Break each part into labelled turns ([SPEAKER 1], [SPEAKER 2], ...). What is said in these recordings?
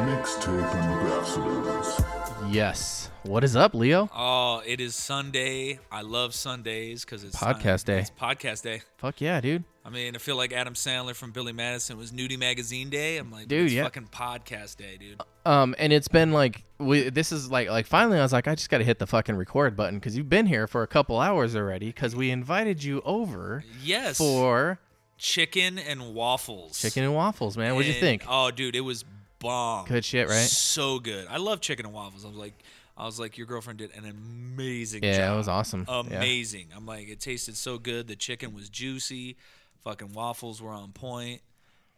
[SPEAKER 1] Mixtape Ambassadors.
[SPEAKER 2] Yes. What is up, Leo?
[SPEAKER 3] Oh, it is Sunday. I love Sundays because it's
[SPEAKER 2] Podcast day.
[SPEAKER 3] It's podcast day.
[SPEAKER 2] Fuck yeah, dude.
[SPEAKER 3] I mean, I feel like Adam Sandler from Billy Madison was Nudie Magazine Day. I'm like,
[SPEAKER 2] Dude,
[SPEAKER 3] it's
[SPEAKER 2] yeah.
[SPEAKER 3] fucking podcast day, dude.
[SPEAKER 2] Um, and it's been like we, this is like like finally I was like I just got to hit the fucking record button because you've been here for a couple hours already because we invited you over
[SPEAKER 3] Yes.
[SPEAKER 2] for
[SPEAKER 3] chicken and waffles.
[SPEAKER 2] chicken and waffles, man. What'd you
[SPEAKER 3] And-
[SPEAKER 2] think?
[SPEAKER 3] Oh, dude, it was bomb.
[SPEAKER 2] Good shit, right?
[SPEAKER 3] So good. I love chicken and waffles. I was like, I was like, your girlfriend did an amazing job.
[SPEAKER 2] yeah, it was awesome. Yeah.
[SPEAKER 3] Amazing. I'm like, it tasted so good. The chicken was juicy. Fucking waffles were on point.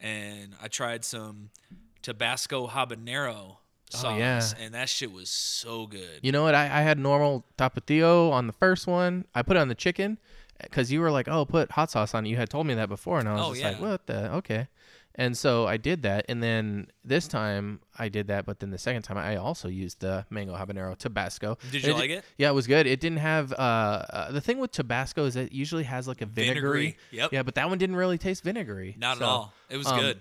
[SPEAKER 3] And I tried some Tabasco habanero sauce,
[SPEAKER 2] Oh, yeah.
[SPEAKER 3] and that shit was so good.
[SPEAKER 2] You know what? I, I had normal tapatio on the first one. I put it on the chicken because you were like, "Oh, put hot sauce on." it. You had told me that before, and I was
[SPEAKER 3] Oh,
[SPEAKER 2] just like,
[SPEAKER 3] yeah.
[SPEAKER 2] "What the? Okay." And so I did that, and then this time I did that, but then the second time I also used the mango habanero Tabasco. And
[SPEAKER 3] Did you
[SPEAKER 2] di-
[SPEAKER 3] like it?
[SPEAKER 2] Yeah, it was good. It didn't have uh, uh the thing with Tabasco is that it usually has like a vinegary.
[SPEAKER 3] Vinegary. Yep.
[SPEAKER 2] Yeah, but that one didn't really taste vinegary.
[SPEAKER 3] Not
[SPEAKER 2] So-
[SPEAKER 3] at all. It was
[SPEAKER 2] um,
[SPEAKER 3] good.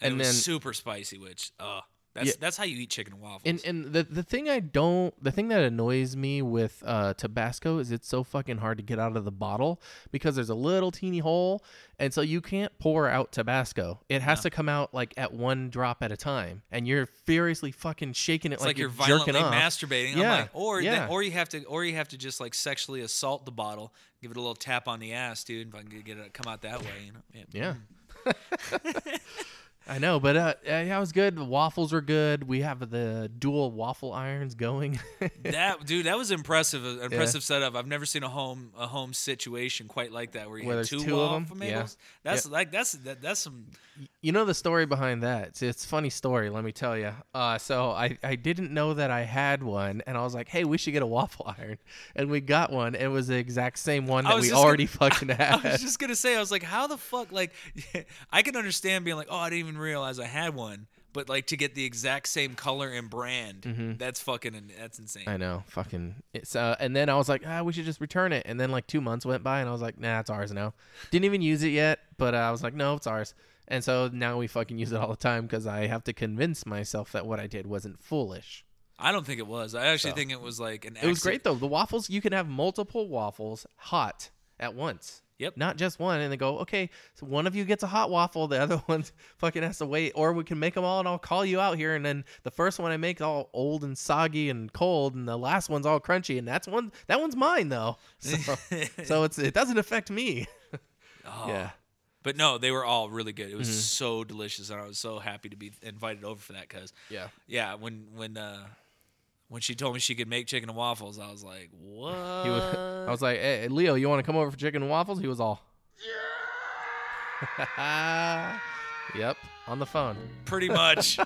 [SPEAKER 3] And,
[SPEAKER 2] and
[SPEAKER 3] it was
[SPEAKER 2] then-
[SPEAKER 3] super spicy, which, uh, that's,
[SPEAKER 2] Yeah.
[SPEAKER 3] that's how you eat chicken and waffles.
[SPEAKER 2] And and the the thing I don't the thing that annoys me with uh, Tabasco is it's so fucking hard to get out of the bottle because there's a little teeny hole, and so you can't pour out Tabasco. It has to come out like at one drop at a time, and you're furiously fucking shaking it
[SPEAKER 3] it's like, you're
[SPEAKER 2] jerking
[SPEAKER 3] violently
[SPEAKER 2] off.
[SPEAKER 3] masturbating.
[SPEAKER 2] Yeah,
[SPEAKER 3] I'm like, or then-
[SPEAKER 2] yeah.
[SPEAKER 3] or you have to or you have to just like sexually assault the bottle, give it a little tap on the ass, dude, if I can get it come out that way, you know.
[SPEAKER 2] yeah. I know, but uh, yeah, it was good. The waffles were good. We have the dual waffle irons going.
[SPEAKER 3] That dude, that was impressive. An impressive setup. I've never seen a home a home situation quite like that where you
[SPEAKER 2] Where
[SPEAKER 3] have
[SPEAKER 2] there's
[SPEAKER 3] two,
[SPEAKER 2] two of 'em?
[SPEAKER 3] waffle
[SPEAKER 2] Yeah.
[SPEAKER 3] mangos. That's like that's that, that's some.
[SPEAKER 2] You know the story behind that. It's, it's a funny story, let me tell you. Uh, so I, I didn't know that I had one, and I was like, hey, we should get a waffle iron. And we got one, and it was the exact same one
[SPEAKER 3] I
[SPEAKER 2] that
[SPEAKER 3] was
[SPEAKER 2] we
[SPEAKER 3] just gonna-
[SPEAKER 2] already fucking
[SPEAKER 3] I
[SPEAKER 2] had.
[SPEAKER 3] was just gonna say, I was like, how the fuck? Like, I can understand being like, oh, I didn't even realize I had one, but like to get the exact same color and brand,
[SPEAKER 2] Mm-hmm.
[SPEAKER 3] that's fucking that's insane.
[SPEAKER 2] I know, fucking. It's, uh, and then I was like, ah, we should just return it. And then like two months went by, and I was like, nah, it's ours now. Didn't even use it yet, but uh, I was like, no, it's ours. And so now we fucking use it all the time because I have to convince myself that what I did wasn't foolish.
[SPEAKER 3] I don't think it was. I actually
[SPEAKER 2] So.
[SPEAKER 3] think it was like an.
[SPEAKER 2] It was
[SPEAKER 3] acci-
[SPEAKER 2] great though. The waffles, you can have multiple waffles hot at once.
[SPEAKER 3] Yep.
[SPEAKER 2] Not just one, and they go, okay, so one of you gets a hot waffle, the other one fucking has to wait, or we can make them all, and I'll call you out here, and then the first one I make is all old and soggy and cold, and the last one's all crunchy, and that's one that one's mine though, so, so it's it doesn't affect me.
[SPEAKER 3] Oh.
[SPEAKER 2] Yeah, Mm-hmm.
[SPEAKER 3] But no, they were all really good. It was so delicious, and I was so happy to be invited over for that. Cause
[SPEAKER 2] yeah.
[SPEAKER 3] yeah, when when uh, when she told me she could make chicken and waffles, I was like, what?
[SPEAKER 2] He was, I was like, hey, Leo, you want to come over for chicken and waffles? He was all, yeah. yep, on the phone.
[SPEAKER 3] Pretty much.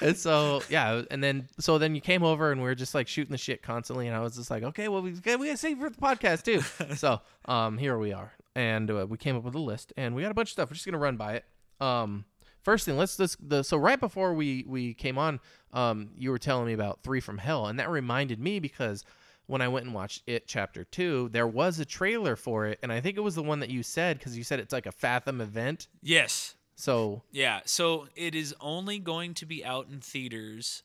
[SPEAKER 2] and so yeah, and then so then you came over and we were just like shooting the shit constantly, and I was just like, okay, well we got, we gotta save for the podcast too. so um here we are, and uh, we came up with a list, and we got a bunch of stuff. We're just gonna run by it. Um, first thing, let's this the so right before we we came on, um, you were telling me about Three from Hell, and that reminded me because. When I went and watched it, chapter two, there was a trailer for it, and I think it was the one that you said because you said it's like a Fathom event.
[SPEAKER 3] yes.
[SPEAKER 2] So
[SPEAKER 3] Yeah. So it is only going to be out in theaters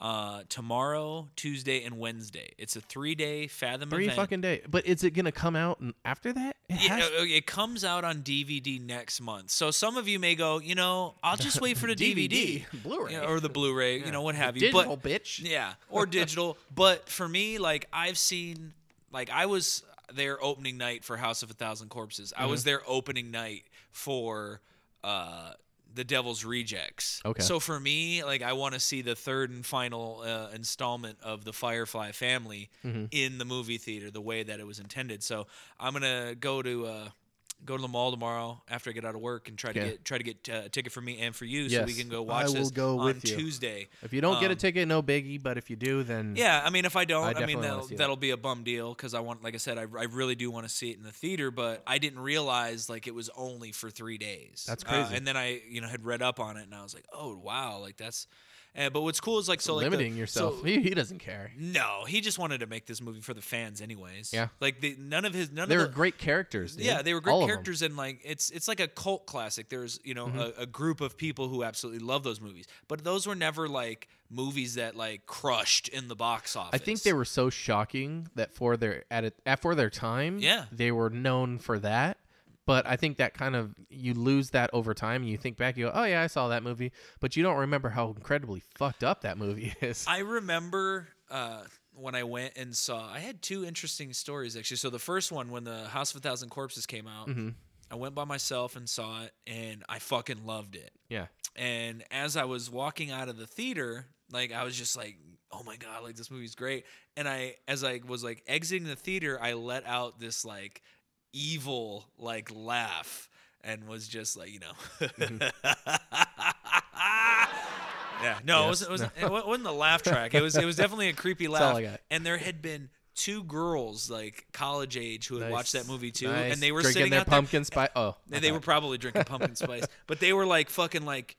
[SPEAKER 3] uh, tomorrow, Tuesday, and Wednesday. It's a three day Fathom
[SPEAKER 2] three
[SPEAKER 3] event.
[SPEAKER 2] fucking day, but is it gonna come out n- after that? It
[SPEAKER 3] Yeah,
[SPEAKER 2] has
[SPEAKER 3] uh, it comes out on DVD next month. So some of you may go, you know, I'll just wait for the DVD,
[SPEAKER 2] Blu-ray.
[SPEAKER 3] you know, or the Blu-ray, you know, what have you.
[SPEAKER 2] digital
[SPEAKER 3] but
[SPEAKER 2] bitch.
[SPEAKER 3] yeah, or digital. but for me, like I've seen, like I was there opening night for House of a Thousand Corpses. I
[SPEAKER 2] Mm-hmm.
[SPEAKER 3] was there opening night for uh, The Devil's Rejects.
[SPEAKER 2] Okay.
[SPEAKER 3] So for me, like I want to see the third and final uh, installment of the Firefly family
[SPEAKER 2] Mm-hmm.
[SPEAKER 3] in the movie theater the way that it was intended. So I'm gonna go to. Uh, Go to the mall tomorrow after I get out of work and try to
[SPEAKER 2] Okay.
[SPEAKER 3] get try to get uh, a ticket for me and for you so we
[SPEAKER 2] Yes,
[SPEAKER 3] can go
[SPEAKER 2] I
[SPEAKER 3] watch
[SPEAKER 2] will
[SPEAKER 3] this
[SPEAKER 2] go
[SPEAKER 3] on
[SPEAKER 2] with you.
[SPEAKER 3] Tuesday.
[SPEAKER 2] If you don't get a
[SPEAKER 3] Um,
[SPEAKER 2] ticket, no biggie. But if you do, then
[SPEAKER 3] yeah, I mean, if I don't,
[SPEAKER 2] I
[SPEAKER 3] I, mean,
[SPEAKER 2] definitely wanna
[SPEAKER 3] that'll,
[SPEAKER 2] see that.
[SPEAKER 3] that'll be a bum deal because I want, like I said, I, I really do want to see it in the theater, but I didn't realize like it was only for three days.
[SPEAKER 2] That's
[SPEAKER 3] Uh,
[SPEAKER 2] crazy.
[SPEAKER 3] and then I, you know, had read up on it and I was like, oh wow, like that's. And, but what's cool is like so like the-
[SPEAKER 2] limiting yourself.
[SPEAKER 3] so-
[SPEAKER 2] he, he doesn't care.
[SPEAKER 3] no, he just wanted to make this movie for the fans, anyways.
[SPEAKER 2] Yeah.
[SPEAKER 3] like the, none of his none
[SPEAKER 2] They
[SPEAKER 3] of
[SPEAKER 2] were
[SPEAKER 3] the,
[SPEAKER 2] great characters. dude.
[SPEAKER 3] yeah, they were great
[SPEAKER 2] All of 'em. Mm-hmm.
[SPEAKER 3] characters, and like it's it's like a cult classic. There's you know a, a group of people who absolutely love those movies, but those were never like movies that like crushed in the box office.
[SPEAKER 2] I think they were so shocking that for their at it at for their time,
[SPEAKER 3] Yeah.
[SPEAKER 2] they were known for that. But I think that kind of you lose that over time, and you think back, you go, "Oh yeah, I saw that movie," but you don't remember how incredibly fucked up that movie is.
[SPEAKER 3] I remember uh, when I went and saw. I had two interesting stories actually. So the first one, when the House of a Thousand Corpses came out, I went by myself and saw it, and I fucking loved it.
[SPEAKER 2] yeah,
[SPEAKER 3] And as I was walking out of the theater, like I was just like, "Oh my god, like this movie's great." And I as I was like exiting the theater, I let out this like evil like laugh and was just like, you know. yeah. No, it
[SPEAKER 2] Mm-hmm. Yes.
[SPEAKER 3] wasn't it wasn't, it wa- wasn't the laugh track. It was it was definitely a creepy laugh.
[SPEAKER 2] all I got.
[SPEAKER 3] And there had been two girls like college age who had
[SPEAKER 2] Nice.
[SPEAKER 3] watched that movie too
[SPEAKER 2] Nice.
[SPEAKER 3] and they were
[SPEAKER 2] drinking
[SPEAKER 3] sitting
[SPEAKER 2] their
[SPEAKER 3] out there
[SPEAKER 2] pumpkin spice. Oh, my
[SPEAKER 3] they, they
[SPEAKER 2] bad.
[SPEAKER 3] were probably drinking pumpkin spice, but they were like fucking like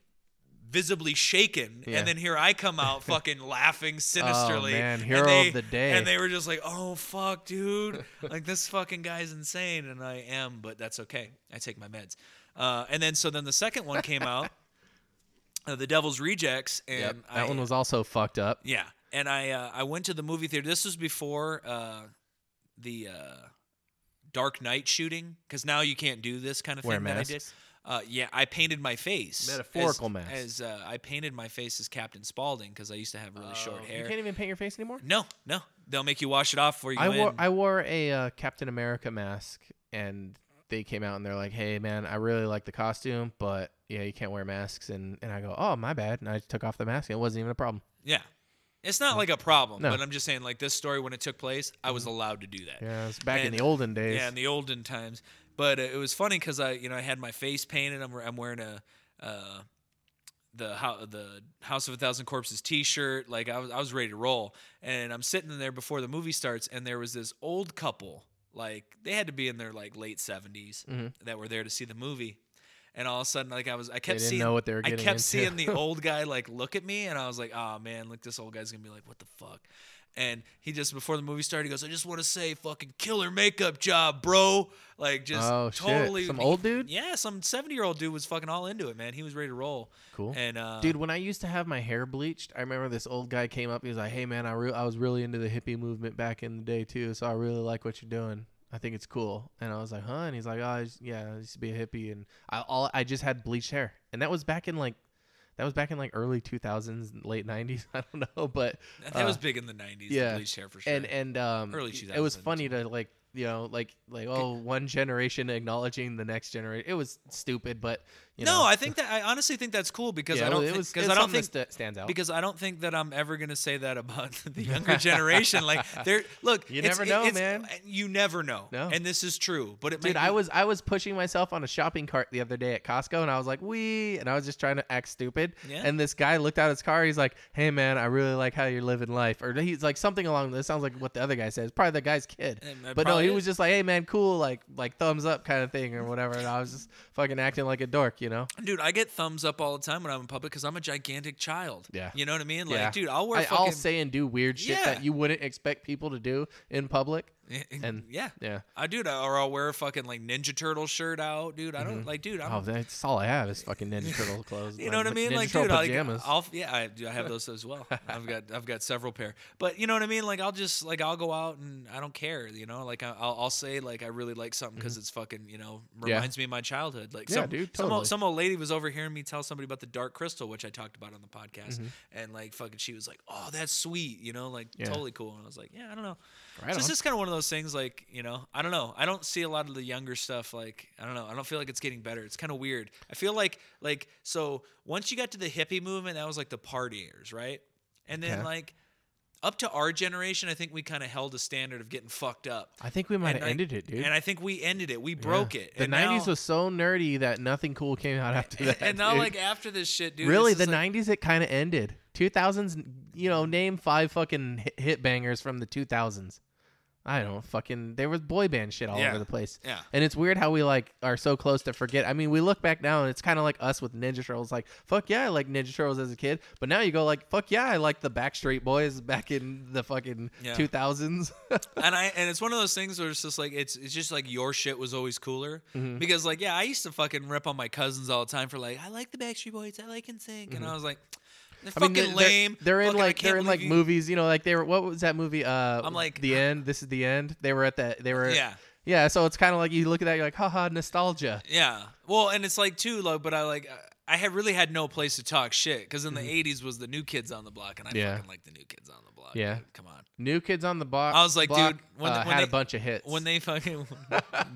[SPEAKER 3] visibly shaken,
[SPEAKER 2] Yeah. Oh,
[SPEAKER 3] and then here I come out fucking laughing sinisterly.
[SPEAKER 2] man,
[SPEAKER 3] and
[SPEAKER 2] hero of
[SPEAKER 3] they-
[SPEAKER 2] the day.
[SPEAKER 3] And they were just like, "Oh fuck, dude! like this fucking guy's insane," and I am, but that's okay. I take my meds. Uh, and then so then the second one came out, uh, the Devil's Rejects, and
[SPEAKER 2] Yep,
[SPEAKER 3] I,
[SPEAKER 2] that one was also fucked up.
[SPEAKER 3] yeah, and I uh, I went to the movie theater. This was before uh, the uh, Dark Knight shooting, because now you can't do this kind of
[SPEAKER 2] Wear
[SPEAKER 3] thing that I did.
[SPEAKER 2] masks?
[SPEAKER 3] Uh, yeah, I painted my face.
[SPEAKER 2] Metaphorical
[SPEAKER 3] as,
[SPEAKER 2] masks.
[SPEAKER 3] As uh, I painted my face as Captain Spaulding because I used to have really short
[SPEAKER 2] Oh, You
[SPEAKER 3] hair.
[SPEAKER 2] can't even paint your face anymore.
[SPEAKER 3] No, no, they'll make you wash it off before you
[SPEAKER 2] I
[SPEAKER 3] go
[SPEAKER 2] wore
[SPEAKER 3] in.
[SPEAKER 2] I wore a uh, Captain America mask, and they came out and they're like, "Hey, man, I really like the costume, but yeah, you can't wear masks." And and I go, "Oh, my bad," and I took off the mask. and It wasn't even a problem.
[SPEAKER 3] yeah, it's not like a problem,
[SPEAKER 2] No. Mm-hmm.
[SPEAKER 3] but I'm just saying like this story when it took place, I was allowed to do that.
[SPEAKER 2] Yeah, it's back in
[SPEAKER 3] And-
[SPEAKER 2] the olden days.
[SPEAKER 3] Yeah, in the olden times. But uh, it was funny because I, you know, I had my face painted. I'm, I'm wearing a uh, the how the House of a Thousand Corpses T-shirt. Like I was, I was ready to roll. And I'm sitting there before the movie starts, and there was this old couple. Like they had to be in their like late 70s that were there to see the movie. And all of a sudden, like I was, I kept
[SPEAKER 2] didn't
[SPEAKER 3] seeing,
[SPEAKER 2] know what Mm-hmm. they were
[SPEAKER 3] I
[SPEAKER 2] getting
[SPEAKER 3] kept
[SPEAKER 2] into.
[SPEAKER 3] seeing the old guy like look at me, and I was like, oh man, look, this old guy's gonna be like, what the fuck? And he just before the movie started, he goes, I just want to say, fucking killer makeup job, bro. Like just
[SPEAKER 2] Oh, shit.
[SPEAKER 3] totally
[SPEAKER 2] Some old dude?
[SPEAKER 3] Yeah, some seventy year old dude was fucking all into it, man. He was ready to roll.
[SPEAKER 2] Cool.
[SPEAKER 3] And uh,
[SPEAKER 2] Dude, when I used to have my hair bleached, I remember this old guy came up. He was like, "Hey, man, I re- I was really into the hippie movement back in the day too, so I really like what you're doing. I think it's cool." And I was like, "Huh?" And he's like, "Oh, I used- yeah, I used to be a hippie, and I all I just had bleached hair, and that was back in like, that was back in like early 2000s, late 90s. I don't know, but
[SPEAKER 3] that
[SPEAKER 2] uh,
[SPEAKER 3] was big in the nineties.
[SPEAKER 2] yeah.
[SPEAKER 3] the bleached hair for sure.
[SPEAKER 2] and and um,
[SPEAKER 3] Early
[SPEAKER 2] it was
[SPEAKER 3] 2000s.
[SPEAKER 2] funny to like you know like like oh one generation acknowledging the next generation. It was stupid, but you
[SPEAKER 3] no,
[SPEAKER 2] know,
[SPEAKER 3] I think that I honestly think that's cool because
[SPEAKER 2] yeah,
[SPEAKER 3] I don't
[SPEAKER 2] it
[SPEAKER 3] think-
[SPEAKER 2] was
[SPEAKER 3] because
[SPEAKER 2] it's
[SPEAKER 3] I don't
[SPEAKER 2] something
[SPEAKER 3] think
[SPEAKER 2] that sta- stands out.
[SPEAKER 3] because I don't think that I'm ever gonna say that about the younger generation. Like, they're look,
[SPEAKER 2] You
[SPEAKER 3] it's-
[SPEAKER 2] never
[SPEAKER 3] it-
[SPEAKER 2] know,
[SPEAKER 3] it's- uh,
[SPEAKER 2] man.
[SPEAKER 3] You never know.
[SPEAKER 2] No.
[SPEAKER 3] and this is true. But it
[SPEAKER 2] Dude,
[SPEAKER 3] might
[SPEAKER 2] I
[SPEAKER 3] be-
[SPEAKER 2] was I was pushing myself on a shopping cart the other day at Costco, and I was like, "Wee!" and I was just trying to act stupid.
[SPEAKER 3] Yeah.
[SPEAKER 2] And this guy looked out his car. He's like, "Hey, man, I really like how you're living life," or he's like something along. This sounds like what the other guy says. Probably the guy's kid.
[SPEAKER 3] Eh, man,
[SPEAKER 2] But no, he
[SPEAKER 3] probably
[SPEAKER 2] was just like, "Hey, man, cool," like like thumbs up kind of thing or whatever. And I was just fucking acting like a dork, you know?
[SPEAKER 3] Dude, I get thumbs up all the time when I'm in public because I'm a gigantic child.
[SPEAKER 2] Yeah.
[SPEAKER 3] You know what I mean? Like,
[SPEAKER 2] yeah.
[SPEAKER 3] dude, I'll wear
[SPEAKER 2] I,
[SPEAKER 3] fucking.
[SPEAKER 2] will say and do weird shit
[SPEAKER 3] Yeah.
[SPEAKER 2] that you wouldn't expect people to do in public. and-
[SPEAKER 3] yeah.
[SPEAKER 2] Yeah.
[SPEAKER 3] I dude, I- or I'll wear a fucking like Ninja Turtle shirt out, dude. I don't like, dude. I'm,
[SPEAKER 2] Oh, that's all I have is fucking Ninja Turtle clothes.
[SPEAKER 3] you
[SPEAKER 2] my
[SPEAKER 3] know what I
[SPEAKER 2] Ninja
[SPEAKER 3] mean? Like,
[SPEAKER 2] Turtle
[SPEAKER 3] dude, I'll-
[SPEAKER 2] pajamas.
[SPEAKER 3] I'll, yeah, I, do I have those as well. I've got I've got several pair, but you know what I mean? Like, I'll just like I'll go out and I don't care, you know. Like, I, I'll I'll say like I really like something because it's fucking you know
[SPEAKER 2] Mm-hmm. Yeah.
[SPEAKER 3] reminds me of my childhood. Like,
[SPEAKER 2] Yeah,
[SPEAKER 3] some,
[SPEAKER 2] dude,
[SPEAKER 3] some
[SPEAKER 2] totally.
[SPEAKER 3] old some old lady was overhearing me tell somebody about the Dark Crystal, which I talked about on the podcast, and like fucking she was like, oh, that's sweet, you know, like
[SPEAKER 2] Mm-hmm. Yeah.
[SPEAKER 3] totally cool. And I was like, yeah, I don't know.
[SPEAKER 2] Right
[SPEAKER 3] so it's
[SPEAKER 2] on.
[SPEAKER 3] just kind of one of those things, like you know, I don't know. I don't see a lot of the younger stuff. Like I don't know. I don't feel like it's getting better. It's kind of weird. I feel like like so once you got to the hippie movement, that was like the partiers, right? And then
[SPEAKER 2] Okay.
[SPEAKER 3] like up to our generation, I think we kind of held a standard of getting fucked up.
[SPEAKER 2] I think we might
[SPEAKER 3] And,
[SPEAKER 2] have
[SPEAKER 3] like-
[SPEAKER 2] ended it, dude.
[SPEAKER 3] And I think we ended it. We broke
[SPEAKER 2] Yeah.
[SPEAKER 3] it.
[SPEAKER 2] The
[SPEAKER 3] and
[SPEAKER 2] '90s
[SPEAKER 3] now,
[SPEAKER 2] was so nerdy that nothing cool came out after that.
[SPEAKER 3] And now
[SPEAKER 2] dude.
[SPEAKER 3] like after this shit, dude.
[SPEAKER 2] really,
[SPEAKER 3] it's
[SPEAKER 2] the
[SPEAKER 3] just like-
[SPEAKER 2] '90s it kind of ended. 2000s, you know, name five fucking hit, hit bangers from the 2000s. I don't fucking. There was boy band shit all
[SPEAKER 3] Yeah.
[SPEAKER 2] over the place.
[SPEAKER 3] Yeah.
[SPEAKER 2] And it's weird how we like are so close to forget. I mean, we look back now and it's kind of like us with Ninja Turtles. Like, fuck yeah, I like Ninja Turtles as a kid. But now you go like, fuck yeah, I like the Backstreet Boys back in the fucking
[SPEAKER 3] Yeah.
[SPEAKER 2] two thousands.
[SPEAKER 3] and I and it's one of those things where it's just like it's it's just like your shit was always cooler
[SPEAKER 2] Mm-hmm.
[SPEAKER 3] because like yeah I used to fucking rip on my cousins all the time for like I like the Backstreet Boys I like NSYNC and I was like
[SPEAKER 2] Mm-hmm.
[SPEAKER 3] they're
[SPEAKER 2] I
[SPEAKER 3] fucking
[SPEAKER 2] mean, they're- they're-
[SPEAKER 3] lame
[SPEAKER 2] They're in
[SPEAKER 3] Fucking, I
[SPEAKER 2] like
[SPEAKER 3] can't
[SPEAKER 2] they're in
[SPEAKER 3] believe
[SPEAKER 2] like
[SPEAKER 3] you-
[SPEAKER 2] movies. You know, like they were. What was that movie? Uh,
[SPEAKER 3] I'm like-
[SPEAKER 2] the end. This is the end. They were at that. They were.
[SPEAKER 3] Yeah.
[SPEAKER 2] Yeah. So it's kind of like you look at that. You're like, haha, nostalgia.
[SPEAKER 3] yeah well and it's like too like but I like I had really had no place to talk shit because in the '80s was the New Kids on the Block and I
[SPEAKER 2] Mm-hmm. Yeah.
[SPEAKER 3] fucking like the New Kids on the Block
[SPEAKER 2] Yeah.
[SPEAKER 3] dude. come on
[SPEAKER 2] New Kids on the Block.
[SPEAKER 3] I was like,
[SPEAKER 2] Block,
[SPEAKER 3] dude, when
[SPEAKER 2] uh,
[SPEAKER 3] the- when
[SPEAKER 2] had a
[SPEAKER 3] they-
[SPEAKER 2] bunch of hits.
[SPEAKER 3] when they fucking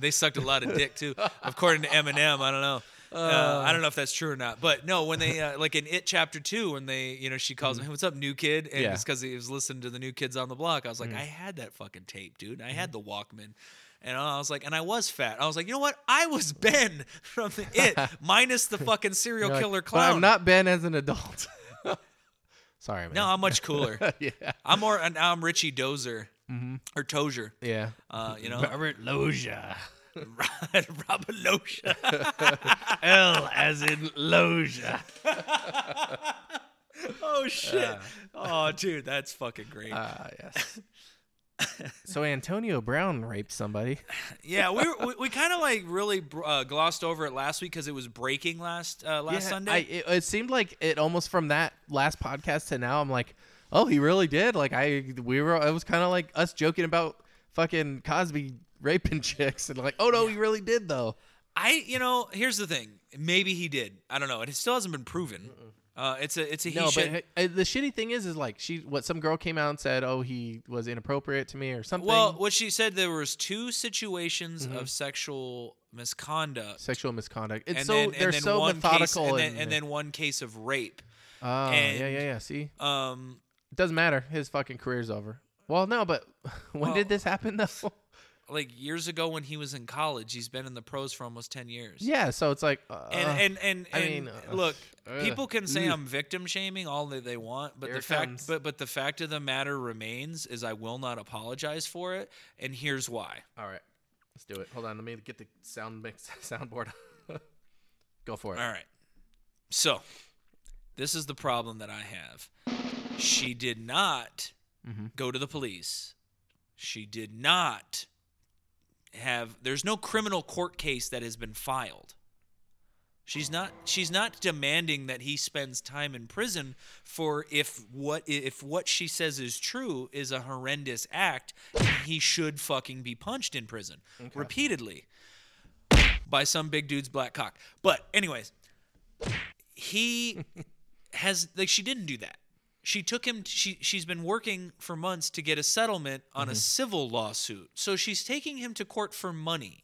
[SPEAKER 3] they sucked a lot of dick too according to eminem i don't know uh, I don't know if that's true or not, but no, when they uh, like in it chapter two, when they you know she calls him, hey, "What's up, new kid?"
[SPEAKER 2] Mm-hmm.
[SPEAKER 3] and
[SPEAKER 2] Yeah. Mm.
[SPEAKER 3] it's because he was listening to the new kids on the block. I was like, I had that fucking tape, dude. I
[SPEAKER 2] Mm-hmm.
[SPEAKER 3] had the Walkman, and I was like, and I was fat. I was like, you know what? I was Ben from the it minus the fucking serial
[SPEAKER 2] You're like,
[SPEAKER 3] killer clown.
[SPEAKER 2] But I'm not Ben as an adult. Sorry, man.
[SPEAKER 3] No, I'm much cooler.
[SPEAKER 2] yeah.
[SPEAKER 3] I'm more. and I'm Richie Dozer or Tozier.
[SPEAKER 2] Yeah.
[SPEAKER 3] Uh, you know,
[SPEAKER 2] Mm-hmm. Robert Loja.
[SPEAKER 3] Robert Loja.
[SPEAKER 2] L as in Loja.
[SPEAKER 3] Oh shit! oh, dude, that's fucking great.
[SPEAKER 2] Ah, yes. so Antonio Brown raped somebody.
[SPEAKER 3] yeah, we were, we, we kind of like really br- uh, glossed over it last week because it was breaking last uh, last
[SPEAKER 2] Yeah,
[SPEAKER 3] Sunday.
[SPEAKER 2] I, it, it seemed like it almost from that last podcast to now. I'm like, oh, he really did. Like I, we were. It was kind of like us joking about fucking Cosby raping chicks, and like, oh no, he really did though.
[SPEAKER 3] I, you know, here's the thing. Maybe he did. I don't know. It still hasn't been proven. Uh, it's a it's a he
[SPEAKER 2] No,
[SPEAKER 3] should.
[SPEAKER 2] but uh, the shitty thing is, is like she, what some girl came out and said, oh, he was inappropriate to me or something.
[SPEAKER 3] well, what she said there was two situations
[SPEAKER 2] Mm-hmm.
[SPEAKER 3] of sexual misconduct.
[SPEAKER 2] sexual misconduct. It's
[SPEAKER 3] and
[SPEAKER 2] so
[SPEAKER 3] then, and
[SPEAKER 2] they're
[SPEAKER 3] then
[SPEAKER 2] so
[SPEAKER 3] one
[SPEAKER 2] methodical
[SPEAKER 3] case,
[SPEAKER 2] in
[SPEAKER 3] and, then, and
[SPEAKER 2] their-
[SPEAKER 3] then one case of rape.
[SPEAKER 2] Oh,
[SPEAKER 3] and-
[SPEAKER 2] yeah, yeah, yeah. See,
[SPEAKER 3] Um,
[SPEAKER 2] it doesn't matter. His fucking career's over. Well, no, but when did
[SPEAKER 3] Well-
[SPEAKER 2] this happen though?
[SPEAKER 3] like years ago when he was in college, he's been in the pros for almost ten years.
[SPEAKER 2] yeah, so it's like, uh,
[SPEAKER 3] and and and,
[SPEAKER 2] I
[SPEAKER 3] and
[SPEAKER 2] mean, uh,
[SPEAKER 3] look,
[SPEAKER 2] ugh,
[SPEAKER 3] people can say
[SPEAKER 2] ugh.
[SPEAKER 3] I'm victim shaming all that they want, but
[SPEAKER 2] Here
[SPEAKER 3] the
[SPEAKER 2] it
[SPEAKER 3] fact,
[SPEAKER 2] comes.
[SPEAKER 3] but but the fact of the matter remains is I will not apologize for it, and here's why.
[SPEAKER 2] all right, let's do it. Hold on, let me get the sound mix soundboard. Go for it.
[SPEAKER 3] All right, so this is the problem that I have. She did not
[SPEAKER 2] Mhm.
[SPEAKER 3] go to the police. She did not have. There's no criminal court case that has been filed. She's not she's not demanding that he spends time in prison for if what if what she says is true is a horrendous act and he should fucking be punched in prison repeatedly by some big dude's black cock. But anyways, he has like she didn't do that. She took him she she's been working for months to get a settlement on
[SPEAKER 2] Mm-hmm.
[SPEAKER 3] a civil lawsuit. So she's taking him to court for money.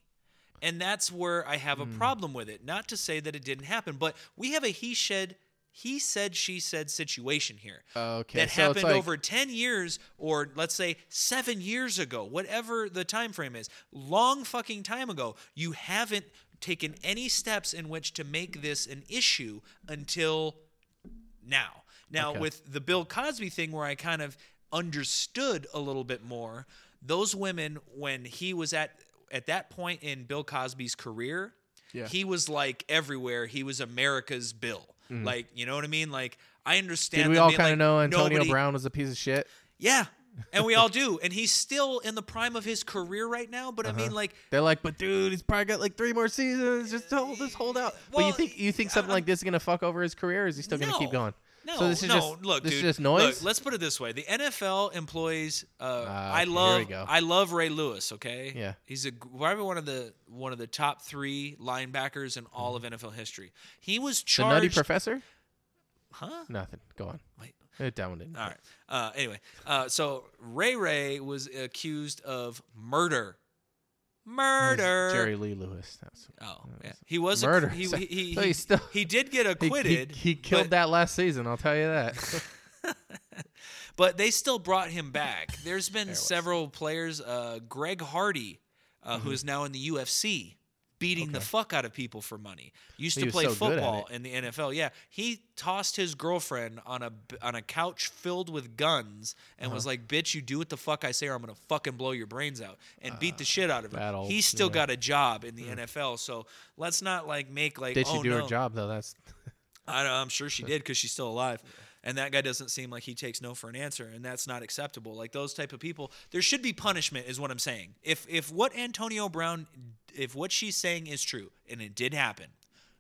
[SPEAKER 3] And that's where I have a
[SPEAKER 2] Hmm.
[SPEAKER 3] problem with it. Not to say that it didn't happen, but we have a he said, he said, she said situation here.
[SPEAKER 2] Okay, so
[SPEAKER 3] That
[SPEAKER 2] it's
[SPEAKER 3] happened
[SPEAKER 2] like-
[SPEAKER 3] over 10 years or let's say 7 years ago, whatever the time frame is. Long fucking time ago, you haven't taken any steps in which to make this an issue until now. Now
[SPEAKER 2] Okay.
[SPEAKER 3] with the Bill Cosby thing where I kind of understood a little bit more, those women when he was at at that point in Bill Cosby's career,
[SPEAKER 2] Yeah.
[SPEAKER 3] he was like everywhere. He was America's Bill. Like, you know what I mean? Like I understand
[SPEAKER 2] Mm-hmm. Did we
[SPEAKER 3] them
[SPEAKER 2] all
[SPEAKER 3] being
[SPEAKER 2] kind of
[SPEAKER 3] like,
[SPEAKER 2] know Antonio
[SPEAKER 3] nobody-
[SPEAKER 2] Brown was a piece of shit?
[SPEAKER 3] Yeah. And we all do. And he's still in the prime of his career right now, but I mean like
[SPEAKER 2] They're like, but dude, he's probably got like three more seasons. Just hold this, hold out. but
[SPEAKER 3] Well,
[SPEAKER 2] you think you think something like this is gonna fuck over his career? Or is he still gonna keep
[SPEAKER 3] No.
[SPEAKER 2] going?
[SPEAKER 3] No,
[SPEAKER 2] so this is
[SPEAKER 3] no.
[SPEAKER 2] just
[SPEAKER 3] look,
[SPEAKER 2] this
[SPEAKER 3] dude.
[SPEAKER 2] is just noise. Ah,
[SPEAKER 3] Look, let's put it this way: the NFL employs. Uh,
[SPEAKER 2] okay,
[SPEAKER 3] I
[SPEAKER 2] here we
[SPEAKER 3] love.
[SPEAKER 2] go.
[SPEAKER 3] I love Ray Lewis. Okay.
[SPEAKER 2] Yeah.
[SPEAKER 3] He's a g- probably one of the one of the top three linebackers in all of NFL history. He was
[SPEAKER 2] Mm-hmm. the Nutty
[SPEAKER 3] charged.
[SPEAKER 2] Professor?
[SPEAKER 3] huh?
[SPEAKER 2] Nothing. Go on.
[SPEAKER 3] Wait.
[SPEAKER 2] It that one didn't.
[SPEAKER 3] All right. Uh, anyway, uh, so Ray Ray was accused of murder.
[SPEAKER 2] That was
[SPEAKER 3] Murder.
[SPEAKER 2] Jerry Lee Lewis. That's
[SPEAKER 3] Oh, yeah. He was
[SPEAKER 2] Murder.
[SPEAKER 3] A, he,
[SPEAKER 2] So-
[SPEAKER 3] he, he,
[SPEAKER 2] so he's still-
[SPEAKER 3] he did get
[SPEAKER 2] he, he-
[SPEAKER 3] acquitted.
[SPEAKER 2] he, killed
[SPEAKER 3] but-
[SPEAKER 2] that last season. I'll tell you that.
[SPEAKER 3] but they still brought him back. There's been several players. Uh, Greg Hardy, uh, who is now in the UFC, beating the
[SPEAKER 2] Mm-hmm. Okay.
[SPEAKER 3] fuck out of people for money. Used
[SPEAKER 2] He
[SPEAKER 3] to
[SPEAKER 2] was
[SPEAKER 3] play
[SPEAKER 2] so good at
[SPEAKER 3] football in the NFL. Yeah, he tossed his girlfriend on a b- on a couch filled with guns and was
[SPEAKER 2] Uh-huh.
[SPEAKER 3] like, "Bitch, you do what the fuck I say, or I'm gonna fucking blow your brains out," and beat the shit out of
[SPEAKER 2] Ah, that
[SPEAKER 3] her.
[SPEAKER 2] old-
[SPEAKER 3] He's still
[SPEAKER 2] yeah.
[SPEAKER 3] got a job in the NFL, so let's not like make like.
[SPEAKER 2] Did she
[SPEAKER 3] oh,
[SPEAKER 2] do
[SPEAKER 3] no.
[SPEAKER 2] her job though? That's
[SPEAKER 3] I, I'm sure she did because she's still alive. And that guy doesn't seem like he takes no for an answer, and that's not acceptable. Like those type of people, there should be punishment, is what I'm saying. If if what Antonio Brown, if what she's saying is true, and it did happen,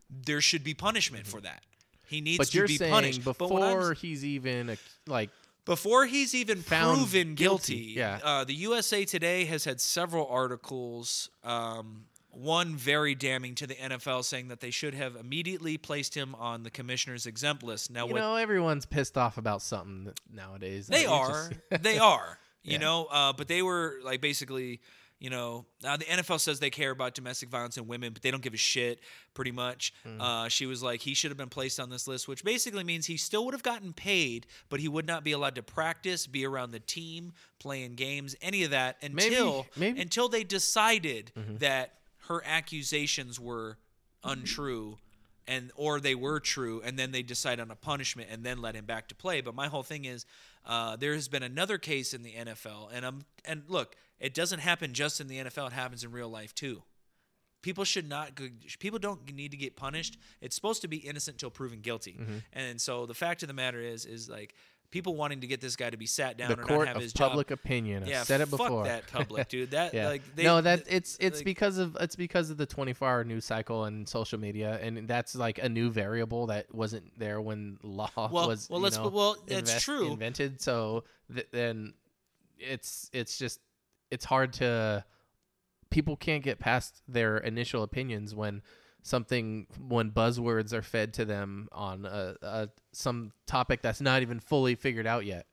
[SPEAKER 3] there should be punishment for that. He needs
[SPEAKER 2] Mm-hmm. but
[SPEAKER 3] to
[SPEAKER 2] you're
[SPEAKER 3] be
[SPEAKER 2] saying
[SPEAKER 3] punished But what I'm-
[SPEAKER 2] before he's even a, like
[SPEAKER 3] before he's even
[SPEAKER 2] Found
[SPEAKER 3] proven guilty,
[SPEAKER 2] guilty, yeah.
[SPEAKER 3] uh, the USA Today has had several articles. Um, one very damning to the NFL, saying that they should have immediately placed him on the commissioner's exempt list. Now,
[SPEAKER 2] you
[SPEAKER 3] what
[SPEAKER 2] know everyone's pissed off about something nowadays.
[SPEAKER 3] they
[SPEAKER 2] You
[SPEAKER 3] are.
[SPEAKER 2] just-
[SPEAKER 3] they are. You
[SPEAKER 2] Yeah.
[SPEAKER 3] know, uh, but they were like basically, you know, now the NFL says they care about domestic violence and women, but they don't give a shit. Pretty much,
[SPEAKER 2] Hmm.
[SPEAKER 3] uh, she was like, he should have been placed on this list, which basically means he still would have gotten paid, but he would not be allowed to practice, be around the team, playing games, any of that until
[SPEAKER 2] maybe- Mm-hmm.
[SPEAKER 3] until they decided that her accusations were untrue and or they were true and then they decide on a punishment and then let him back to play but my whole thing is uh, there has been another case in the NFL and I'm and look it doesn't happen just in the NFL it happens in real life too people should not go- people don't need to get punished it's supposed to be innocent till proven guilty
[SPEAKER 2] Mm-hmm.
[SPEAKER 3] and so the fact of the matter is is like people wanting to get this guy to be sat down
[SPEAKER 2] the
[SPEAKER 3] or
[SPEAKER 2] court
[SPEAKER 3] not have his
[SPEAKER 2] of
[SPEAKER 3] job
[SPEAKER 2] public opinion.
[SPEAKER 3] yeah,
[SPEAKER 2] I've said it
[SPEAKER 3] fuck
[SPEAKER 2] before.
[SPEAKER 3] that public dude. That
[SPEAKER 2] yeah.
[SPEAKER 3] like they,
[SPEAKER 2] no, that it's it's
[SPEAKER 3] like-
[SPEAKER 2] because of it's because of the 24-hour news cycle and social media, and that's like a new variable that wasn't there when law
[SPEAKER 3] Well,
[SPEAKER 2] was.
[SPEAKER 3] well,
[SPEAKER 2] you
[SPEAKER 3] let's-
[SPEAKER 2] know,
[SPEAKER 3] well, that's
[SPEAKER 2] invest-
[SPEAKER 3] true.
[SPEAKER 2] Invented, so th- then it's it's just it's hard to people can't get past their initial opinions when something when buzzwords are fed to them on a, a some topic that's not even fully figured out yet.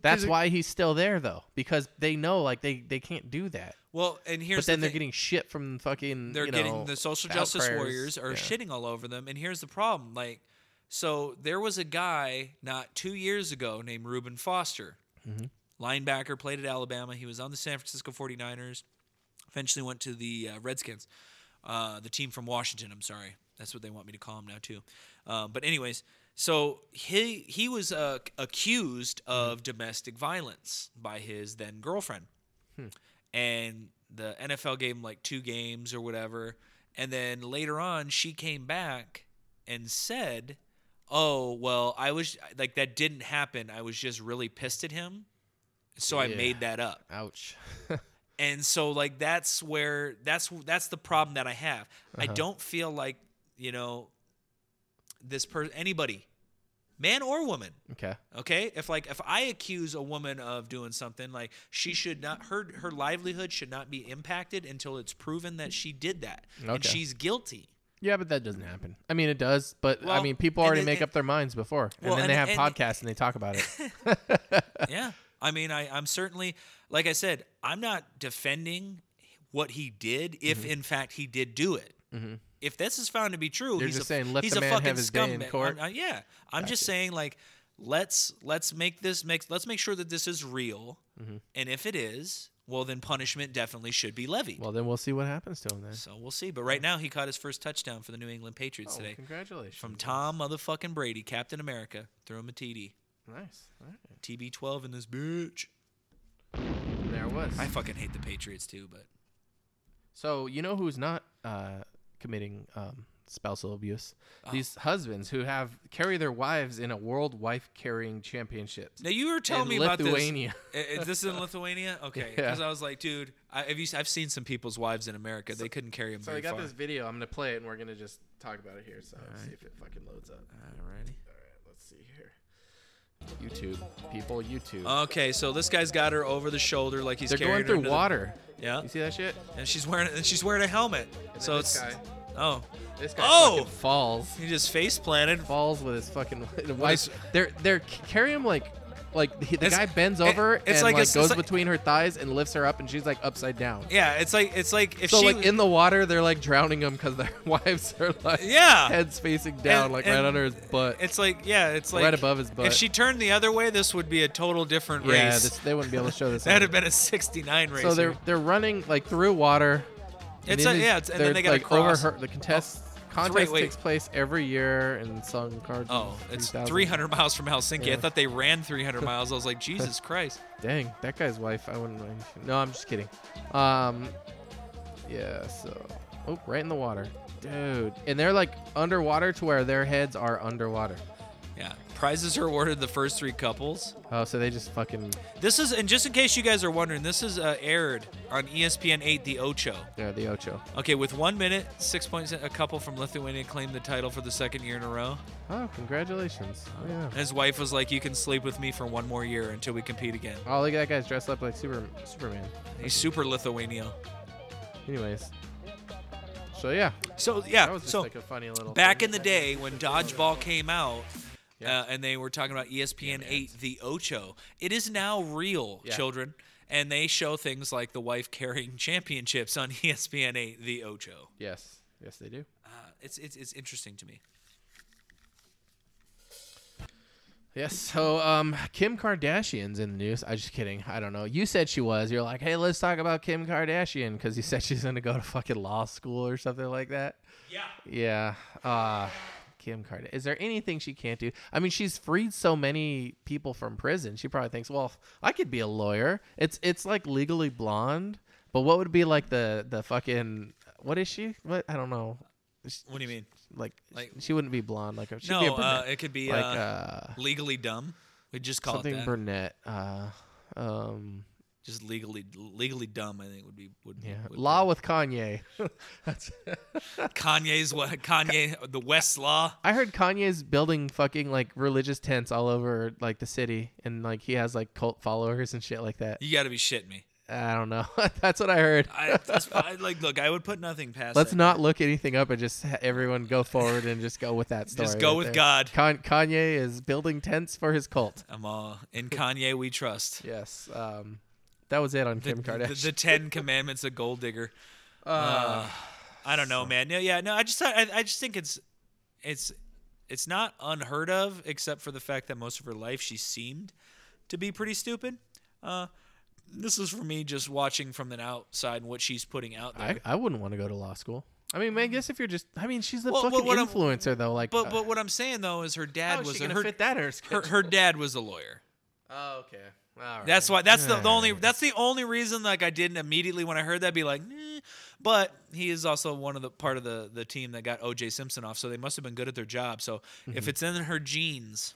[SPEAKER 2] That's why he's still there though, because they know like they they can't do that.
[SPEAKER 3] Well, and here's
[SPEAKER 2] but then
[SPEAKER 3] the
[SPEAKER 2] they're
[SPEAKER 3] thing.
[SPEAKER 2] getting shit from fucking.
[SPEAKER 3] they're
[SPEAKER 2] you
[SPEAKER 3] getting
[SPEAKER 2] know,
[SPEAKER 3] the social
[SPEAKER 2] out
[SPEAKER 3] justice
[SPEAKER 2] prayers.
[SPEAKER 3] warriors are
[SPEAKER 2] Yeah.
[SPEAKER 3] shitting all over them and here's the problem like so there was a guy not two years ago named reuben foster
[SPEAKER 2] Mm-hmm.
[SPEAKER 3] linebacker played at alabama he was on the san francisco 49ers eventually went to the uh, redskins uh, the team from washington i'm sorry that's what they want me to call him now too uh, but anyways so he he was uh, accused of domestic violence by his then girlfriend and the NFL gave him like two games or whatever. And then later on, she came back and said, "Oh, well, I was like that didn't happen. I was just really pissed at him, so I
[SPEAKER 2] Yeah.
[SPEAKER 3] made that up."
[SPEAKER 2] Ouch.
[SPEAKER 3] And so like that's where that's that's the problem that I have. I don't feel like, you know, this person anybody, man or woman,
[SPEAKER 2] okay.
[SPEAKER 3] Okay, if like if I accuse a woman of doing something, like she should not her her livelihood should not be impacted until it's proven that she did that and
[SPEAKER 2] Okay.
[SPEAKER 3] she's guilty.
[SPEAKER 2] Yeah, but that doesn't happen. I mean, it does, but I
[SPEAKER 3] Well,
[SPEAKER 2] mean, people
[SPEAKER 3] and
[SPEAKER 2] already
[SPEAKER 3] it-
[SPEAKER 2] make
[SPEAKER 3] and-
[SPEAKER 2] up their minds before, and
[SPEAKER 3] Well,
[SPEAKER 2] then they have
[SPEAKER 3] and- and-
[SPEAKER 2] podcasts and they talk about it.
[SPEAKER 3] yeah, I mean, I I'm certainly like I said, I'm not defending what he did if
[SPEAKER 2] Mm-hmm.
[SPEAKER 3] in fact he did do it. If this is found to be true,
[SPEAKER 2] You're
[SPEAKER 3] he's
[SPEAKER 2] Mm-hmm. just
[SPEAKER 3] a,
[SPEAKER 2] saying let
[SPEAKER 3] he's
[SPEAKER 2] the
[SPEAKER 3] a
[SPEAKER 2] man have
[SPEAKER 3] fucking
[SPEAKER 2] his day
[SPEAKER 3] scumbag.
[SPEAKER 2] in court?
[SPEAKER 3] I'm- I- yeah, I'm just saying like let's let's make this make let's make sure that this is real,
[SPEAKER 2] Mm-hmm.
[SPEAKER 3] and if it is, well then punishment definitely should be levied.
[SPEAKER 2] well, then we'll see what happens to him then.
[SPEAKER 3] So we'll see. But right now, he caught his first touchdown for the New England Patriots
[SPEAKER 2] Oh,
[SPEAKER 3] today
[SPEAKER 2] congratulations.
[SPEAKER 3] from Tom motherfucking Brady, Captain America. Throw him a TD.
[SPEAKER 2] nice. All right.
[SPEAKER 3] TB12 in this bitch.
[SPEAKER 2] There it was.
[SPEAKER 3] I fucking hate the Patriots too, but
[SPEAKER 2] So you know who's not uh, committing um, spousal abuse?
[SPEAKER 3] Uh.
[SPEAKER 2] These husbands who have carry their wives in a world wife carrying championships.
[SPEAKER 3] now you were telling
[SPEAKER 2] In
[SPEAKER 3] me
[SPEAKER 2] Lithuania.
[SPEAKER 3] about this. I- I- this is in Lithuania, okay?
[SPEAKER 2] Yeah.
[SPEAKER 3] Because I was like, dude, I, have you, I've seen some people's wives in America. They couldn't carry them
[SPEAKER 2] So I
[SPEAKER 3] very
[SPEAKER 2] got
[SPEAKER 3] far.
[SPEAKER 2] this video. I'm gonna play it, and we're gonna just talk about it here. So see if it fucking loads up.
[SPEAKER 3] Alrighty.
[SPEAKER 2] All right, let's see here. YouTube people, YouTube.
[SPEAKER 3] Okay, so this guy's got her over the shoulder, like he's
[SPEAKER 2] They're going
[SPEAKER 3] carrying her
[SPEAKER 2] through
[SPEAKER 3] into Uh, the-
[SPEAKER 2] water.
[SPEAKER 3] yeah,
[SPEAKER 2] You see that shit?
[SPEAKER 3] and she's wearing and she's wearing a helmet. so
[SPEAKER 2] this
[SPEAKER 3] it's
[SPEAKER 2] guy,
[SPEAKER 3] oh,
[SPEAKER 2] this guy
[SPEAKER 3] Oh!
[SPEAKER 2] fucking falls.
[SPEAKER 3] he just face planted.
[SPEAKER 2] Falls with his fucking
[SPEAKER 3] is-
[SPEAKER 2] wife. They're they're c- carry him like. Like he, the
[SPEAKER 3] It's-
[SPEAKER 2] guy bends
[SPEAKER 3] it-
[SPEAKER 2] over
[SPEAKER 3] it's
[SPEAKER 2] and
[SPEAKER 3] like
[SPEAKER 2] like,
[SPEAKER 3] a- it's
[SPEAKER 2] goes
[SPEAKER 3] like-
[SPEAKER 2] between her thighs and lifts her up, and she's like upside down.
[SPEAKER 3] Yeah, it's like it's like if
[SPEAKER 2] So
[SPEAKER 3] she
[SPEAKER 2] like in the water, they're like drowning him because their wives are like
[SPEAKER 3] Yeah.
[SPEAKER 2] heads facing down,
[SPEAKER 3] And-
[SPEAKER 2] like
[SPEAKER 3] and
[SPEAKER 2] right under his butt.
[SPEAKER 3] It's like yeah, it's like
[SPEAKER 2] Right above his butt.
[SPEAKER 3] If she turned the other way, this would be a total different
[SPEAKER 2] Yeah,
[SPEAKER 3] race.
[SPEAKER 2] this, they wouldn't be able to show this.
[SPEAKER 3] That'd have been a '69 race.
[SPEAKER 2] so they're they're running like through water.
[SPEAKER 3] It's a-
[SPEAKER 2] Indians-
[SPEAKER 3] yeah, it's- and then
[SPEAKER 2] they're,
[SPEAKER 3] they gotta
[SPEAKER 2] like,
[SPEAKER 3] cross. Oh,
[SPEAKER 2] overheard- the contest contest
[SPEAKER 3] wait.
[SPEAKER 2] takes place every year in Sung Card.
[SPEAKER 3] Oh, it's 300 miles from Helsinki. I
[SPEAKER 2] Yeah.
[SPEAKER 3] thought they ran 300 miles. I was like, Jesus Christ.
[SPEAKER 2] Dang, that guy's wife. I wouldn't mind. No, I'm just kidding. Um, yeah. So, oh, right in the water, dude. And they're like underwater to where their heads are underwater.
[SPEAKER 3] Yeah. Prizes are awarded to the first three couples.
[SPEAKER 2] Oh, so they just fucking
[SPEAKER 3] This is, and just in case you guys are wondering, this is uh, aired on ESPN 8, The Ocho.
[SPEAKER 2] yeah, the ocho.
[SPEAKER 3] Okay, with one minute, six points, a couple from Lithuania claimed the title for the second year in a row.
[SPEAKER 2] Oh, congratulations. Oh, Yeah.
[SPEAKER 3] And his wife was like, You can sleep with me for one more year until we compete again.
[SPEAKER 2] Oh, look at that guy's dressed up like Super Superman.
[SPEAKER 3] He's super Lithuania.
[SPEAKER 2] Anyways. So yeah,
[SPEAKER 3] So, yeah.
[SPEAKER 2] that was just
[SPEAKER 3] so,
[SPEAKER 2] like a funny little.
[SPEAKER 3] back
[SPEAKER 2] thing.
[SPEAKER 3] in the day when dodgeball came out
[SPEAKER 2] Yeah.
[SPEAKER 3] uh, and they were talking about espn 8 the ocho it is now real
[SPEAKER 2] Yeah.
[SPEAKER 3] children and they show things like the wife carrying championships on E espn 8 the ocho
[SPEAKER 2] Yes. Yes, they do.
[SPEAKER 3] uh, it's, it's, it's interesting to me
[SPEAKER 2] Yes. So, um, Kim Kardashian's in the news. I'm just kidding. I don't know. You said she was. You're like, hey, let's talk about Kim Kardashian because you said she's gonna go to fucking law school or something like that. Yeah. Yeah. Uh, Kim Kardashian. Is there anything she can't do? I mean, she's freed so many people from prison. She probably thinks, well, I could be a lawyer. It's it's like Legally Blonde, but what would be like the the fucking what is she? What I don't know.
[SPEAKER 3] what do you mean
[SPEAKER 2] Like,
[SPEAKER 3] Like-
[SPEAKER 2] she wouldn't be blonde. Like she'd be a
[SPEAKER 3] no uh,
[SPEAKER 2] brunette.
[SPEAKER 3] it could be
[SPEAKER 2] like
[SPEAKER 3] uh,
[SPEAKER 2] uh
[SPEAKER 3] legally dumb we just call it
[SPEAKER 2] something
[SPEAKER 3] that.
[SPEAKER 2] brunette. Uh, um,
[SPEAKER 3] just legally legally dumb i think would be would
[SPEAKER 2] yeah,
[SPEAKER 3] would
[SPEAKER 2] law with Kanye. That's-
[SPEAKER 3] kanye's what kanye the west law
[SPEAKER 2] I heard Kanye's building fucking like religious tents all over like the city, and like he has like cult followers and shit like that.
[SPEAKER 3] you gotta be shitting me
[SPEAKER 2] I don't know. That's what I heard.
[SPEAKER 3] I, that's, I like look i would put nothing past
[SPEAKER 2] Let's
[SPEAKER 3] that.
[SPEAKER 2] not look anything up and just ha- everyone go forward and just go with that story.
[SPEAKER 3] Just go
[SPEAKER 2] right
[SPEAKER 3] with
[SPEAKER 2] there.
[SPEAKER 3] God.
[SPEAKER 2] Kan- Kanye is building tents for his cult.
[SPEAKER 3] I'm all in Kanye we trust.
[SPEAKER 2] Yes. Um, that was it on
[SPEAKER 3] The,
[SPEAKER 2] Kim
[SPEAKER 3] the-
[SPEAKER 2] Kardashian.
[SPEAKER 3] the Ten Commandments of Gold Digger. Uh, I don't know, man. No, yeah, no. I just thought, I, I just think it's it's it's not unheard of, except for the fact that most of her life she seemed to be pretty stupid. Uh, this is for me just watching from the outside what she's putting out there.
[SPEAKER 2] I, I wouldn't want to go to law school. I mean, I guess if you're just, I mean, she's the
[SPEAKER 3] Well, well,
[SPEAKER 2] fucking
[SPEAKER 3] what I'm-
[SPEAKER 2] influencer though. Like,
[SPEAKER 3] but
[SPEAKER 2] uh,
[SPEAKER 3] but what I'm saying though Oh, is her dad was a, her,
[SPEAKER 2] that in her
[SPEAKER 3] her her dad was a lawyer.
[SPEAKER 2] Oh, okay. All right.
[SPEAKER 3] That's why. That's the, the only.
[SPEAKER 2] Alright.
[SPEAKER 3] That's the only reason. Like I didn't immediately when I heard that be like, "Nah." but he is also one of the part of the the team that got O.J. Simpson off. So they must have been good at their job. So
[SPEAKER 2] Mm-hmm.
[SPEAKER 3] if it's in her genes,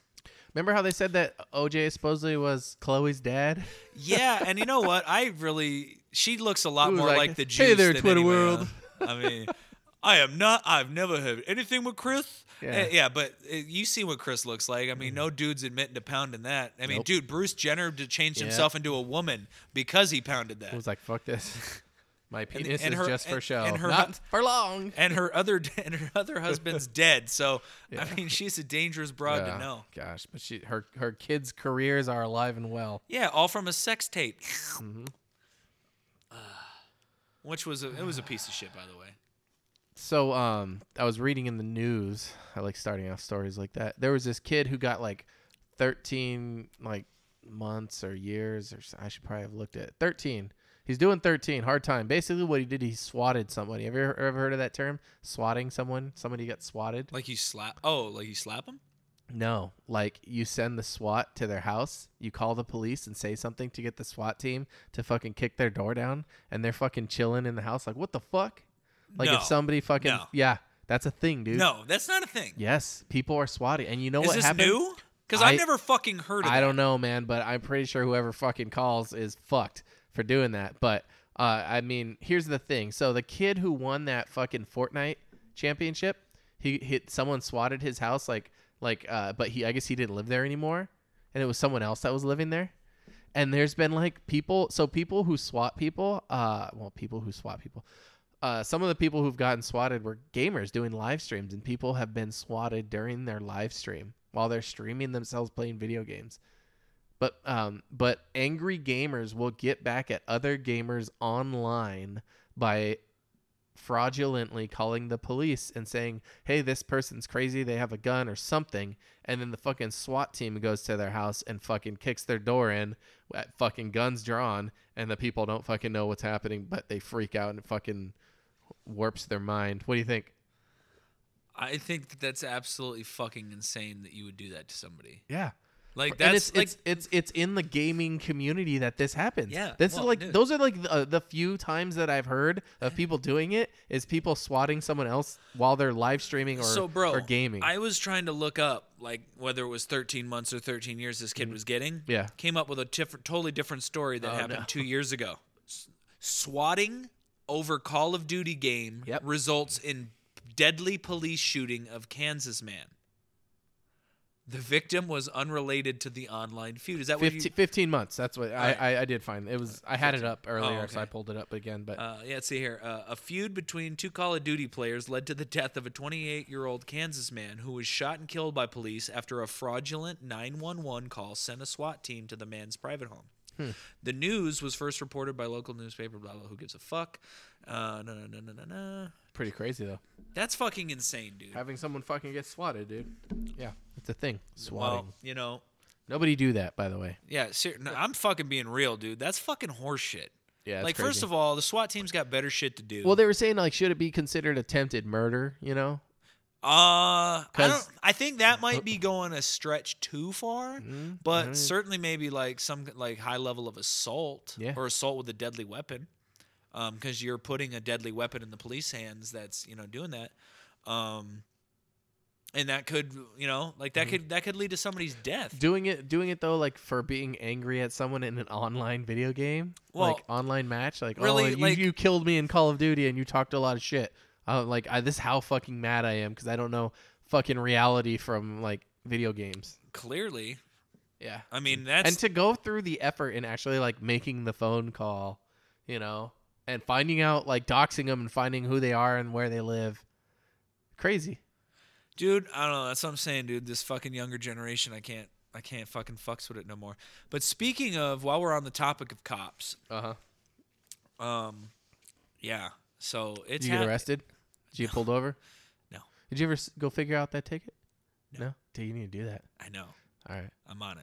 [SPEAKER 2] Remember how they said that OJ supposedly was Chloe's dad?
[SPEAKER 3] yeah. And you know what? I really she looks a lot
[SPEAKER 2] Ooh,
[SPEAKER 3] more like,
[SPEAKER 2] like,
[SPEAKER 3] the
[SPEAKER 2] "Hey
[SPEAKER 3] Juice.
[SPEAKER 2] there,
[SPEAKER 3] than
[SPEAKER 2] Twitter
[SPEAKER 3] anyone
[SPEAKER 2] world."
[SPEAKER 3] else. I mean, I am not. I've never had anything with Chris.
[SPEAKER 2] Yeah. Mm-hmm.
[SPEAKER 3] Yeah, yeah but uh, you see what Chris looks like. I mean, no dude's admitting to pounding that. I mean,
[SPEAKER 2] Nope.
[SPEAKER 3] dude, Bruce Jenner d- changed
[SPEAKER 2] Yeah.
[SPEAKER 3] himself into a woman because he pounded that.
[SPEAKER 2] I was like, fuck this. My
[SPEAKER 3] and
[SPEAKER 2] penis is
[SPEAKER 3] her-
[SPEAKER 2] just for
[SPEAKER 3] and-
[SPEAKER 2] show.
[SPEAKER 3] and her
[SPEAKER 2] Not
[SPEAKER 3] hu-
[SPEAKER 2] for long.
[SPEAKER 3] and her other and her other husband's dead. So
[SPEAKER 2] Yeah.
[SPEAKER 3] I mean, she's a dangerous broad
[SPEAKER 2] Yeah.
[SPEAKER 3] to know.
[SPEAKER 2] Gosh, but she her her kids' careers are alive and well.
[SPEAKER 3] Yeah, all from a sex tape.
[SPEAKER 2] Mm-hmm.
[SPEAKER 3] Ah. Which was a it was a piece of shit, by the way.
[SPEAKER 2] So um I was reading in the news, I like starting off stories like that. There was this kid who got like 13 like months or years or s- I should probably have looked at it. 13. He's doing 13, hard time. Basically what he did, he swatted somebody. Have you ever, ever heard of that term? Swatting someone? Somebody got swatted?
[SPEAKER 3] Like you slap. Oh, like you slap him.
[SPEAKER 2] No, like you send the SWAT to their house, you call the police and say something to get the SWAT team to fucking kick their door down, and they're fucking chilling in the house, like what the fuck? Like
[SPEAKER 3] No.
[SPEAKER 2] if somebody fucking
[SPEAKER 3] No.
[SPEAKER 2] yeah, that's a thing, dude.
[SPEAKER 3] No, that's not a thing.
[SPEAKER 2] Yes, people are swatting, and you know
[SPEAKER 3] Is
[SPEAKER 2] what
[SPEAKER 3] this
[SPEAKER 2] happened?
[SPEAKER 3] new? Because I've
[SPEAKER 2] I-
[SPEAKER 3] never fucking heard of
[SPEAKER 2] I
[SPEAKER 3] it.
[SPEAKER 2] don't know, man, but I'm pretty sure whoever fucking calls is fucked for doing that. But uh, I mean, here's the thing: so the kid who won that fucking Fortnite championship, he hit someone swatted his house, like like, uh, but he I guess he didn't live there anymore, and it was someone else that was living there. And there's been like people, so people who swat people, uh, well, people who swat people. Uh, some of the people who've gotten swatted were gamers doing live streams, and people have been swatted during their live stream while they're streaming themselves playing video games but um, but angry gamers will get back at other gamers online by fraudulently calling the police and saying, "Hey, this person's crazy. They have a gun or something." And then the fucking SWAT team goes to their house and fucking kicks their door in, at fucking guns drawn, and the people don't fucking know what's happening, but they freak out and fucking warps their mind. What do you think?
[SPEAKER 3] I think that that's absolutely fucking insane that you would do that to somebody.
[SPEAKER 2] Yeah.
[SPEAKER 3] Like
[SPEAKER 2] and
[SPEAKER 3] that's
[SPEAKER 2] it's,
[SPEAKER 3] like
[SPEAKER 2] it's it's it's in the gaming community that this happens.
[SPEAKER 3] Yeah,
[SPEAKER 2] this
[SPEAKER 3] well,
[SPEAKER 2] is like
[SPEAKER 3] dude.
[SPEAKER 2] those are like the, uh, the few times that I've heard of people doing it is people swatting someone else while they're live streaming or
[SPEAKER 3] so, bro.
[SPEAKER 2] or gaming.
[SPEAKER 3] I was trying to look up like whether it was 13 months or 13 years this kid was getting.
[SPEAKER 2] Mm. Yeah.
[SPEAKER 3] Came up with a different, totally different story that
[SPEAKER 2] Oh,
[SPEAKER 3] happened
[SPEAKER 2] no.
[SPEAKER 3] two years ago. S- swatting over Call of Duty game
[SPEAKER 2] Yep.
[SPEAKER 3] results in deadly police shooting of Kansas man. The victim was unrelated to the online feud. Is that what
[SPEAKER 2] 15,
[SPEAKER 3] you?
[SPEAKER 2] 15 months. That's what I,
[SPEAKER 3] Alright. Oh,
[SPEAKER 2] I, I did find. It was I had it up earlier, so I
[SPEAKER 3] okay.
[SPEAKER 2] pulled it up again. But
[SPEAKER 3] Uh, yeah, let's see here. Uh, a feud between two Call of Duty players led to the death of a 28 year old Kansas man who was shot and killed by police after a fraudulent 911 call sent a SWAT team to the man's private home.
[SPEAKER 2] Hmm.
[SPEAKER 3] The news was first reported by local newspaper, blah, blah, who gives a fuck. Uh, no, no, no, no, no, no.
[SPEAKER 2] pretty crazy though,
[SPEAKER 3] That's fucking insane, dude.
[SPEAKER 2] having someone fucking get swatted, dude. Yeah, it's a thing. Swatting.
[SPEAKER 3] Well, you know,
[SPEAKER 2] Nobody do that, by the way.
[SPEAKER 3] yeah, ser- no, I'm fucking being real, dude. That's fucking horseshit.
[SPEAKER 2] Yeah, it's
[SPEAKER 3] Like,
[SPEAKER 2] crazy.
[SPEAKER 3] first of all, the SWAT team's got better shit to do.
[SPEAKER 2] well, they were saying like, should it be considered attempted murder? You know,
[SPEAKER 3] Uh, I
[SPEAKER 2] 'Cause- Mm,
[SPEAKER 3] don't. I think that might be going a stretch too far, but certainly maybe like some like high level of assault
[SPEAKER 2] Yeah.
[SPEAKER 3] or assault with a deadly weapon, because you're putting a deadly weapon in the police hands. That's you know doing that, um, and that could you know like
[SPEAKER 2] Mm-hmm.
[SPEAKER 3] that could that could lead to somebody's death.
[SPEAKER 2] doing it doing it though like for being angry at someone in an online video game
[SPEAKER 3] Well,
[SPEAKER 2] like online match like
[SPEAKER 3] really,
[SPEAKER 2] oh you,
[SPEAKER 3] like-
[SPEAKER 2] you killed me in call of duty and you talked a lot of shit uh, like I, this is how fucking mad i am because i don't know fucking reality from like video games
[SPEAKER 3] Clearly,
[SPEAKER 2] yeah
[SPEAKER 3] I mean that's
[SPEAKER 2] and to go through the effort in actually like making the phone call you know and finding out like doxing them and finding who they are and where they live crazy
[SPEAKER 3] dude i don't know that's what i'm saying dude this fucking younger generation i can't i can't fucking fucks with it no more but speaking of while we're on the topic of cops
[SPEAKER 2] uh-huh
[SPEAKER 3] um yeah so
[SPEAKER 2] did
[SPEAKER 3] it's
[SPEAKER 2] you get
[SPEAKER 3] hap-
[SPEAKER 2] arrested did you get pulled over
[SPEAKER 3] No.
[SPEAKER 2] did you ever s- go figure out that ticket
[SPEAKER 3] No.
[SPEAKER 2] dude you need to do that
[SPEAKER 3] i know
[SPEAKER 2] All right.
[SPEAKER 3] i'm on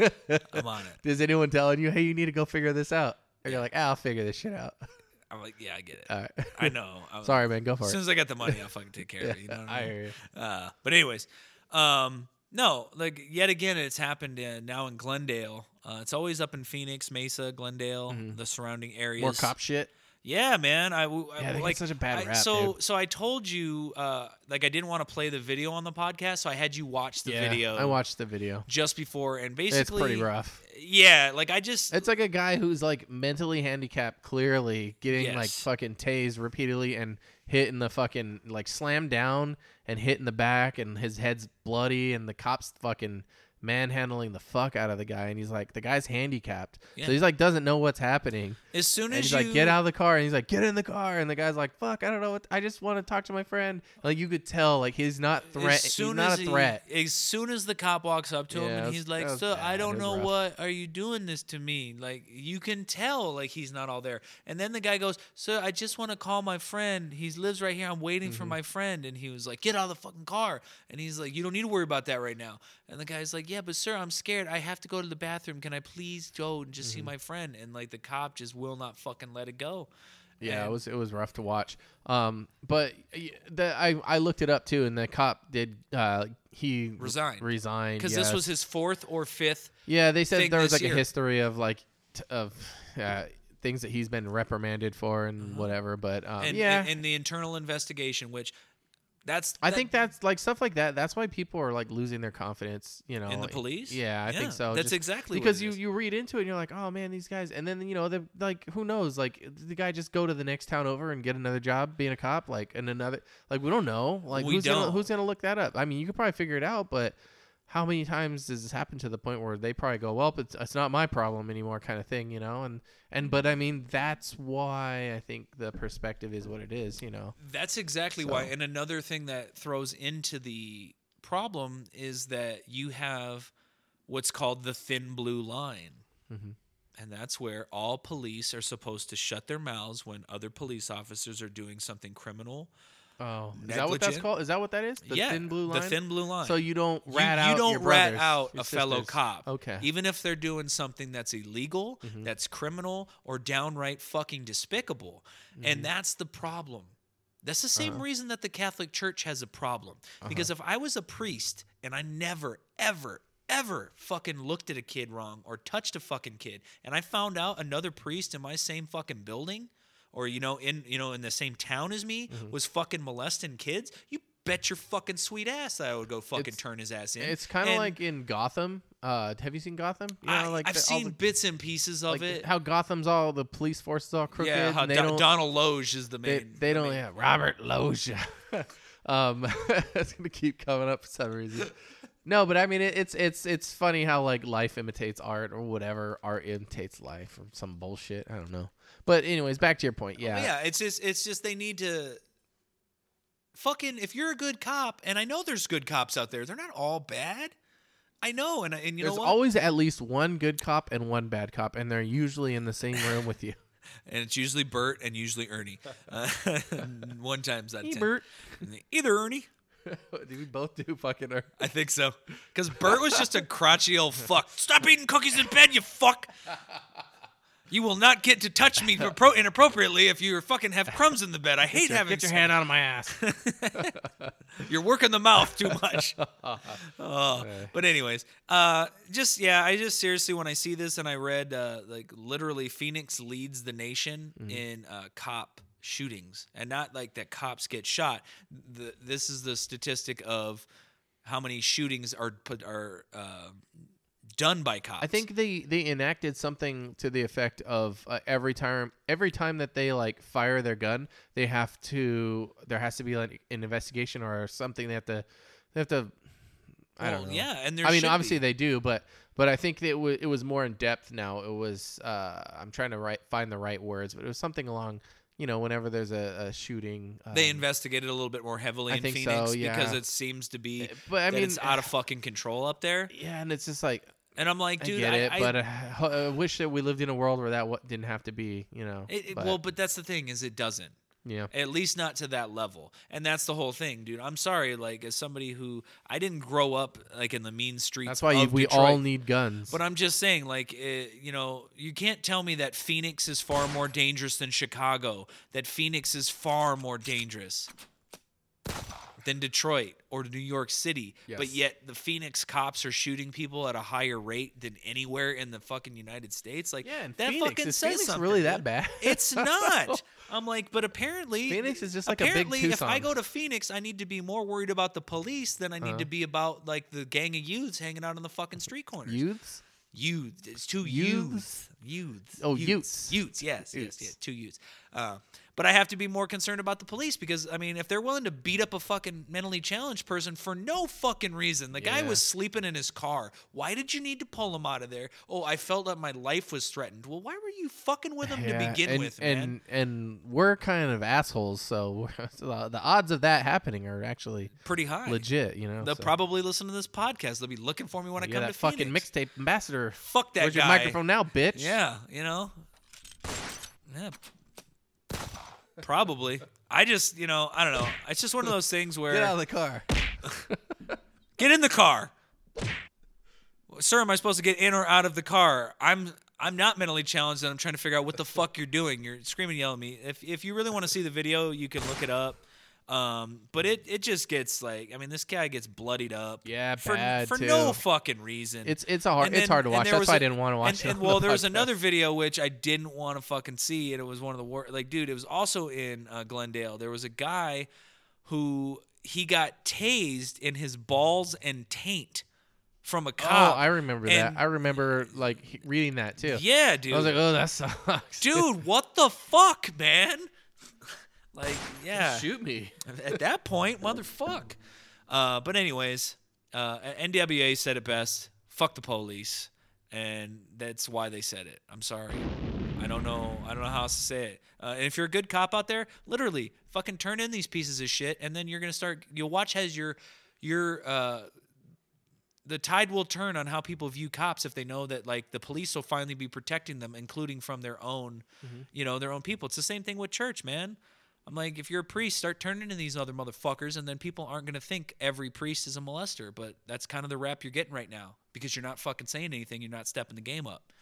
[SPEAKER 3] it i'm on it
[SPEAKER 2] Is anyone telling you, hey, you need to go figure this out? And you're like, ah, I'll figure this shit out.
[SPEAKER 3] i'm like yeah i get it
[SPEAKER 2] All right.
[SPEAKER 3] i know I was-
[SPEAKER 2] Uh, Sorry, man. Go for
[SPEAKER 3] as soon
[SPEAKER 2] it.
[SPEAKER 3] as i got the money i'll fucking take care of it you know what
[SPEAKER 2] I
[SPEAKER 3] i mean
[SPEAKER 2] hear you.
[SPEAKER 3] uh but anyways um no like yet again it's happened uh, now in glendale uh, it's always up in phoenix mesa glendale the surrounding areas
[SPEAKER 2] Mm-hmm. More cop shit.
[SPEAKER 3] Yeah, man. I w- I-
[SPEAKER 2] Yeah, they get
[SPEAKER 3] like
[SPEAKER 2] such a bad
[SPEAKER 3] I-
[SPEAKER 2] rap,
[SPEAKER 3] So so I told you uh, like I didn't want to play the video on the podcast, so I had you watch the video.
[SPEAKER 2] I watched the video.
[SPEAKER 3] just before and basically
[SPEAKER 2] It's pretty rough.
[SPEAKER 3] Yeah, like I just
[SPEAKER 2] It's like a guy who's like mentally handicapped, clearly getting like
[SPEAKER 3] Yes.
[SPEAKER 2] fucking tased repeatedly and hit in the fucking like slammed down and hit in the back, and his head's bloody, and the cops fucking manhandling the fuck out of the guy, and he's like, the guy's handicapped,
[SPEAKER 3] Yeah.
[SPEAKER 2] so he's like doesn't know what's happening.
[SPEAKER 3] as soon
[SPEAKER 2] And
[SPEAKER 3] as
[SPEAKER 2] he's
[SPEAKER 3] you
[SPEAKER 2] like, get out of the car. And he's like, get in the car. And the guy's like, fuck, I don't know what. I just want to talk to my friend. Like you could tell, like he's not threat.
[SPEAKER 3] as
[SPEAKER 2] He's
[SPEAKER 3] soon
[SPEAKER 2] not
[SPEAKER 3] as
[SPEAKER 2] a threat.
[SPEAKER 3] He, as soon as the cop walks up to
[SPEAKER 2] Yeah,
[SPEAKER 3] him
[SPEAKER 2] that
[SPEAKER 3] and
[SPEAKER 2] was-
[SPEAKER 3] he's
[SPEAKER 2] that
[SPEAKER 3] like,
[SPEAKER 2] was
[SPEAKER 3] "So I
[SPEAKER 2] bad. It
[SPEAKER 3] don't
[SPEAKER 2] was
[SPEAKER 3] know
[SPEAKER 2] rough.
[SPEAKER 3] what are you doing this to me?" Like you can tell, like he's not all there. And then the guy goes, "So I just want to call my friend. He lives right here. I'm waiting
[SPEAKER 2] Mm-hmm.
[SPEAKER 3] for my friend." And he was like, "Get out of the fucking car." And he's like, "You don't need to worry about that right now." And the guy's like, "Yeah, but sir, I'm scared. I have to go to the bathroom. Can I please go and just see
[SPEAKER 2] Mm-hmm.
[SPEAKER 3] my friend?" And like the cop just will not fucking let it go.
[SPEAKER 2] yeah, it
[SPEAKER 3] and-
[SPEAKER 2] was it was rough to watch. Um, but y- the, I I looked it up too, and the cop did. Uh, he
[SPEAKER 3] Resigned.
[SPEAKER 2] Resigned
[SPEAKER 3] Because
[SPEAKER 2] yes.
[SPEAKER 3] this was his fourth or fifth
[SPEAKER 2] Yeah, they
[SPEAKER 3] thing
[SPEAKER 2] said there was
[SPEAKER 3] this
[SPEAKER 2] like
[SPEAKER 3] year.
[SPEAKER 2] a history of like t- of uh, things that he's been reprimanded for and whatever. But um,
[SPEAKER 3] Mm-hmm. and,
[SPEAKER 2] yeah,
[SPEAKER 3] and, and the internal investigation, which that's
[SPEAKER 2] I
[SPEAKER 3] that-
[SPEAKER 2] think that's like stuff like that. That's why people are like losing their confidence, you know.
[SPEAKER 3] In the
[SPEAKER 2] like-
[SPEAKER 3] police?
[SPEAKER 2] Yeah, I
[SPEAKER 3] Yeah,
[SPEAKER 2] think so.
[SPEAKER 3] that's exactly what
[SPEAKER 2] because
[SPEAKER 3] it
[SPEAKER 2] you
[SPEAKER 3] is.
[SPEAKER 2] you read into it and you're like, oh man, these guys. And then you know, the like who knows? Like the guy just go to the next town over and get another job being a cop, like and another like we don't know. Like
[SPEAKER 3] We
[SPEAKER 2] who's
[SPEAKER 3] don't.
[SPEAKER 2] gonna who's gonna look that up? I mean, you could probably figure it out, but. How many times does this happen to the point where they probably go, "Well, it's, it's not my problem anymore," kind of thing, you know? And and but I mean, that's why I think the perspective is what it is, you know?
[SPEAKER 3] that's exactly why.
[SPEAKER 2] So-
[SPEAKER 3] And another thing that throws into the problem is that you have what's called the thin blue line.
[SPEAKER 2] Mhm.
[SPEAKER 3] And that's where all police are supposed to shut their mouths when other police officers are doing something criminal
[SPEAKER 2] Oh, is that what that's
[SPEAKER 3] Negligent?
[SPEAKER 2] called? Is that what that is? The
[SPEAKER 3] yeah,
[SPEAKER 2] thin blue line.
[SPEAKER 3] The thin blue line.
[SPEAKER 2] So you don't
[SPEAKER 3] You-
[SPEAKER 2] rat
[SPEAKER 3] you,
[SPEAKER 2] out
[SPEAKER 3] don't
[SPEAKER 2] your
[SPEAKER 3] rat
[SPEAKER 2] brothers,
[SPEAKER 3] out
[SPEAKER 2] your
[SPEAKER 3] a fellow
[SPEAKER 2] sisters.
[SPEAKER 3] cop. E,
[SPEAKER 2] Okay.
[SPEAKER 3] Even if they're doing something that's illegal,
[SPEAKER 2] Mm-hmm.
[SPEAKER 3] that's criminal, or downright fucking despicable.
[SPEAKER 2] Mm-hmm.
[SPEAKER 3] And that's the problem. That's the
[SPEAKER 2] Uh-huh.
[SPEAKER 3] same reason that the Catholic Church has a problem. Because if I was a priest and I never, ever, ever fucking looked at a kid wrong or touched a fucking kid, and I found out another priest in my same fucking building or you know in you know in the same town as me
[SPEAKER 2] Mm-hmm.
[SPEAKER 3] was fucking molesting kids, you bet your fucking sweet ass that I would go fucking
[SPEAKER 2] It's-
[SPEAKER 3] turn his ass in.
[SPEAKER 2] It's kind of
[SPEAKER 3] And
[SPEAKER 2] like in Gotham. Uh, have you seen Gotham? You
[SPEAKER 3] I,
[SPEAKER 2] know, like
[SPEAKER 3] I've
[SPEAKER 2] the- all
[SPEAKER 3] seen
[SPEAKER 2] the-
[SPEAKER 3] bits and pieces of
[SPEAKER 2] like
[SPEAKER 3] it.
[SPEAKER 2] How Gotham's all the police force is all crooked.
[SPEAKER 3] yeah, how
[SPEAKER 2] and they
[SPEAKER 3] Don-
[SPEAKER 2] don't,
[SPEAKER 3] Donald Loge is the
[SPEAKER 2] they,
[SPEAKER 3] main.
[SPEAKER 2] they
[SPEAKER 3] the
[SPEAKER 2] don't.
[SPEAKER 3] main-
[SPEAKER 2] Yeah, Robert Loggia. um, that's gonna keep coming up for some reason. No, but I mean it, it's it's it's funny how like life imitates art or whatever art imitates life or some bullshit. I don't know. But anyways, back to your point.
[SPEAKER 3] But
[SPEAKER 2] Yeah,
[SPEAKER 3] Oh, yeah, it's just it's just they need to. Fucking, if you're a good cop, and I know there's good cops out there, they're not all bad. I know, and I- and you
[SPEAKER 2] there's
[SPEAKER 3] know what?
[SPEAKER 2] always at least one good cop and one bad cop, and they're usually in the same room with you.
[SPEAKER 3] and it's usually Bert and usually Ernie. Uh, one times that.
[SPEAKER 2] Hey, Bert.
[SPEAKER 3] Either Ernie.
[SPEAKER 2] Did we both do fucking art?
[SPEAKER 3] I think so. Because Bert was just a crotchety old fuck. Stop eating cookies in bed, you fuck. You will not get to touch me appro- inappropriately if you fucking have crumbs in the bed. I hate having
[SPEAKER 2] Get your hand out of my ass.
[SPEAKER 3] You're working the mouth too much. oh. But anyways, uh, just yeah, I just seriously when I see this and I read uh, like literally Phoenix leads the nation
[SPEAKER 2] Mm-hmm.
[SPEAKER 3] in uh, cop shootings, and not like that cops get shot. The, this is the statistic of how many shootings are put are uh, done by cops.
[SPEAKER 2] I think they they enacted something to the effect of uh, every time every time that they like fire their gun, they have to there has to be like an investigation or something. They have to they have to. I
[SPEAKER 3] Well,
[SPEAKER 2] don't know.
[SPEAKER 3] Yeah, and there
[SPEAKER 2] I mean,
[SPEAKER 3] should be.
[SPEAKER 2] obviously they do, but but I think that it, w- it was more in depth now. It was uh, I'm trying to write find the right words, but it was something along you know whenever there's a, a shooting. Um,
[SPEAKER 3] they investigated a little bit more heavily
[SPEAKER 2] I
[SPEAKER 3] in
[SPEAKER 2] think so,
[SPEAKER 3] Phoenix because
[SPEAKER 2] yeah.
[SPEAKER 3] it seems to be
[SPEAKER 2] but I
[SPEAKER 3] that
[SPEAKER 2] mean,
[SPEAKER 3] it's out of fucking control up there.
[SPEAKER 2] yeah, and it's just like
[SPEAKER 3] And I'm like, dude,
[SPEAKER 2] I get it,
[SPEAKER 3] I-
[SPEAKER 2] but uh, ho- I wish that we lived in a world where that w- didn't have to be. You know,
[SPEAKER 3] It, it-
[SPEAKER 2] but,
[SPEAKER 3] well, but that's the thing is it doesn't.
[SPEAKER 2] yeah.
[SPEAKER 3] At least not to that level. And that's the whole thing, dude. I'm sorry, like as somebody who I didn't grow up like in the mean streets.
[SPEAKER 2] That's why you,
[SPEAKER 3] of
[SPEAKER 2] we
[SPEAKER 3] Detroit,
[SPEAKER 2] all need guns.
[SPEAKER 3] But I'm just saying, like, eh, you know, you can't tell me that Phoenix is far more dangerous than Chicago. That Phoenix is far more dangerous than Detroit or New York City. But
[SPEAKER 2] Yes.
[SPEAKER 3] yet the Phoenix cops are shooting people at a higher rate than anywhere in the fucking United States. Like,
[SPEAKER 2] yeah, and
[SPEAKER 3] that
[SPEAKER 2] Phoenix,
[SPEAKER 3] fucking
[SPEAKER 2] is
[SPEAKER 3] says
[SPEAKER 2] Phoenix
[SPEAKER 3] something,
[SPEAKER 2] really that
[SPEAKER 3] dude.
[SPEAKER 2] bad?
[SPEAKER 3] It's not. I'm like, but apparently
[SPEAKER 2] Phoenix is just like a big
[SPEAKER 3] apparently, if I
[SPEAKER 2] Tucson.
[SPEAKER 3] go to Phoenix, I need to be more worried about the police than I need
[SPEAKER 2] Uh-huh.
[SPEAKER 3] to be about like the gang of youths hanging out on the fucking street corners.
[SPEAKER 2] Youths.
[SPEAKER 3] Youth. It's two
[SPEAKER 2] Youths?
[SPEAKER 3] youths. Youths.
[SPEAKER 2] Oh,
[SPEAKER 3] youths.
[SPEAKER 2] youths.
[SPEAKER 3] Youths. Yes.
[SPEAKER 2] Youths.
[SPEAKER 3] Yes. Yes. Two youths. Uh, but I have to be more concerned about the police because I mean, if they're willing to beat up a fucking mentally challenged person for no fucking reason, the guy
[SPEAKER 2] Yeah.
[SPEAKER 3] was sleeping in his car. Why did you need to pull him out of there? Oh, I felt that my life was threatened. Well, why were you fucking with him to
[SPEAKER 2] Yeah,
[SPEAKER 3] begin
[SPEAKER 2] and,
[SPEAKER 3] with, man?
[SPEAKER 2] and and we're kind of assholes, so, we're- so the- the odds of that happening are actually
[SPEAKER 3] Pretty high.
[SPEAKER 2] legit. You know,
[SPEAKER 3] They'll
[SPEAKER 2] so.
[SPEAKER 3] probably listen to this podcast. They'll be looking for me when I
[SPEAKER 2] You're
[SPEAKER 3] come
[SPEAKER 2] that
[SPEAKER 3] to
[SPEAKER 2] fucking
[SPEAKER 3] Phoenix.
[SPEAKER 2] mixtape ambassador.
[SPEAKER 3] Fuck that
[SPEAKER 2] Where's
[SPEAKER 3] guy.
[SPEAKER 2] your microphone now, bitch?
[SPEAKER 3] Yeah, you know. Yeah. Probably. I just, you know, I don't know. It's just one of those things where
[SPEAKER 2] Get out of the car.
[SPEAKER 3] Get in the car. Sir, am I supposed to get in or out of the car? I'm I'm not mentally challenged and I'm trying to figure out what the fuck you're doing. You're screaming and yelling at me. If if you really want to see the video, you can look it up. Um, but it it just gets like I mean, this guy gets bloodied up.
[SPEAKER 2] Yeah,
[SPEAKER 3] for,
[SPEAKER 2] bad,
[SPEAKER 3] for no
[SPEAKER 2] too.
[SPEAKER 3] fucking reason.
[SPEAKER 2] It's it's a hard
[SPEAKER 3] And
[SPEAKER 2] it's
[SPEAKER 3] then-
[SPEAKER 2] hard to
[SPEAKER 3] and
[SPEAKER 2] watch.
[SPEAKER 3] there
[SPEAKER 2] That's
[SPEAKER 3] was
[SPEAKER 2] why I
[SPEAKER 3] a-
[SPEAKER 2] I didn't want to watch
[SPEAKER 3] And,
[SPEAKER 2] it.
[SPEAKER 3] and
[SPEAKER 2] on
[SPEAKER 3] well,
[SPEAKER 2] the
[SPEAKER 3] there was
[SPEAKER 2] podcast.
[SPEAKER 3] another video which I didn't want to fucking see, and it was one of the worst. Like, dude, it was also in uh, Glendale. There was a guy who he got tased in his balls and taint from a
[SPEAKER 2] Oh,
[SPEAKER 3] cop.
[SPEAKER 2] I remember that.
[SPEAKER 3] and-
[SPEAKER 2] I remember like he- reading that too.
[SPEAKER 3] yeah, dude.
[SPEAKER 2] I was like, oh, that sucks.
[SPEAKER 3] dude, what the fuck, man? like, yeah.
[SPEAKER 2] shoot me.
[SPEAKER 3] At that point, motherfuck. Uh, but anyways, uh, NWA said it best: "Fuck the police," and that's why they said it. I'm sorry. I don't know. I don't know how else to say it. Uh, and if you're a good cop out there, literally, fucking turn in these pieces of shit, and then you're gonna start. You'll watch as your your uh, the tide will turn on how people view cops if they know that like the police will finally be protecting them, including from their own, you know, their own people. It's the same thing with church, man. I'm like, if you're a priest, start turning into these other motherfuckers, and then people aren't gonna think every priest is a molester. But that's kind of the rap you're getting right now because you're not fucking saying anything. You're not stepping the game up.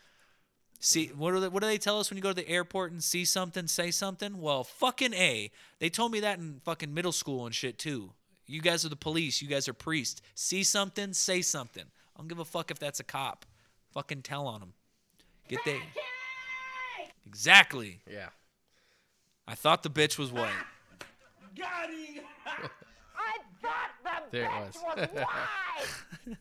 [SPEAKER 3] See what do they, what do they tell us when you go to the airport and see something, say something? Well, fucking a. They told me that in fucking middle school and shit too. You guys are the police. You guys are priests. See something, say something. I don't give a fuck if that's a cop. Fucking tell on them. Get they. Exactly.
[SPEAKER 2] Yeah.
[SPEAKER 3] I thought the bitch was white.
[SPEAKER 4] I thought the
[SPEAKER 2] There it
[SPEAKER 4] bitch
[SPEAKER 2] was.
[SPEAKER 4] was wise.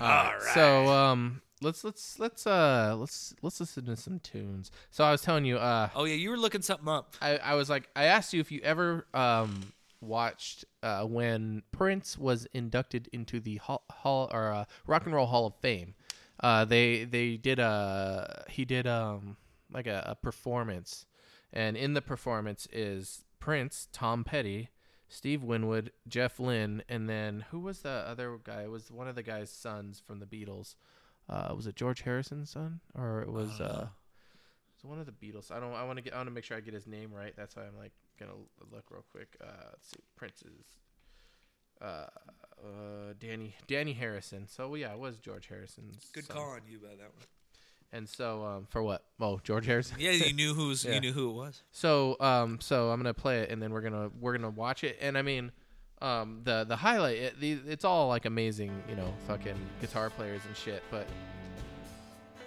[SPEAKER 2] All right. So um let's let's let's uh let's let's listen to some tunes. So I was telling you uh
[SPEAKER 3] Oh yeah, you were looking something up.
[SPEAKER 2] I I was like I asked you if you ever um watched uh when Prince was inducted into the hall, hall or uh, Rock and Roll Hall of Fame. Uh they they did a he did um like a, a performance and in the performance is Prince, Tom Petty, Steve Winwood, Jeff Lynne, and then who was the other guy? It was one of the guy's sons from the Beatles. Uh, was it George Harrison's son, or it was uh, it was one of the Beatles? I don't. I want to get. I want to make sure I get his name right. That's why I'm like gonna l- look real quick. Uh, let's see, Prince's. Uh, uh, Danny Danny Harrison. So yeah, it was George Harrison's. son.
[SPEAKER 3] on you by that one.
[SPEAKER 2] And so um, for what? Oh, George Harrison.
[SPEAKER 3] Yeah, you knew who's
[SPEAKER 2] Yeah.
[SPEAKER 3] you knew who it was.
[SPEAKER 2] So um so I'm gonna play it and then we're gonna we're gonna watch it and I mean um the the highlight it, the, it's all like amazing you know fucking guitar players and shit but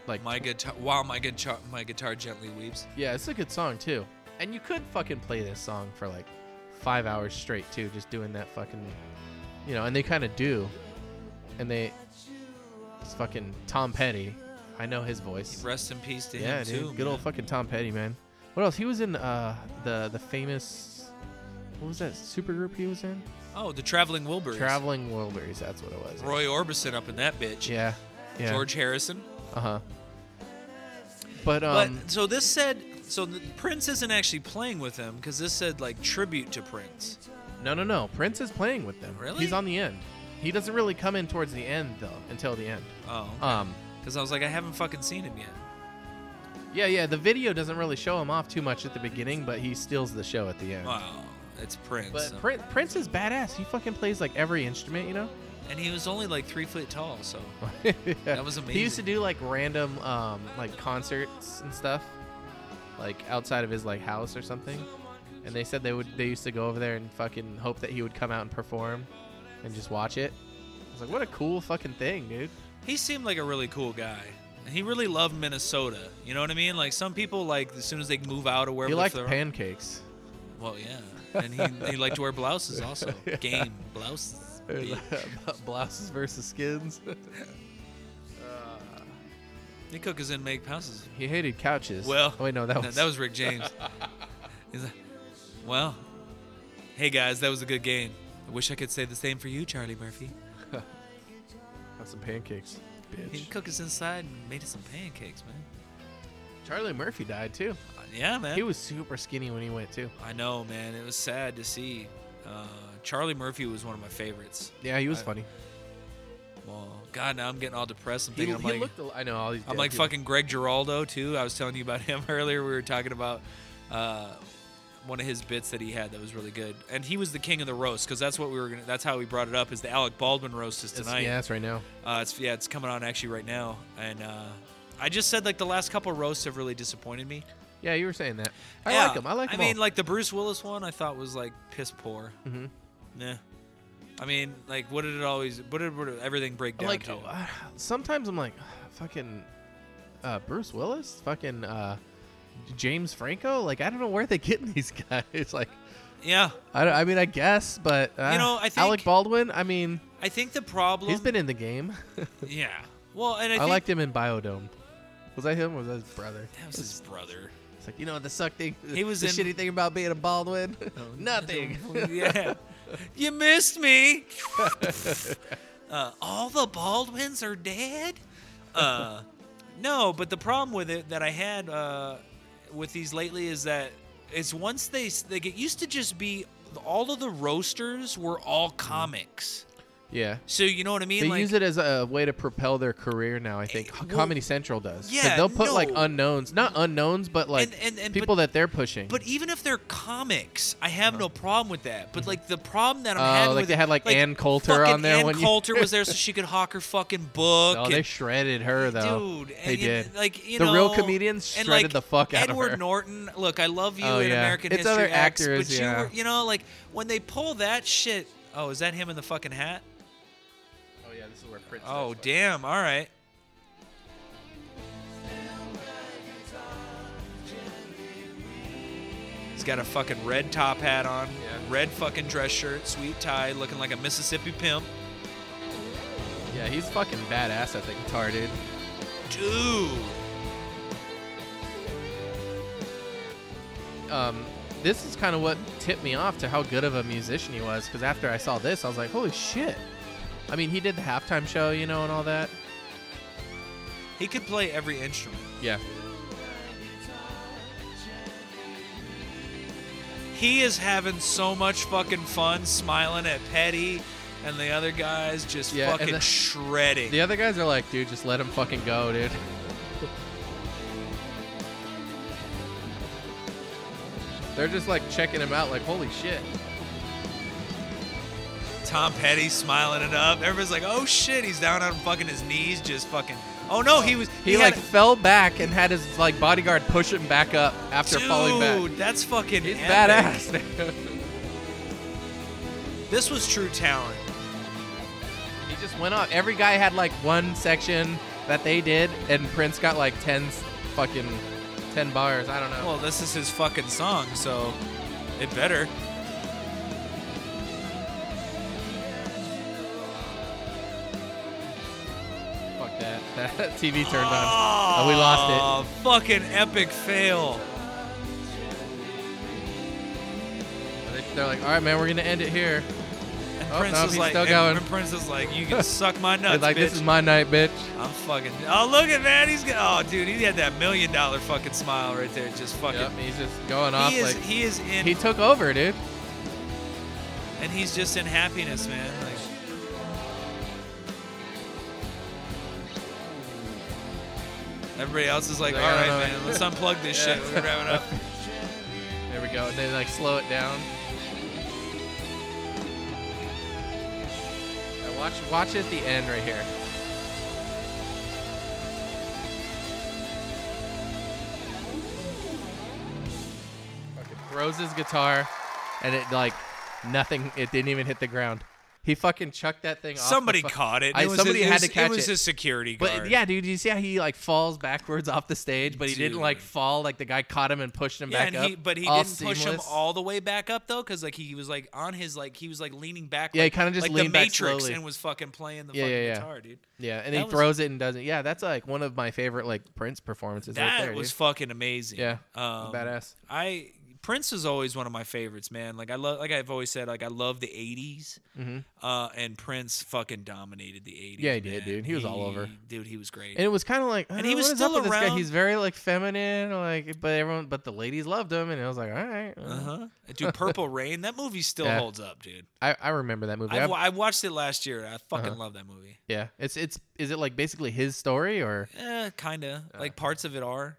[SPEAKER 2] like
[SPEAKER 3] My guitar. Wow, my guitar. My guitar gently weeps.
[SPEAKER 2] yeah it's a good song too and you could fucking play this song for like five hours straight too just doing that fucking you know and they kind of do and they it's fucking Tom Petty I know his voice
[SPEAKER 3] Rest in peace to
[SPEAKER 2] Yeah,
[SPEAKER 3] him
[SPEAKER 2] dude.
[SPEAKER 3] too.
[SPEAKER 2] Good old
[SPEAKER 3] man.
[SPEAKER 2] fucking Tom Petty, man. What else? He was in uh the the famous what was that supergroup he was in?
[SPEAKER 3] Oh, the traveling Wilburys.
[SPEAKER 2] Traveling Wilburys, that's what it was.
[SPEAKER 3] Roy Orbison up in that bitch.
[SPEAKER 2] Yeah. Yeah.
[SPEAKER 3] George Harrison.
[SPEAKER 2] Uh-huh. But um
[SPEAKER 3] but so this said. So the, Prince isn't actually playing with them because this said like tribute to Prince.
[SPEAKER 2] no no no. Prince is playing with them.
[SPEAKER 3] Really?
[SPEAKER 2] He's on the end. He doesn't really come in towards the end though, until the end.
[SPEAKER 3] Oh,
[SPEAKER 2] Um
[SPEAKER 3] because I was like, I haven't fucking seen him yet.
[SPEAKER 2] yeah, yeah, the video doesn't really show him off too much at the beginning, but he steals the show at the end.
[SPEAKER 3] Wow, it's Prince.
[SPEAKER 2] But
[SPEAKER 3] so-
[SPEAKER 2] Prin- Prince is badass. He fucking plays like every instrument, you know?
[SPEAKER 3] and he was only like three foot tall, so
[SPEAKER 2] that
[SPEAKER 3] was
[SPEAKER 2] He used to
[SPEAKER 3] amazing.
[SPEAKER 2] do like random um, like concerts and stuff, like outside of his like house or something. And they said they would they used to go over there and fucking hope that he would come out and perform, and just watch it. I was like, what a cool fucking thing, dude.
[SPEAKER 3] he seemed like a really cool guy. He really loved Minnesota. You know what I mean? Like some people, like as soon as they move out or wherever,
[SPEAKER 2] He liked
[SPEAKER 3] they're-
[SPEAKER 2] pancakes.
[SPEAKER 3] Well, yeah, and he, he liked to wear blouses also. Game blouses. bitch.
[SPEAKER 2] Blouses versus skins.
[SPEAKER 3] They cook us in make passes.
[SPEAKER 2] He hated couches.
[SPEAKER 3] Well,
[SPEAKER 2] oh, wait, no, that was
[SPEAKER 3] that was Rick James. He's like, well, hey guys, that was a good game. I wish I could say the same for you, Charlie Murphy.
[SPEAKER 2] have some pancakes,
[SPEAKER 3] He
[SPEAKER 2] bitch.
[SPEAKER 3] cooked us inside and made us some pancakes, man.
[SPEAKER 2] Charlie Murphy died too.
[SPEAKER 3] Uh, Yeah, man.
[SPEAKER 2] He was super skinny when he went too.
[SPEAKER 3] I know, man. It was sad to see. Uh, Charlie Murphy was one of my favorites.
[SPEAKER 2] Yeah, he was
[SPEAKER 3] I-
[SPEAKER 2] funny.
[SPEAKER 3] Well, God, now I'm getting all depressed. I'm
[SPEAKER 2] He,
[SPEAKER 3] thinking, I'm
[SPEAKER 2] he
[SPEAKER 3] like,
[SPEAKER 2] looked. al- I know all these.
[SPEAKER 3] I'm
[SPEAKER 2] dead
[SPEAKER 3] like
[SPEAKER 2] people.
[SPEAKER 3] fucking Greg Giraldo too. I was telling you about him earlier. We were talking about uh, one of his bits that he had that was really good, and he was the king of the roast because that's what we were gonna. That's how we brought it up. Is the Alec Baldwin roast is
[SPEAKER 2] It's-
[SPEAKER 3] tonight?
[SPEAKER 2] Yeah, it's right now.
[SPEAKER 3] Uh, it's yeah, it's coming on actually right now, and uh, I just said like the last couple roasts have really disappointed me.
[SPEAKER 2] Yeah, you were saying that. I
[SPEAKER 3] Yeah,
[SPEAKER 2] like him. I like him.
[SPEAKER 3] I mean, like the Bruce Willis one, I thought was like piss poor.
[SPEAKER 2] Mhm.
[SPEAKER 3] Nah. I mean, like, what did it always? What did, what did everything break down
[SPEAKER 2] like
[SPEAKER 3] to?
[SPEAKER 2] uh, sometimes I'm like, fucking uh, Bruce Willis, fucking uh, James Franco. Like I don't know where they're getting these guys. Like
[SPEAKER 3] yeah,
[SPEAKER 2] I, don't- I mean, I guess, but uh,
[SPEAKER 3] know, I think-
[SPEAKER 2] Alec Baldwin. I mean,
[SPEAKER 3] I think the problem.
[SPEAKER 2] he's been in the game.
[SPEAKER 3] Yeah. Well, and I,
[SPEAKER 2] I,
[SPEAKER 3] think
[SPEAKER 2] liked him in Biodome. Was that him or was that his brother?
[SPEAKER 3] that was his brother.
[SPEAKER 2] It's like you know the suck thing.
[SPEAKER 3] He was
[SPEAKER 2] the
[SPEAKER 3] in-
[SPEAKER 2] shitty thing about being a Oh, Baldwin. Nothing.
[SPEAKER 3] yeah. You missed me. uh, all the Baldwins are dead? Uh, no, but the problem with it that I had uh, with these lately is that it's once they, s- like, it used to just be all of the roasters were all comics.
[SPEAKER 2] Yeah.
[SPEAKER 3] So you know what I mean?
[SPEAKER 2] Mm-hmm. They
[SPEAKER 3] like,
[SPEAKER 2] use it as a way to propel their career now. I think
[SPEAKER 3] Eh,
[SPEAKER 2] Comedy Central does. 'Cause
[SPEAKER 3] yeah,
[SPEAKER 2] they'll put like
[SPEAKER 3] no.
[SPEAKER 2] unknowns, not unknowns, but like
[SPEAKER 3] And- and- and- but-
[SPEAKER 2] people that they're pushing.
[SPEAKER 3] But even if they're comics, I have no problem with that. But like the problem that I'm
[SPEAKER 2] Uh-huh. Oh,
[SPEAKER 3] having
[SPEAKER 2] like
[SPEAKER 3] with
[SPEAKER 2] they had, like, Ann Coulter
[SPEAKER 3] fucking
[SPEAKER 2] on there
[SPEAKER 3] Ann
[SPEAKER 2] when you-
[SPEAKER 3] Coulter was there, so she could hawk her fucking book.
[SPEAKER 2] oh, they
[SPEAKER 3] and-
[SPEAKER 2] shredded her though.
[SPEAKER 3] Dude,
[SPEAKER 2] they
[SPEAKER 3] and, you-
[SPEAKER 2] did.
[SPEAKER 3] Like you
[SPEAKER 2] The
[SPEAKER 3] know,
[SPEAKER 2] real comedians
[SPEAKER 3] and,
[SPEAKER 2] shredded
[SPEAKER 3] like,
[SPEAKER 2] the fuck out of
[SPEAKER 3] Edward
[SPEAKER 2] her.
[SPEAKER 3] Norton. Look, I love you
[SPEAKER 2] Oh,
[SPEAKER 3] in
[SPEAKER 2] yeah.
[SPEAKER 3] American
[SPEAKER 2] It's
[SPEAKER 3] History
[SPEAKER 2] other
[SPEAKER 3] X,
[SPEAKER 2] actors,
[SPEAKER 3] but
[SPEAKER 2] yeah.
[SPEAKER 3] you were, you know, like when they pull that shit. Oh, is that him in the fucking hat?
[SPEAKER 2] oh yeah, this is where Prince.
[SPEAKER 3] Oh, damn. All right. He's got a fucking red top hat on,
[SPEAKER 2] Yeah.
[SPEAKER 3] red fucking dress shirt, sweet tie, looking like a Mississippi pimp.
[SPEAKER 2] Yeah, he's fucking badass at the guitar, dude.
[SPEAKER 3] Dude.
[SPEAKER 2] Um, this is kind of what tipped me off to how good of a musician he was. Because after I saw this, I was like, holy shit. I mean, he did the halftime show, you know, and all that.
[SPEAKER 3] He could play every instrument.
[SPEAKER 2] Yeah.
[SPEAKER 3] He is having so much fucking fun smiling at Petty and the other guys just
[SPEAKER 2] Yeah, and
[SPEAKER 3] fucking
[SPEAKER 2] the-
[SPEAKER 3] shredding.
[SPEAKER 2] The other guys are like, dude, just let him fucking go, dude. They're just like checking him out, like, holy shit.
[SPEAKER 3] Tom Petty smiling it up. Everybody's like, "Oh shit, he's down on fucking his knees, just fucking." Oh no, he was.
[SPEAKER 2] He,
[SPEAKER 3] had
[SPEAKER 2] like fell back and had his like bodyguard push him back up after
[SPEAKER 3] dude,
[SPEAKER 2] falling back.
[SPEAKER 3] that's fucking.
[SPEAKER 2] He's
[SPEAKER 3] epic.
[SPEAKER 2] badass. dude.
[SPEAKER 3] This was true talent.
[SPEAKER 2] he just went off. Every guy had like one section that they did, and Prince got like ten s- fucking ten bars. I don't know.
[SPEAKER 3] Well, this is his fucking song, so it better.
[SPEAKER 2] Fuck that. That TV turned on.
[SPEAKER 3] Oh,
[SPEAKER 2] we lost
[SPEAKER 3] it. Oh, Fucking epic fail.
[SPEAKER 2] They- They're like, all right, man, we're gonna end it here.
[SPEAKER 3] And
[SPEAKER 2] Oh,
[SPEAKER 3] Prince
[SPEAKER 2] no,
[SPEAKER 3] was
[SPEAKER 2] he's
[SPEAKER 3] like,
[SPEAKER 2] still
[SPEAKER 3] and
[SPEAKER 2] going.
[SPEAKER 3] Prince was like, "You can suck my
[SPEAKER 2] They're
[SPEAKER 3] nuts,
[SPEAKER 2] like,
[SPEAKER 3] bitch."
[SPEAKER 2] this is my night, bitch.
[SPEAKER 3] I'm fucking. Oh look at that. He's got. Oh dude, he had that million dollar fucking smile right there, just fucking.
[SPEAKER 2] Yep, he's just going off
[SPEAKER 3] He is.
[SPEAKER 2] like
[SPEAKER 3] he is in.
[SPEAKER 2] he took over, dude.
[SPEAKER 3] and he's just in happiness, man. Like, everybody else is like,
[SPEAKER 2] Like,
[SPEAKER 3] all
[SPEAKER 2] I
[SPEAKER 3] right,
[SPEAKER 2] don't know."
[SPEAKER 3] man, let's unplug this
[SPEAKER 2] Yeah.
[SPEAKER 3] shit. We're gonna wrap it up.
[SPEAKER 2] There we go. They like slow it down. Now watch, watch at the end right here. Fucking throws his guitar, and it like nothing. It didn't even hit the ground. He fucking chucked that thing. off the
[SPEAKER 3] Somebody
[SPEAKER 2] fu-
[SPEAKER 3] caught it.
[SPEAKER 2] I-
[SPEAKER 3] was
[SPEAKER 2] somebody
[SPEAKER 3] his-
[SPEAKER 2] had to
[SPEAKER 3] was-
[SPEAKER 2] catch
[SPEAKER 3] It was
[SPEAKER 2] it.
[SPEAKER 3] his security guard.
[SPEAKER 2] But yeah, dude, you see how he like falls backwards off the stage, but he didn't like
[SPEAKER 3] Dude.
[SPEAKER 2] fall. Like the guy caught him and pushed him
[SPEAKER 3] Yeah,
[SPEAKER 2] back
[SPEAKER 3] and
[SPEAKER 2] up.
[SPEAKER 3] he, but he
[SPEAKER 2] all
[SPEAKER 3] didn't push him
[SPEAKER 2] seamless.
[SPEAKER 3] all the way back up though, because like he was like on his like he was like leaning back.
[SPEAKER 2] Yeah, he
[SPEAKER 3] like,
[SPEAKER 2] kinda just
[SPEAKER 3] like
[SPEAKER 2] leaned
[SPEAKER 3] the
[SPEAKER 2] back
[SPEAKER 3] Matrix
[SPEAKER 2] slowly.
[SPEAKER 3] and was fucking playing the
[SPEAKER 2] Yeah,
[SPEAKER 3] fucking
[SPEAKER 2] yeah, yeah.
[SPEAKER 3] guitar, dude.
[SPEAKER 2] Yeah, and
[SPEAKER 3] That
[SPEAKER 2] he
[SPEAKER 3] was-
[SPEAKER 2] throws it and doesn't. Yeah, that's like one of my favorite like Prince performances.
[SPEAKER 3] That
[SPEAKER 2] right there,
[SPEAKER 3] was
[SPEAKER 2] dude.
[SPEAKER 3] fucking amazing.
[SPEAKER 2] Yeah,
[SPEAKER 3] um,
[SPEAKER 2] badass.
[SPEAKER 3] I Prince is always one of my favorites, man. Like I love, like I've always said, like I love the '80s, uh, and Prince fucking dominated the '80s.
[SPEAKER 2] Mm-hmm. Yeah, he did,
[SPEAKER 3] man.
[SPEAKER 2] dude. He was all over.
[SPEAKER 3] Dude, he was great.
[SPEAKER 2] And it was kind of like, I
[SPEAKER 3] And
[SPEAKER 2] don't
[SPEAKER 3] he
[SPEAKER 2] know,
[SPEAKER 3] was
[SPEAKER 2] what is
[SPEAKER 3] still
[SPEAKER 2] up with This guy?
[SPEAKER 3] around.
[SPEAKER 2] He's very like feminine, like, but everyone, but the ladies loved him, and I was like, all right, well.
[SPEAKER 3] uh huh. Dude, Purple Rain, that movie still
[SPEAKER 2] Yeah.
[SPEAKER 3] holds up, dude.
[SPEAKER 2] I, I remember that movie.
[SPEAKER 3] I,
[SPEAKER 2] I-
[SPEAKER 3] wa- I watched it last year. I fucking
[SPEAKER 2] Uh-huh.
[SPEAKER 3] love that movie.
[SPEAKER 2] yeah, it's it's is it like basically his story or
[SPEAKER 3] Eh, kinda.
[SPEAKER 2] Uh.
[SPEAKER 3] Like parts of it are.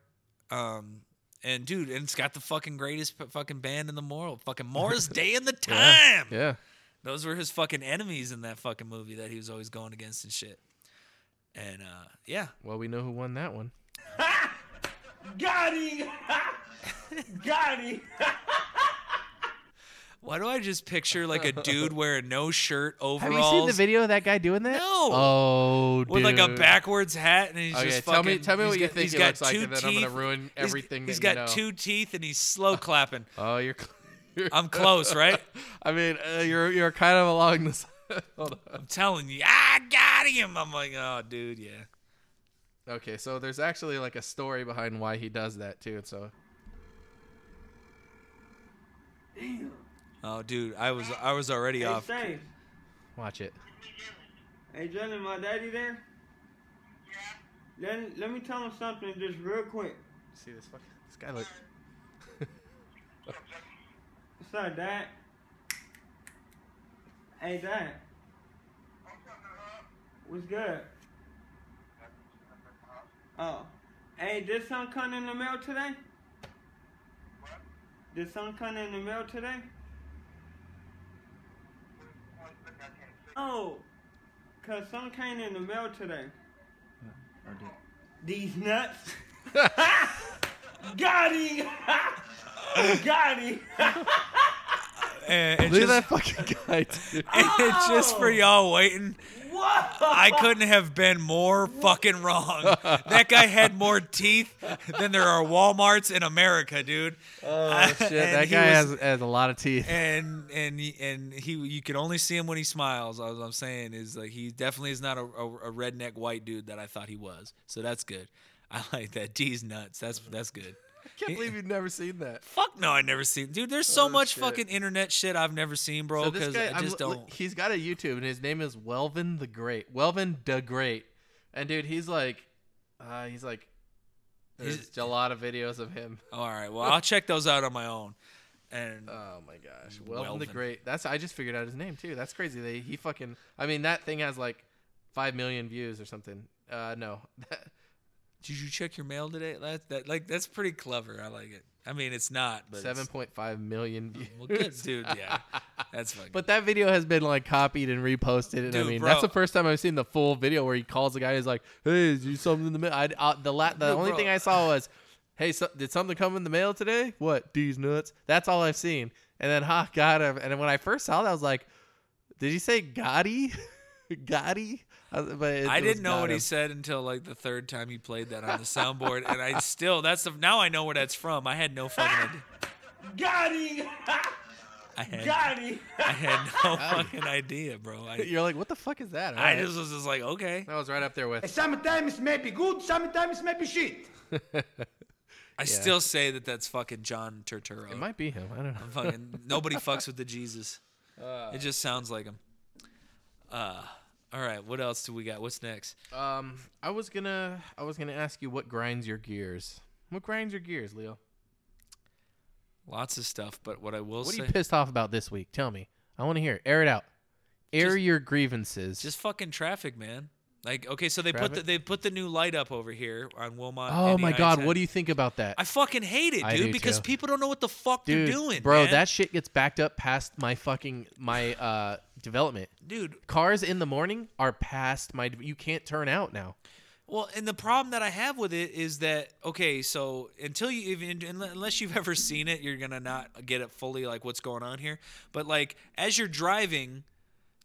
[SPEAKER 3] Um, and dude, and it's got the fucking greatest p- fucking band in the world. Fucking Morris Day and the Time.
[SPEAKER 2] Yeah, yeah.
[SPEAKER 3] Those were his fucking enemies in that fucking movie that he was always going against and shit. And uh, yeah,
[SPEAKER 2] Well, we know who won that one.
[SPEAKER 5] Got him! Got him!
[SPEAKER 3] why do I just picture like a dude wearing no shirt
[SPEAKER 2] Have
[SPEAKER 3] overalls?
[SPEAKER 2] you seen the video of that guy doing that?
[SPEAKER 3] No.
[SPEAKER 2] Oh, dude.
[SPEAKER 3] With like a backwards hat and he's
[SPEAKER 2] Okay,
[SPEAKER 3] just
[SPEAKER 2] tell
[SPEAKER 3] fucking.
[SPEAKER 2] me- tell me
[SPEAKER 3] he's
[SPEAKER 2] what you
[SPEAKER 3] got-
[SPEAKER 2] think
[SPEAKER 3] he's
[SPEAKER 2] he
[SPEAKER 3] got
[SPEAKER 2] looks like,
[SPEAKER 3] two
[SPEAKER 2] and then I'm gonna
[SPEAKER 3] teeth.
[SPEAKER 2] ruin
[SPEAKER 3] He's-
[SPEAKER 2] everything that
[SPEAKER 3] He's
[SPEAKER 2] you
[SPEAKER 3] got
[SPEAKER 2] know.
[SPEAKER 3] two teeth and he's slow clapping.
[SPEAKER 2] Oh, you're.
[SPEAKER 3] I'm close, right?
[SPEAKER 2] I mean, uh, you're you're kind of along this. Hold on.
[SPEAKER 3] I'm telling you, "Ah, I got him. I'm like, oh, dude, yeah.
[SPEAKER 2] Okay, so there's actually like a story behind why he does that too. So
[SPEAKER 3] Oh, dude, I was I was already
[SPEAKER 5] Hey,
[SPEAKER 3] off.
[SPEAKER 5] Steve.
[SPEAKER 2] watch it.
[SPEAKER 5] Hey, Jalen, my daddy there? Yeah. Let, let me tell him something just real quick.
[SPEAKER 2] See this fucking this guy look.
[SPEAKER 5] What's up, Dad? Hey, Dad. What's good? Oh. Hey, did something come in the mail today? Did something come in the mail today? Oh, cause something came in the mail today. These nuts. Got him! Got him!
[SPEAKER 3] And, and
[SPEAKER 2] Look at
[SPEAKER 3] just,
[SPEAKER 2] that fucking guy. Dude.
[SPEAKER 3] and just for y'all waiting,
[SPEAKER 5] Whoa!
[SPEAKER 3] I couldn't have been more fucking wrong. That guy had more teeth than there are Walmarts in America, dude.
[SPEAKER 2] Oh shit! That guy has, has a lot of teeth.
[SPEAKER 3] And and he- and he, you can only see him when he smiles. All I'm saying is like he definitely is not a, a, a redneck white dude that I thought he was. So that's good. I like that. D's nuts. That's that's good.
[SPEAKER 2] I can't believe you've never seen that.
[SPEAKER 3] Fuck no, I never seen. Dude, there's so
[SPEAKER 2] Oh,
[SPEAKER 3] much
[SPEAKER 2] shit.
[SPEAKER 3] fucking internet shit I've never seen, bro.
[SPEAKER 2] So this
[SPEAKER 3] Because
[SPEAKER 2] guy,
[SPEAKER 3] I
[SPEAKER 2] I'm
[SPEAKER 3] just
[SPEAKER 2] l-
[SPEAKER 3] don't.
[SPEAKER 2] He's got a YouTube, and his name is Welvin the Great. Welvin the Great, and dude, he's like, uh, he's like, there's
[SPEAKER 3] He's-
[SPEAKER 2] a lot of videos of him.
[SPEAKER 3] All right, well I'll check those out on my own. And
[SPEAKER 2] Oh my gosh, Welvin, the
[SPEAKER 3] Welvin.
[SPEAKER 2] Great. That's I just figured out his name too. That's crazy. They he fucking. I mean, that thing has like five million views or something. Uh, no,
[SPEAKER 3] did you check your mail today? That, that like that's pretty clever. I like it. I mean, it's not, but it's-
[SPEAKER 2] seven point five million views.
[SPEAKER 3] Well, good, dude. Yeah, that's fucking.
[SPEAKER 2] But that video has been like copied and reposted, and I
[SPEAKER 3] Dude,
[SPEAKER 2] mean
[SPEAKER 3] bro.
[SPEAKER 2] that's the first time I've seen the full video where he calls the guy. He's like, "Hey, is you something in the mail?" I, uh, the la- the
[SPEAKER 3] Dude,
[SPEAKER 2] only
[SPEAKER 3] bro.
[SPEAKER 2] thing I saw was, "Hey, so- did something come in the mail today?" What these nuts? That's all I've seen. And then ha, got him. And then when I first saw that, I was like, "Did he say Gotti? Gotti?" I, was- but it-
[SPEAKER 3] I
[SPEAKER 2] it was
[SPEAKER 3] didn't know what
[SPEAKER 2] Gotti.
[SPEAKER 3] he said until like the third time he played that on the soundboard, and I still that's the now I know where that's from. I had no fucking idea.
[SPEAKER 5] Got him!
[SPEAKER 3] I had,
[SPEAKER 5] Got him!
[SPEAKER 3] I had no fucking idea, bro. I,
[SPEAKER 2] You're like, "What the fuck is that?" All
[SPEAKER 3] I
[SPEAKER 2] right.
[SPEAKER 3] just was just like, okay.
[SPEAKER 2] that was right up there with.
[SPEAKER 6] Sometimes it may be good, sometimes it may be shit.
[SPEAKER 3] I still say that that's fucking John Turturro.
[SPEAKER 2] It might be him. I don't know.
[SPEAKER 3] fucking nobody fucks with the Jesus.
[SPEAKER 2] Uh.
[SPEAKER 3] it just sounds like him. Uh, all right, what else do we got? What's next?
[SPEAKER 2] Um, I was gonna, I was gonna ask you what grinds your gears. What grinds your gears, Leo?
[SPEAKER 3] Lots of stuff, but what I will
[SPEAKER 2] What
[SPEAKER 3] say,
[SPEAKER 2] are you pissed off about this week? Tell me. I want to hear. it. Air it out. Air
[SPEAKER 3] Just-
[SPEAKER 2] your grievances.
[SPEAKER 3] just fucking traffic, man. Like, okay, so they put the,
[SPEAKER 2] Traffic?
[SPEAKER 3] they put the new light up over here on Wilmot.
[SPEAKER 2] oh
[SPEAKER 3] and
[SPEAKER 2] my
[SPEAKER 3] the
[SPEAKER 2] god,
[SPEAKER 3] I-10.
[SPEAKER 2] what do you think about that,
[SPEAKER 3] I fucking hate it,
[SPEAKER 2] I
[SPEAKER 3] dude,
[SPEAKER 2] do
[SPEAKER 3] because
[SPEAKER 2] too.
[SPEAKER 3] people don't know what the fuck
[SPEAKER 2] dude?
[SPEAKER 3] they're doing,
[SPEAKER 2] bro,
[SPEAKER 3] man.
[SPEAKER 2] that shit gets backed up past my fucking my uh development.
[SPEAKER 3] dude.
[SPEAKER 2] Cars in the morning are past my. You can't turn out now.
[SPEAKER 3] Well, and the problem that I have with it is that okay, so until you even unle- unless you've ever seen it, you're gonna not get it fully like what's going on here. But like as you're driving,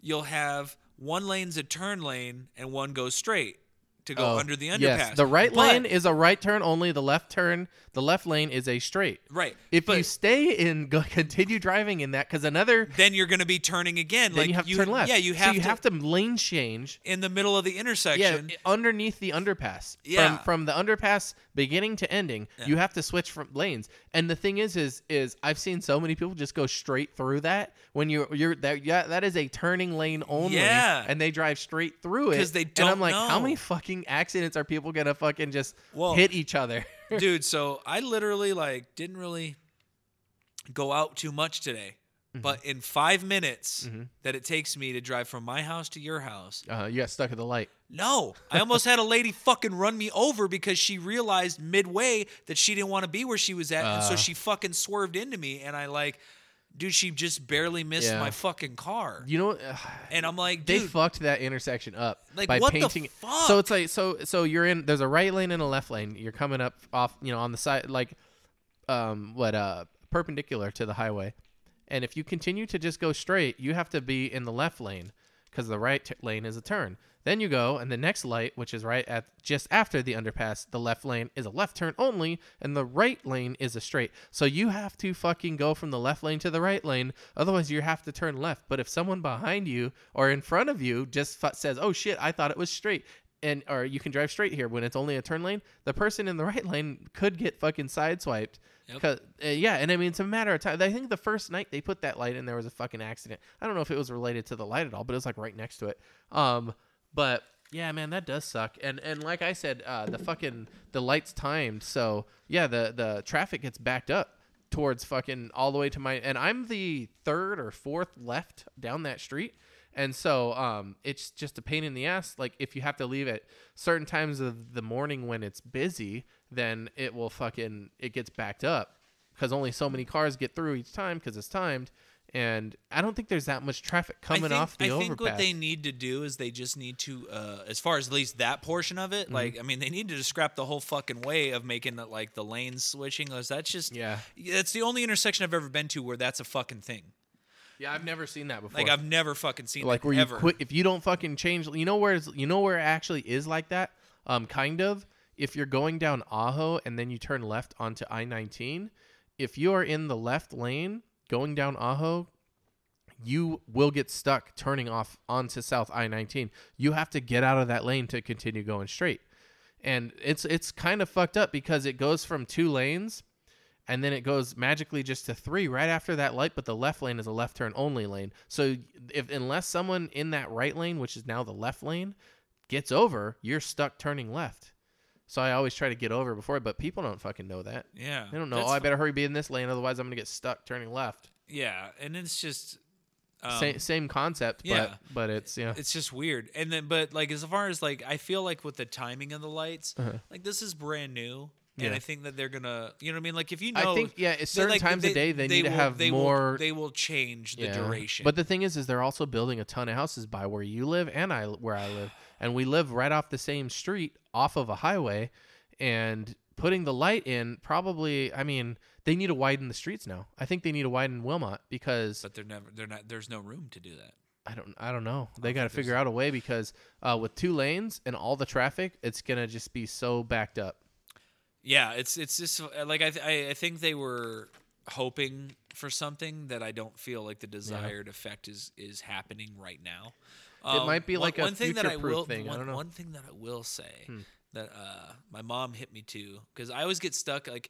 [SPEAKER 3] you'll have one lane's a turn lane and one goes straight to go
[SPEAKER 2] Oh,
[SPEAKER 3] under the underpass.
[SPEAKER 2] Yes, the right
[SPEAKER 3] But-
[SPEAKER 2] lane is a right turn only. The left turn, the left lane is a straight.
[SPEAKER 3] Right,
[SPEAKER 2] If you
[SPEAKER 3] but-
[SPEAKER 2] stay in, go, continue driving in that, because another
[SPEAKER 3] then you're gonna be turning again.
[SPEAKER 2] then
[SPEAKER 3] like
[SPEAKER 2] you have to turn left.
[SPEAKER 3] Yeah, you have
[SPEAKER 2] so you
[SPEAKER 3] to,
[SPEAKER 2] have to lane change
[SPEAKER 3] in the middle of the
[SPEAKER 2] yeah,
[SPEAKER 3] intersection.
[SPEAKER 2] i- underneath the underpass.
[SPEAKER 3] Yeah.
[SPEAKER 2] From, from the underpass beginning to ending, you have to switch from lanes. And the thing is, is, is I've seen so many people just go straight through that when you you're that yeah that is a turning lane only.
[SPEAKER 3] Yeah.
[SPEAKER 2] And they drive straight through it
[SPEAKER 3] 'Cause they
[SPEAKER 2] And
[SPEAKER 3] don't
[SPEAKER 2] I'm like, how
[SPEAKER 3] know.
[SPEAKER 2] many fucking accidents are people gonna fucking just
[SPEAKER 3] Well-
[SPEAKER 2] hit each other?
[SPEAKER 3] dude so i literally like didn't really go out too much today
[SPEAKER 2] Mm-hmm.
[SPEAKER 3] but in five minutes that it takes me to drive from my house to your house
[SPEAKER 2] Uh, you got stuck at the light.
[SPEAKER 3] no i almost had a lady fucking run me over because she realized midway that she didn't want to be where she was at and so
[SPEAKER 2] Uh.
[SPEAKER 3] she fucking swerved into me and i like dude she just barely missed
[SPEAKER 2] Yeah.
[SPEAKER 3] my fucking car
[SPEAKER 2] You know. Uh,
[SPEAKER 3] and i'm like
[SPEAKER 2] they
[SPEAKER 3] dude
[SPEAKER 2] fucked that intersection up
[SPEAKER 3] Like,
[SPEAKER 2] by
[SPEAKER 3] what the
[SPEAKER 2] painting it.
[SPEAKER 3] fuck?
[SPEAKER 2] so it's like so so you're in there's a right lane and a left lane you're coming up off you know on the side like um what uh perpendicular to the highway and if you continue to just go straight you have to be in the left lane because the right t- lane is a turn then you go and the next light which is right at just after the underpass the left lane is a left turn only and the right lane is a straight so you have to fucking go from the left lane to the right lane otherwise you have to turn left but if someone behind you or in front of you just fu- says oh shit i thought it was straight and or you can drive straight here when it's only a turn lane. The person in the right lane could get fucking sideswiped. Cause, uh, yeah, and I mean it's a matter of time. I think the first night they put that light in, there was a fucking accident. I don't know if it was related to the light at all, but it was like right next to it. Um, but yeah, man, that does suck. And and like I said, uh, the fucking the lights timed, so yeah, the the traffic gets backed up towards fucking all the way to my and I'm the third or fourth left down that street And so um, it's just a pain in the ass. Like if you have to leave at certain times of the morning when it's busy, then it will fucking it gets backed up because only so many cars get through each time because it's timed. And I don't think there's that much traffic coming
[SPEAKER 3] I think,
[SPEAKER 2] off the
[SPEAKER 3] I
[SPEAKER 2] overpass.
[SPEAKER 3] think what they need to do is they just need to, uh, as far as at least that portion of it,
[SPEAKER 2] Mm-hmm.
[SPEAKER 3] like I mean, they need to just scrap the whole fucking way of making the, like the lane switching. 'cause That's just
[SPEAKER 2] Yeah.
[SPEAKER 3] That's the only intersection I've ever been to where that's a fucking thing.
[SPEAKER 2] yeah, I've never seen that before.
[SPEAKER 3] Like I've never fucking seen
[SPEAKER 2] like
[SPEAKER 3] that
[SPEAKER 2] where you
[SPEAKER 3] ever.
[SPEAKER 2] quit if you don't fucking change you know where it's, you know where it actually is like that um kind of if you're going down aho and then you turn left onto i-19 if you are in the left lane going down aho you will get stuck turning off onto south i-19 you have to get out of that lane to continue going straight and it's it's kind of fucked up because it goes from two lanes and then it goes magically just to three right after that light but the left lane is a left turn only lane so if unless someone in that right lane which is now the left lane gets over you're stuck turning left so i always try to get over before but people don't fucking know that
[SPEAKER 3] Yeah,
[SPEAKER 2] they don't know
[SPEAKER 3] that's
[SPEAKER 2] oh i
[SPEAKER 3] fu-
[SPEAKER 2] better hurry be in this lane otherwise i'm gonna get stuck turning left
[SPEAKER 3] Yeah, and it's just. Um,
[SPEAKER 2] same, same concept
[SPEAKER 3] yeah.
[SPEAKER 2] but but it's yeah
[SPEAKER 3] it's just weird. And then, but like as far as like, I feel like with the timing of the lights, like this is brand new,
[SPEAKER 2] Uh-huh. Yeah.
[SPEAKER 3] and I think that they're gonna, you know, what I mean, like if you
[SPEAKER 2] I
[SPEAKER 3] know,
[SPEAKER 2] think, yeah, it's
[SPEAKER 3] they,
[SPEAKER 2] certain times of day they need to
[SPEAKER 3] will-
[SPEAKER 2] have
[SPEAKER 3] they
[SPEAKER 2] more-
[SPEAKER 3] Will, they will change the
[SPEAKER 2] Yeah.
[SPEAKER 3] duration.
[SPEAKER 2] But the thing is, is they're also building a ton of houses by where you live and I where I live, and we live right off the same street, off of a highway, and putting the light in probably. I mean, they need to widen the streets now. I think they need to widen Wilmot because
[SPEAKER 3] but they're never, they're not. There's no room to do that.
[SPEAKER 2] I don't, I don't know. They got to figure out a way because uh, with two lanes and all the traffic, it's gonna just be so backed up.
[SPEAKER 3] Yeah, it's it's just uh, like I th- I, I think they were hoping for something that I don't feel like the desired effect is is happening right now. Um,
[SPEAKER 2] might be
[SPEAKER 3] one-
[SPEAKER 2] like a
[SPEAKER 3] one thing that I
[SPEAKER 2] future-proof
[SPEAKER 3] will
[SPEAKER 2] thing, I
[SPEAKER 3] one,
[SPEAKER 2] don't know. Hmm.
[SPEAKER 3] one thing that I will say that uh, my mom hit me to because I always get stuck like.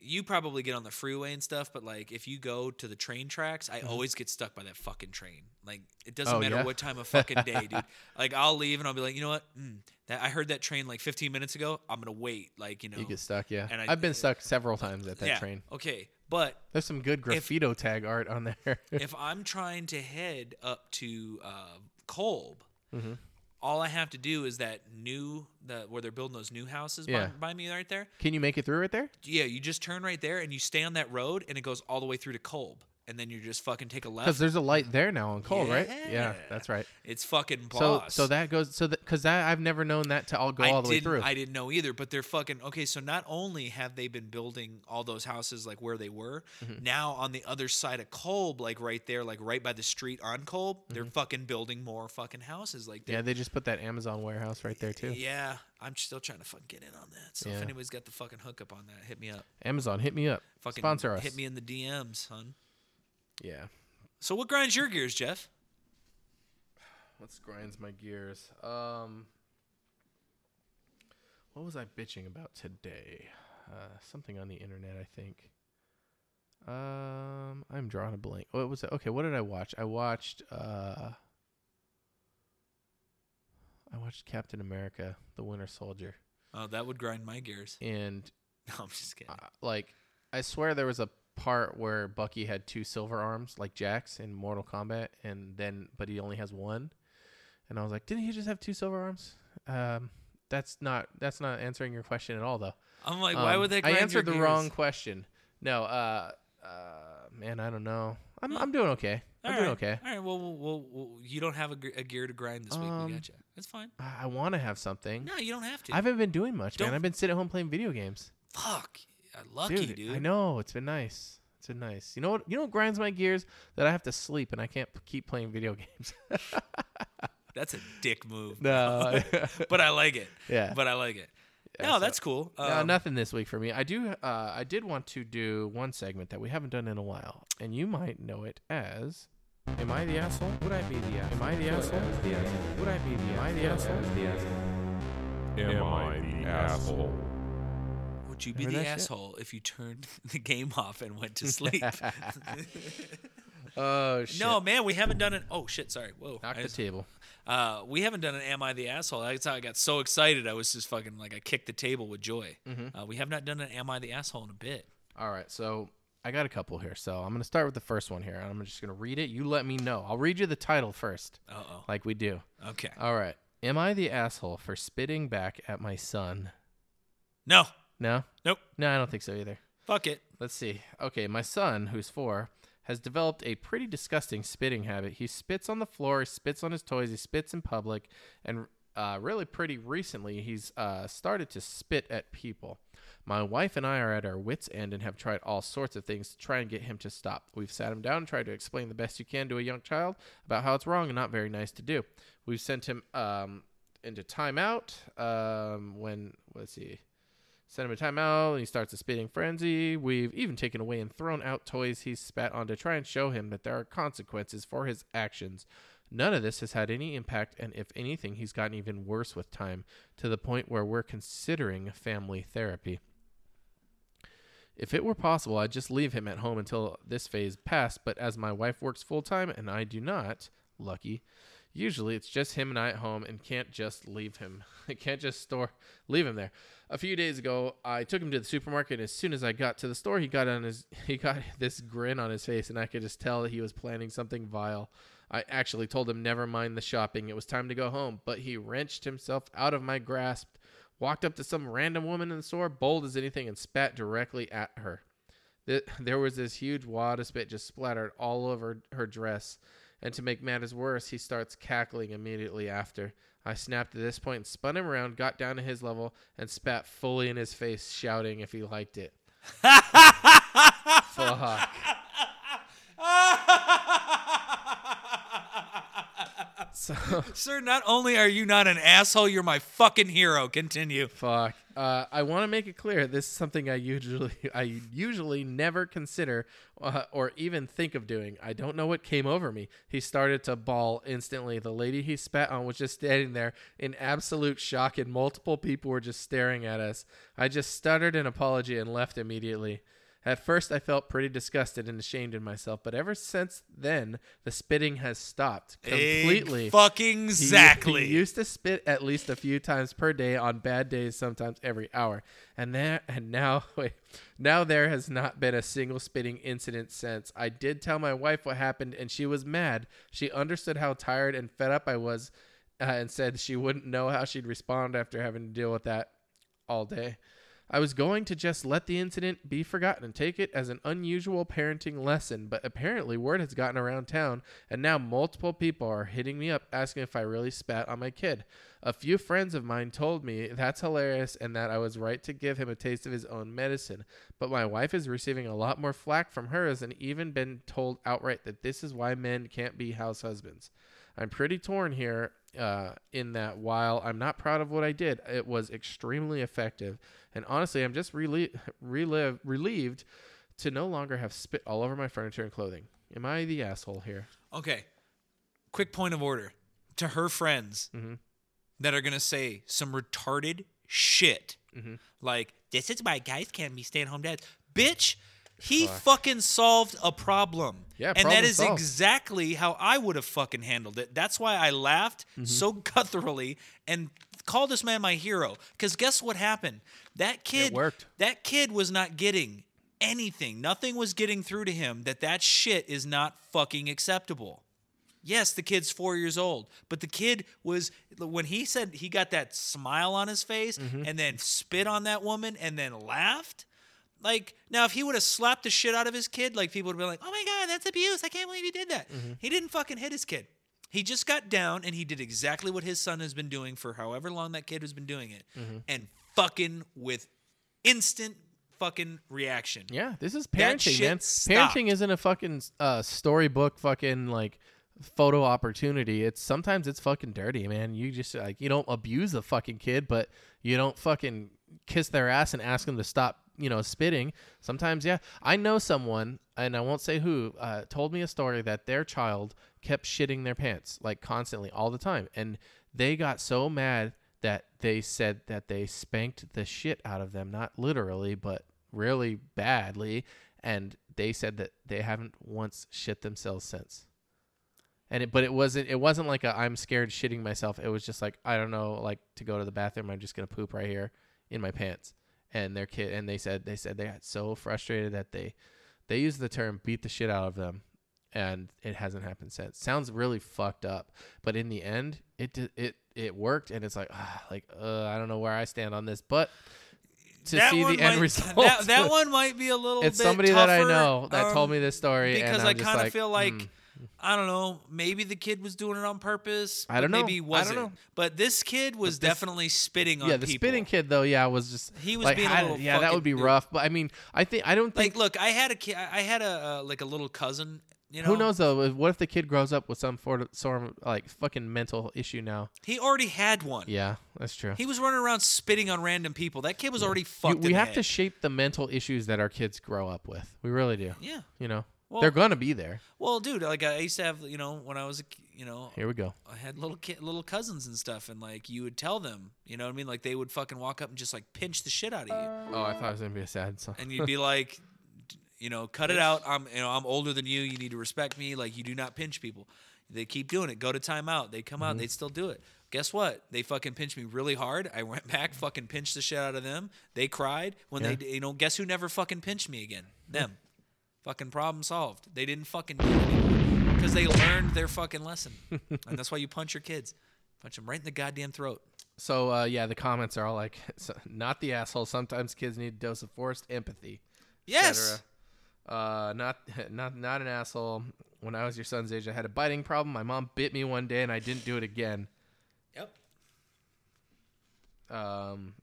[SPEAKER 3] You probably get on the freeway and stuff, but like if you go to the train tracks, I always get stuck by that fucking train. Like it doesn't
[SPEAKER 2] Mm-hmm. Oh,
[SPEAKER 3] matter
[SPEAKER 2] yeah?
[SPEAKER 3] what time of fucking day, dude. Like I'll leave and I'll be like, you know what? Mm, that I heard that train like 15 minutes ago. I'm gonna wait. Like you know,
[SPEAKER 2] You get stuck, yeah.
[SPEAKER 3] And I-
[SPEAKER 2] I've been stuck several times at that train.
[SPEAKER 3] Okay, but
[SPEAKER 2] There's some good graffito tag art on there.
[SPEAKER 3] if I'm trying to head up to uh, Kolb,
[SPEAKER 2] Mm-hmm.
[SPEAKER 3] all I have to do is that new that where they're building those new houses
[SPEAKER 2] Yeah.
[SPEAKER 3] by, by me right there.
[SPEAKER 2] Can you make it through right there?
[SPEAKER 3] Yeah, you just turn right there and you stay on that road and it goes all the way through to Kolb, and then you just fucking take a left.
[SPEAKER 2] Because there's a light there now on Cole, right? Yeah,
[SPEAKER 3] Yeah.
[SPEAKER 2] that's right.
[SPEAKER 3] it's fucking
[SPEAKER 2] So,
[SPEAKER 3] boss.
[SPEAKER 2] so that goes so that because that I've never known that to all go
[SPEAKER 3] I
[SPEAKER 2] all the way
[SPEAKER 3] didn't,
[SPEAKER 2] through.
[SPEAKER 3] I didn't know either, but they're fucking okay. So not only have they been building all those houses like where they were,
[SPEAKER 2] Mm-hmm.
[SPEAKER 3] now on the other side of Kolb, like right there, like right by the street on Kolb, they're fucking building more fucking houses. Like
[SPEAKER 2] Mm-hmm. yeah, they
[SPEAKER 3] they're-
[SPEAKER 2] just put that Amazon warehouse right there too.
[SPEAKER 3] yeah. I'm still trying to fucking get in on that. So
[SPEAKER 2] Yeah.
[SPEAKER 3] if anybody's got the fucking hookup on that, hit me up.
[SPEAKER 2] Amazon, hit me up.
[SPEAKER 3] Fucking
[SPEAKER 2] Sponsor us.
[SPEAKER 3] Hit me in the DMs, son.
[SPEAKER 2] Yeah.
[SPEAKER 3] So what grinds your gears, Jeff?
[SPEAKER 2] What grinds my gears? Um, what was I bitching about today? Uh, something on the internet, I think. Um, I'm drawing a blank. What was it? Okay, what did I watch? I watched. Uh, I watched Captain America: The Winter Soldier,
[SPEAKER 3] Oh, that would grind my gears.
[SPEAKER 2] and
[SPEAKER 3] No, I'm just kidding.
[SPEAKER 2] uh, like I swear there was a part where Bucky had two silver arms like Jax in Mortal Kombat and then but he only has one. And I was like, didn't he just have two silver arms? Um that's not that's not answering your question at all though.
[SPEAKER 3] I'm like, why
[SPEAKER 2] Um,
[SPEAKER 3] would they?
[SPEAKER 2] I
[SPEAKER 3] Grind
[SPEAKER 2] answered the
[SPEAKER 3] your gears?
[SPEAKER 2] wrong question. No, uh uh man, I don't know. I'm I'm doing okay. I'm
[SPEAKER 3] All
[SPEAKER 2] doing
[SPEAKER 3] right.
[SPEAKER 2] okay.
[SPEAKER 3] All right. Well, well, well, well, you don't have a, gr- a gear to grind this week.
[SPEAKER 2] Um,
[SPEAKER 3] we got you. That's fine.
[SPEAKER 2] I, I want to have something.
[SPEAKER 3] No, you don't have to.
[SPEAKER 2] I haven't been doing much, man.
[SPEAKER 3] Don't-
[SPEAKER 2] I've been sitting at home playing video games.
[SPEAKER 3] Fuck. Uh, Lucky, dude.
[SPEAKER 2] I know it's been nice. It's been nice. You know what? You know what grinds my gears that I have to sleep and I can't p- keep playing video games.
[SPEAKER 3] That's a dick move.
[SPEAKER 2] No.
[SPEAKER 3] but I like it.
[SPEAKER 2] Yeah.
[SPEAKER 3] But I like it. no,
[SPEAKER 2] so-
[SPEAKER 3] that's cool. Um,
[SPEAKER 2] no, nothing this week for me. I do. Uh, I did want to do one segment that we haven't done in a while, and you might know it as. Am I the asshole? Would I be the asshole? Am I the asshole? Would I be the Am I the asshole?
[SPEAKER 1] Am I the asshole?
[SPEAKER 3] Would you be
[SPEAKER 2] Remember that
[SPEAKER 3] the
[SPEAKER 2] shit?
[SPEAKER 3] asshole if you turned the game off and went to sleep?
[SPEAKER 2] Oh shit!
[SPEAKER 3] no, man, we haven't done it. Oh shit! Sorry. Whoa.
[SPEAKER 2] knock
[SPEAKER 3] I
[SPEAKER 2] the
[SPEAKER 3] just-
[SPEAKER 2] table.
[SPEAKER 3] Uh, we haven't done an "Am I the asshole?" That's how I got so excited. I was just
[SPEAKER 2] Mm-hmm.
[SPEAKER 3] fucking like I kicked the table with joy. Uh, we have not done an "Am I the asshole?" in a bit.
[SPEAKER 2] All right, so I got a couple here, so I'm gonna start with the first one here. and I'm just gonna read it. You let me know. I'll read you the title first,
[SPEAKER 3] Uh oh.
[SPEAKER 2] like we do.
[SPEAKER 3] Okay.
[SPEAKER 2] All right. Am I the asshole for spitting back at my son?
[SPEAKER 3] No.
[SPEAKER 2] No.
[SPEAKER 3] Nope.
[SPEAKER 2] No, I don't think so either.
[SPEAKER 3] Fuck it.
[SPEAKER 2] Let's see. Okay, my son, who's four, has developed a pretty disgusting spitting habit. He spits on the floor, he spits on his toys, he spits in public, and uh, really pretty recently, he's uh, started to spit at people. My wife and I are at our wits' end and have tried all sorts of things to try and get him to stop. We've sat him down and tried to explain the best you can to a young child about how it's wrong and not very nice to do. We've sent him um, into timeout um, when, let's see, sent him a timeout and he starts a spitting frenzy we've even taken away and thrown out toys he spat on to try and show him that there are consequences for his actions none of this has had any impact and if anything he's gotten even worse with time to the point where we're considering family therapy if it were possible i'd just leave him at home until this phase passed but as my wife works full time and i do not lucky Usually it's just him and I at home and can't just leave him. I can't just store leave him there. A few days ago, I took him to the supermarket and as soon as I got to the store, he got on his he got this grin on his face and I could just tell that he was planning something vile. I actually told him never mind the shopping. It was time to go home, but he wrenched himself out of my grasp, walked up to some random woman in the store, bold as anything and spat directly at her. Th- There was this huge wad of spit just splattered all over her dress. And to make matters worse, he starts cackling immediately after. I snapped at this point and spun him around, got down to his level, and spat fully in his face, shouting if he liked it. Fuck. So,
[SPEAKER 3] Sir, not only are you not an asshole, you're my fucking hero. Continue.
[SPEAKER 2] fuck. Uh, I want to make it clear this is something I usually I usually never consider uh, or even think of doing. I don't know what came over me. He started to bawl instantly. The lady he spat on was just standing there in absolute shock and multiple people were just staring at us. I just stuttered an apology and left immediately. At first, I felt pretty disgusted and ashamed in myself, but ever since then, the spitting has stopped completely.
[SPEAKER 3] Ig- fucking
[SPEAKER 2] He used-
[SPEAKER 3] exactly.
[SPEAKER 2] He used to spit at least a few times per day on bad days, sometimes every hour. And there and now wait, now there has not been a single spitting incident since. I did tell my wife what happened and she was mad. She understood how tired and fed up I was uh, and said she wouldn't know how she'd respond after having to deal with that all day. I was going to just let the incident be forgotten and take it as an unusual parenting lesson, but apparently word has gotten around town, and now multiple people are hitting me up asking if I really spat on my kid. A few friends of mine told me that's hilarious and that I was right to give him a taste of his own medicine, but my wife is receiving a lot more flack from hers and even been told outright that this is why men can't be house husbands. I'm pretty torn here uh, in that while I'm not proud of what I did, it was extremely effective. And honestly, I'm just relie- relive- relieved to no longer have spit all over my furniture and clothing. Am I the asshole here?
[SPEAKER 3] okay. Quick point of order to her friends
[SPEAKER 2] Mm-hmm.
[SPEAKER 3] that are going to say some retarded shit
[SPEAKER 2] Mm-hmm.
[SPEAKER 3] like, this is why guys can't be stay at home dads. Bitch, he fucking solved a problem.
[SPEAKER 2] Yeah,
[SPEAKER 3] and that
[SPEAKER 2] problem
[SPEAKER 3] is
[SPEAKER 2] solved.
[SPEAKER 3] exactly how I would have fucking handled it. That's why I laughed so gutturally and called this man my hero. Because guess what happened? That kid
[SPEAKER 2] worked.
[SPEAKER 3] That kid was not getting anything. Nothing was getting through to him that that shit is not fucking acceptable. Yes, the kid's four years old, but the kid was when he said he got that smile on his face
[SPEAKER 2] Mm-hmm.
[SPEAKER 3] and then spit on that woman and then laughed. Like now, if he would have slapped the shit out of his kid, like people would be like, "Oh my god, that's abuse! I can't believe he did that."
[SPEAKER 2] Mm-hmm.
[SPEAKER 3] He didn't fucking hit his kid. He just got down and he did exactly what his son has been doing for however long that kid has been doing it,
[SPEAKER 2] Mm-hmm.
[SPEAKER 3] and fucking with instant fucking reaction.
[SPEAKER 2] Yeah, this is
[SPEAKER 3] That
[SPEAKER 2] parenting,
[SPEAKER 3] shit
[SPEAKER 2] man.
[SPEAKER 3] stopped.
[SPEAKER 2] Parenting isn't a fucking uh, storybook, fucking like photo opportunity. It's sometimes it's fucking dirty, man. You just like you don't abuse a fucking kid, but you don't fucking kiss their ass and ask them to stop, you know, spitting. Sometimes, yeah, I know someone, and I won't say who, uh, told me a story that their child kept shitting their pants like constantly all the time, and they got so mad that they said that they spanked the shit out of them, not literally, but really badly. And they said that they haven't once shit themselves since. And it, but it wasn't it wasn't like a I'm scared shitting myself. It was just like I don't know, like to go to the bathroom. I'm just gonna poop right here in my pants. And their kid and they said they said they got so frustrated that they They use the term beat the shit out of them, and it hasn't happened since. Sounds really fucked up, but in the end, it di- it it worked, and it's like ah, like uh, I don't know where I stand on this, but to see the
[SPEAKER 3] one
[SPEAKER 2] end
[SPEAKER 3] might-
[SPEAKER 2] result,
[SPEAKER 3] That, that one might be a little.
[SPEAKER 2] it's
[SPEAKER 3] bit
[SPEAKER 2] somebody that I
[SPEAKER 3] tougher,
[SPEAKER 2] know that told
[SPEAKER 3] um,
[SPEAKER 2] me this story,
[SPEAKER 3] because
[SPEAKER 2] and I'm
[SPEAKER 3] I
[SPEAKER 2] just
[SPEAKER 3] kind of
[SPEAKER 2] like,
[SPEAKER 3] feel like
[SPEAKER 2] hmm.
[SPEAKER 3] I don't know. Maybe the kid was doing it on purpose.
[SPEAKER 2] I
[SPEAKER 3] but
[SPEAKER 2] don't know.
[SPEAKER 3] Maybe he
[SPEAKER 2] I don't
[SPEAKER 3] wasn't.
[SPEAKER 2] know.
[SPEAKER 3] But this kid was
[SPEAKER 2] this-
[SPEAKER 3] definitely spitting on
[SPEAKER 2] yeah, the
[SPEAKER 3] people.
[SPEAKER 2] spinning kid though, yeah, was just
[SPEAKER 3] He was
[SPEAKER 2] like,
[SPEAKER 3] being a
[SPEAKER 2] I-
[SPEAKER 3] little
[SPEAKER 2] yeah, that would
[SPEAKER 3] fucking
[SPEAKER 2] be
[SPEAKER 3] dude.
[SPEAKER 2] rough. But I mean, I think I don't think
[SPEAKER 3] Like, look, I had a kid. I had a uh, like a little cousin. You know,
[SPEAKER 2] Who knows though? if- What if the kid grows up with some sort of, sort of like fucking mental issue now?
[SPEAKER 3] He already had one.
[SPEAKER 2] Yeah, that's true.
[SPEAKER 3] He was running around spitting on random people. That kid was already
[SPEAKER 2] You-
[SPEAKER 3] fucked. in
[SPEAKER 2] we
[SPEAKER 3] the
[SPEAKER 2] have to
[SPEAKER 3] head.
[SPEAKER 2] shape the mental issues that our kids grow up with. We really do.
[SPEAKER 3] yeah.
[SPEAKER 2] You know,
[SPEAKER 3] Well-
[SPEAKER 2] they're gonna be there.
[SPEAKER 3] Well, dude, like I used to have, you know, when I was, a, ki- you know,
[SPEAKER 2] Here we go.
[SPEAKER 3] I had little ki- little cousins and stuff, and like you would tell them, you know what I mean? Like they would fucking walk up and just like pinch the shit out of you,
[SPEAKER 2] Oh, I thought it was gonna be a sad song.
[SPEAKER 3] and you'd be like, d- you know, cut it out. I'm, you know, I'm older than you. You need to respect me. Like you do not pinch people. They keep doing it. Go to timeout. They come
[SPEAKER 2] Mm-hmm.
[SPEAKER 3] out. They still do it. Guess what? They fucking pinched me really hard. I went back, fucking pinched the shit out of them. They cried when
[SPEAKER 2] Yeah.
[SPEAKER 3] they, d- you know, guess who never fucking pinched me again? Them. fucking problem solved. They didn't fucking do it because they learned their fucking lesson, and that's why you punch your kids. Punch them right in the goddamn throat.
[SPEAKER 2] So uh, yeah, the comments are all like, so- "Not the asshole." Sometimes kids need a dose of forced empathy.
[SPEAKER 3] Yes.
[SPEAKER 2] Uh, not not not an asshole. When I was your son's age, I had a biting problem. My mom bit me one day, and I didn't do it again.
[SPEAKER 3] Yep.
[SPEAKER 2] Um,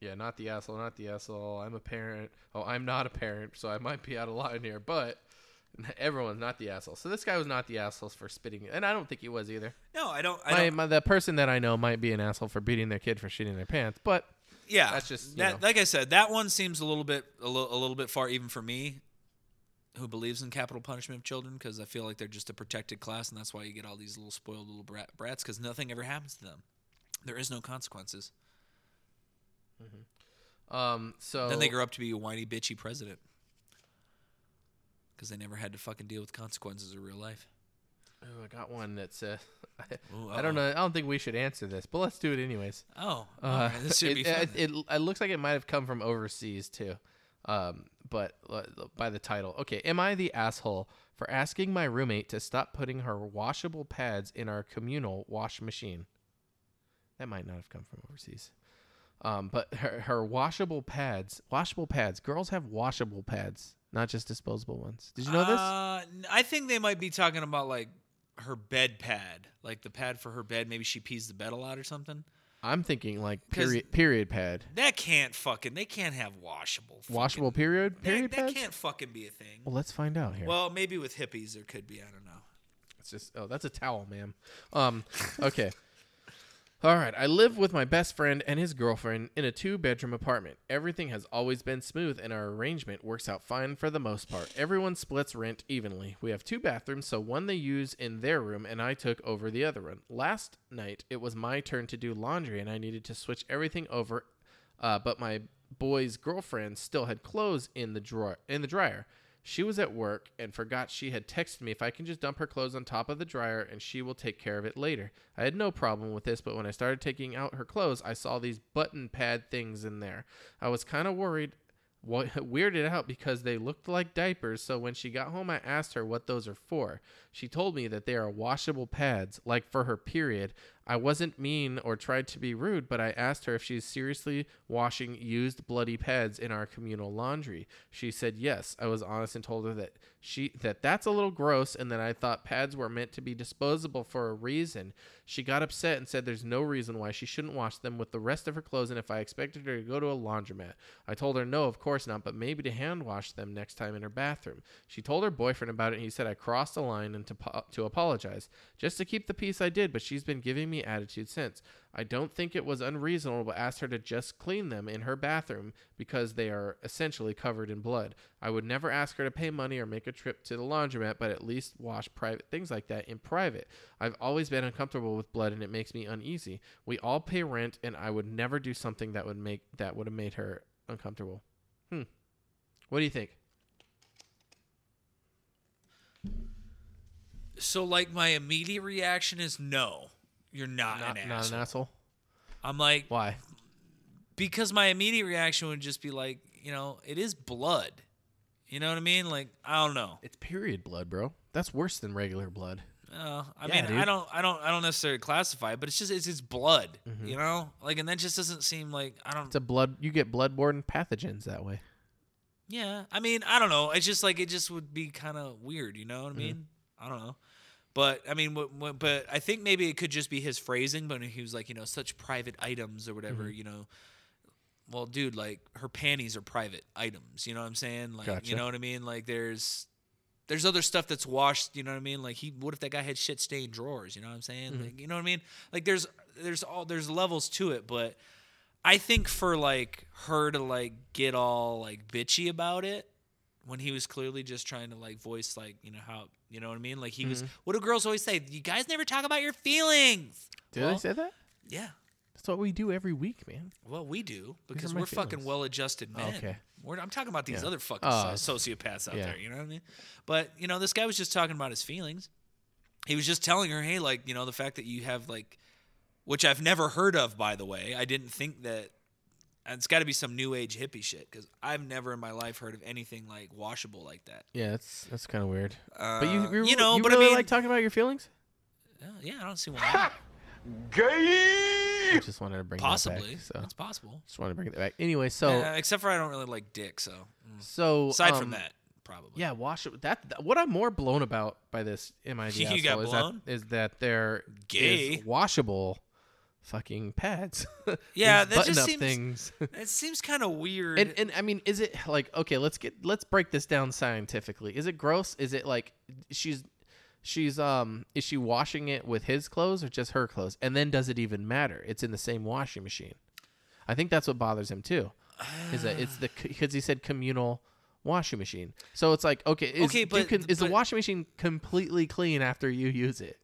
[SPEAKER 2] yeah, not the asshole, not the asshole. I'm a parent. Oh, I'm not a parent, so I might be out of line here, but everyone's not the asshole. So this guy was not the asshole for spitting, and I don't think he was either.
[SPEAKER 3] No, I don't. I
[SPEAKER 2] My,
[SPEAKER 3] don't
[SPEAKER 2] my, the person that I know might be an asshole for beating their kid for shitting their pants, but
[SPEAKER 3] yeah,
[SPEAKER 2] that's just, you
[SPEAKER 3] that,
[SPEAKER 2] know.
[SPEAKER 3] like I said. That one seems a little bit a little, a little bit far even for me, who believes in capital punishment of children, because I feel like they're just a protected class, and that's why you get all these little spoiled little brat, brats, because nothing ever happens to them. There is no consequences.
[SPEAKER 2] um, so
[SPEAKER 3] Then they grow up to be a whiny, bitchy president. Because they never had to fucking deal with consequences of real life.
[SPEAKER 2] Ooh, oh, I got one that says, I,
[SPEAKER 3] Ooh,
[SPEAKER 2] I don't
[SPEAKER 3] uh-oh.
[SPEAKER 2] know, I don't think we should answer this, but let's do it anyways.
[SPEAKER 3] Oh,
[SPEAKER 2] Uh,
[SPEAKER 3] alright, this should
[SPEAKER 2] it,
[SPEAKER 3] be fun.
[SPEAKER 2] It, it, it looks like it might have come from overseas too, um, but l- l- by the title, okay. Am I the asshole for asking my roommate to stop putting her washable pads in our communal wash machine? That might not have come from overseas. Um, but her, her washable pads, washable pads. Girls have washable pads, not just disposable ones. Did you know this?
[SPEAKER 3] Uh, n- I think they might be talking about like her bed pad, like the pad for her bed. Maybe she pees the bed a lot or something.
[SPEAKER 2] I'm thinking like
[SPEAKER 3] 'cause-
[SPEAKER 2] period period pad,
[SPEAKER 3] That can't fucking. They can't have washable. fucking-
[SPEAKER 2] washable period
[SPEAKER 3] That,
[SPEAKER 2] period
[SPEAKER 3] that
[SPEAKER 2] pads.
[SPEAKER 3] can't fucking be a thing.
[SPEAKER 2] Well, let's find out here.
[SPEAKER 3] Well, maybe with hippies there could be. I don't know.
[SPEAKER 2] It's just oh, that's a towel, ma'am. Um, okay. All right. I live with my best friend and his girlfriend in a two-bedroom apartment. Everything has always been smooth, and our arrangement works out fine for the most part. Everyone splits rent evenly. We have two bathrooms, so one they use in their room, and I took over the other one. Last night it was my turn to do laundry, and I needed to switch everything over, uh, but my boy's girlfriend still had clothes in the drawer in the dryer. She was at work and forgot she had texted me if I can just dump her clothes on top of the dryer and she will take care of it later. I had no problem with this, but when I started taking out her clothes, I saw these button pad things in there. I was kind of worried, wa- weirded out because they looked like diapers. So when she got home, I asked her what those are for. She told me that they are washable pads, like for her period. I wasn't mean or tried to be rude, but I asked her if she's seriously washing used bloody pads in our communal laundry. She said yes. I was honest and told her that she that that's a little gross and that I thought pads were meant to be disposable for a reason. She got upset and said there's no reason why she shouldn't wash them with the rest of her clothes and if I expected her to go to a laundromat. I told her no, of course not, but maybe to hand wash them next time in her bathroom. She told her boyfriend about it and he said I crossed a line and to, po- to apologize. Just to keep the peace I did, but she's been giving me attitude since. I don't think it was unreasonable to ask her to just clean them in her bathroom because they are essentially covered in blood. I would never ask her to pay money or make a trip to the laundromat, but at least wash private things like that in private. I've always been uncomfortable with blood and it makes me uneasy. We all pay rent and I would never do something that would make that would have made her uncomfortable. Hmm. What do you think?
[SPEAKER 3] So, like, my immediate reaction is no, you're not,
[SPEAKER 2] Not, not
[SPEAKER 3] an
[SPEAKER 2] an
[SPEAKER 3] asshole.
[SPEAKER 2] asshole?
[SPEAKER 3] I'm like,
[SPEAKER 2] Why?
[SPEAKER 3] because my immediate reaction would just be like, you know, it is blood. You know what I mean? Like I don't know.
[SPEAKER 2] It's period blood, bro. That's worse than regular blood.
[SPEAKER 3] Uh, I
[SPEAKER 2] Yeah,
[SPEAKER 3] mean,
[SPEAKER 2] dude.
[SPEAKER 3] I don't, I don't, I don't necessarily classify it, but it's just it's it's blood,
[SPEAKER 2] Mm-hmm.
[SPEAKER 3] you know. Like, and that just doesn't seem like I don't.
[SPEAKER 2] It's a blood. You get bloodborne pathogens that way.
[SPEAKER 3] yeah, I mean, I don't know. It's just like it just would be kind of weird, you know what I mean? I don't know. But I mean, what, what, but I think maybe it could just be his phrasing. But he was like, you know, such private items or whatever, you know. Well, dude, like her panties are private items. You know what I'm saying? Like,
[SPEAKER 2] Gotcha.
[SPEAKER 3] you know what I mean? Like, there's there's other stuff that's washed. You know what I mean? Like he, what if that guy had shit stained drawers? You know what I'm saying? Like, you know what I mean? Like there's there's all there's levels to it, but I think for like her to like get all like bitchy about it when he was clearly just trying to like voice like you know how you know what I mean? Like he was. What do girls always say? You guys never talk about your feelings.
[SPEAKER 2] Did I
[SPEAKER 3] Well,
[SPEAKER 2] say that?
[SPEAKER 3] Yeah.
[SPEAKER 2] That's what we do every week, man.
[SPEAKER 3] Well, we do because
[SPEAKER 2] my
[SPEAKER 3] we're fucking
[SPEAKER 2] feelings. Oh,
[SPEAKER 3] well-adjusted men.
[SPEAKER 2] okay.
[SPEAKER 3] We're, I'm talking about these
[SPEAKER 2] Yeah.
[SPEAKER 3] other fucking
[SPEAKER 2] Oh,
[SPEAKER 3] so- sociopaths out
[SPEAKER 2] yeah.
[SPEAKER 3] there. You know what I mean? But you know, this guy was just talking about his feelings. He was just telling her, "Hey, like you know, the fact that you have like, which I've never heard of, by the way. I didn't think that. and It's got to be some new age hippie shit because I've never in my life heard of anything like washable like that.
[SPEAKER 2] Yeah, that's that's kind of weird.
[SPEAKER 3] Uh,
[SPEAKER 2] but you, you,
[SPEAKER 3] know,
[SPEAKER 2] you
[SPEAKER 3] but
[SPEAKER 2] really
[SPEAKER 3] I mean,
[SPEAKER 2] like talking about your feelings.
[SPEAKER 3] yeah, yeah, I don't see why. not.
[SPEAKER 2] I just wanted to bring
[SPEAKER 3] Possibly,
[SPEAKER 2] That back,
[SPEAKER 3] it's
[SPEAKER 2] so
[SPEAKER 3] possible.
[SPEAKER 2] just wanted to bring it back. Anyway, so
[SPEAKER 3] Uh, except for I don't really like dick. So mm.
[SPEAKER 2] so
[SPEAKER 3] aside from
[SPEAKER 2] um,
[SPEAKER 3] that, probably.
[SPEAKER 2] Yeah, wash it. That, that what I'm more blown about by this MID
[SPEAKER 3] You
[SPEAKER 2] asshole
[SPEAKER 3] got
[SPEAKER 2] is that
[SPEAKER 3] blown?
[SPEAKER 2] is that they're
[SPEAKER 3] Gay.
[SPEAKER 2] washable fucking pads.
[SPEAKER 3] Yeah,
[SPEAKER 2] These
[SPEAKER 3] that just
[SPEAKER 2] button-up
[SPEAKER 3] seems-
[SPEAKER 2] things.
[SPEAKER 3] It seems kind of weird.
[SPEAKER 2] and and I mean, is it like okay? Let's get let's break this down scientifically. Is it gross? Is it like she's she's um is she washing it with his clothes or just her clothes? And then does it even matter? It's in the same washing machine. I think that's what bothers him too. Is that it's the because he said communal washing machine. So it's like okay, is,
[SPEAKER 3] Okay,
[SPEAKER 2] you
[SPEAKER 3] but-
[SPEAKER 2] can- is the
[SPEAKER 3] but-
[SPEAKER 2] washing machine completely clean after you use it?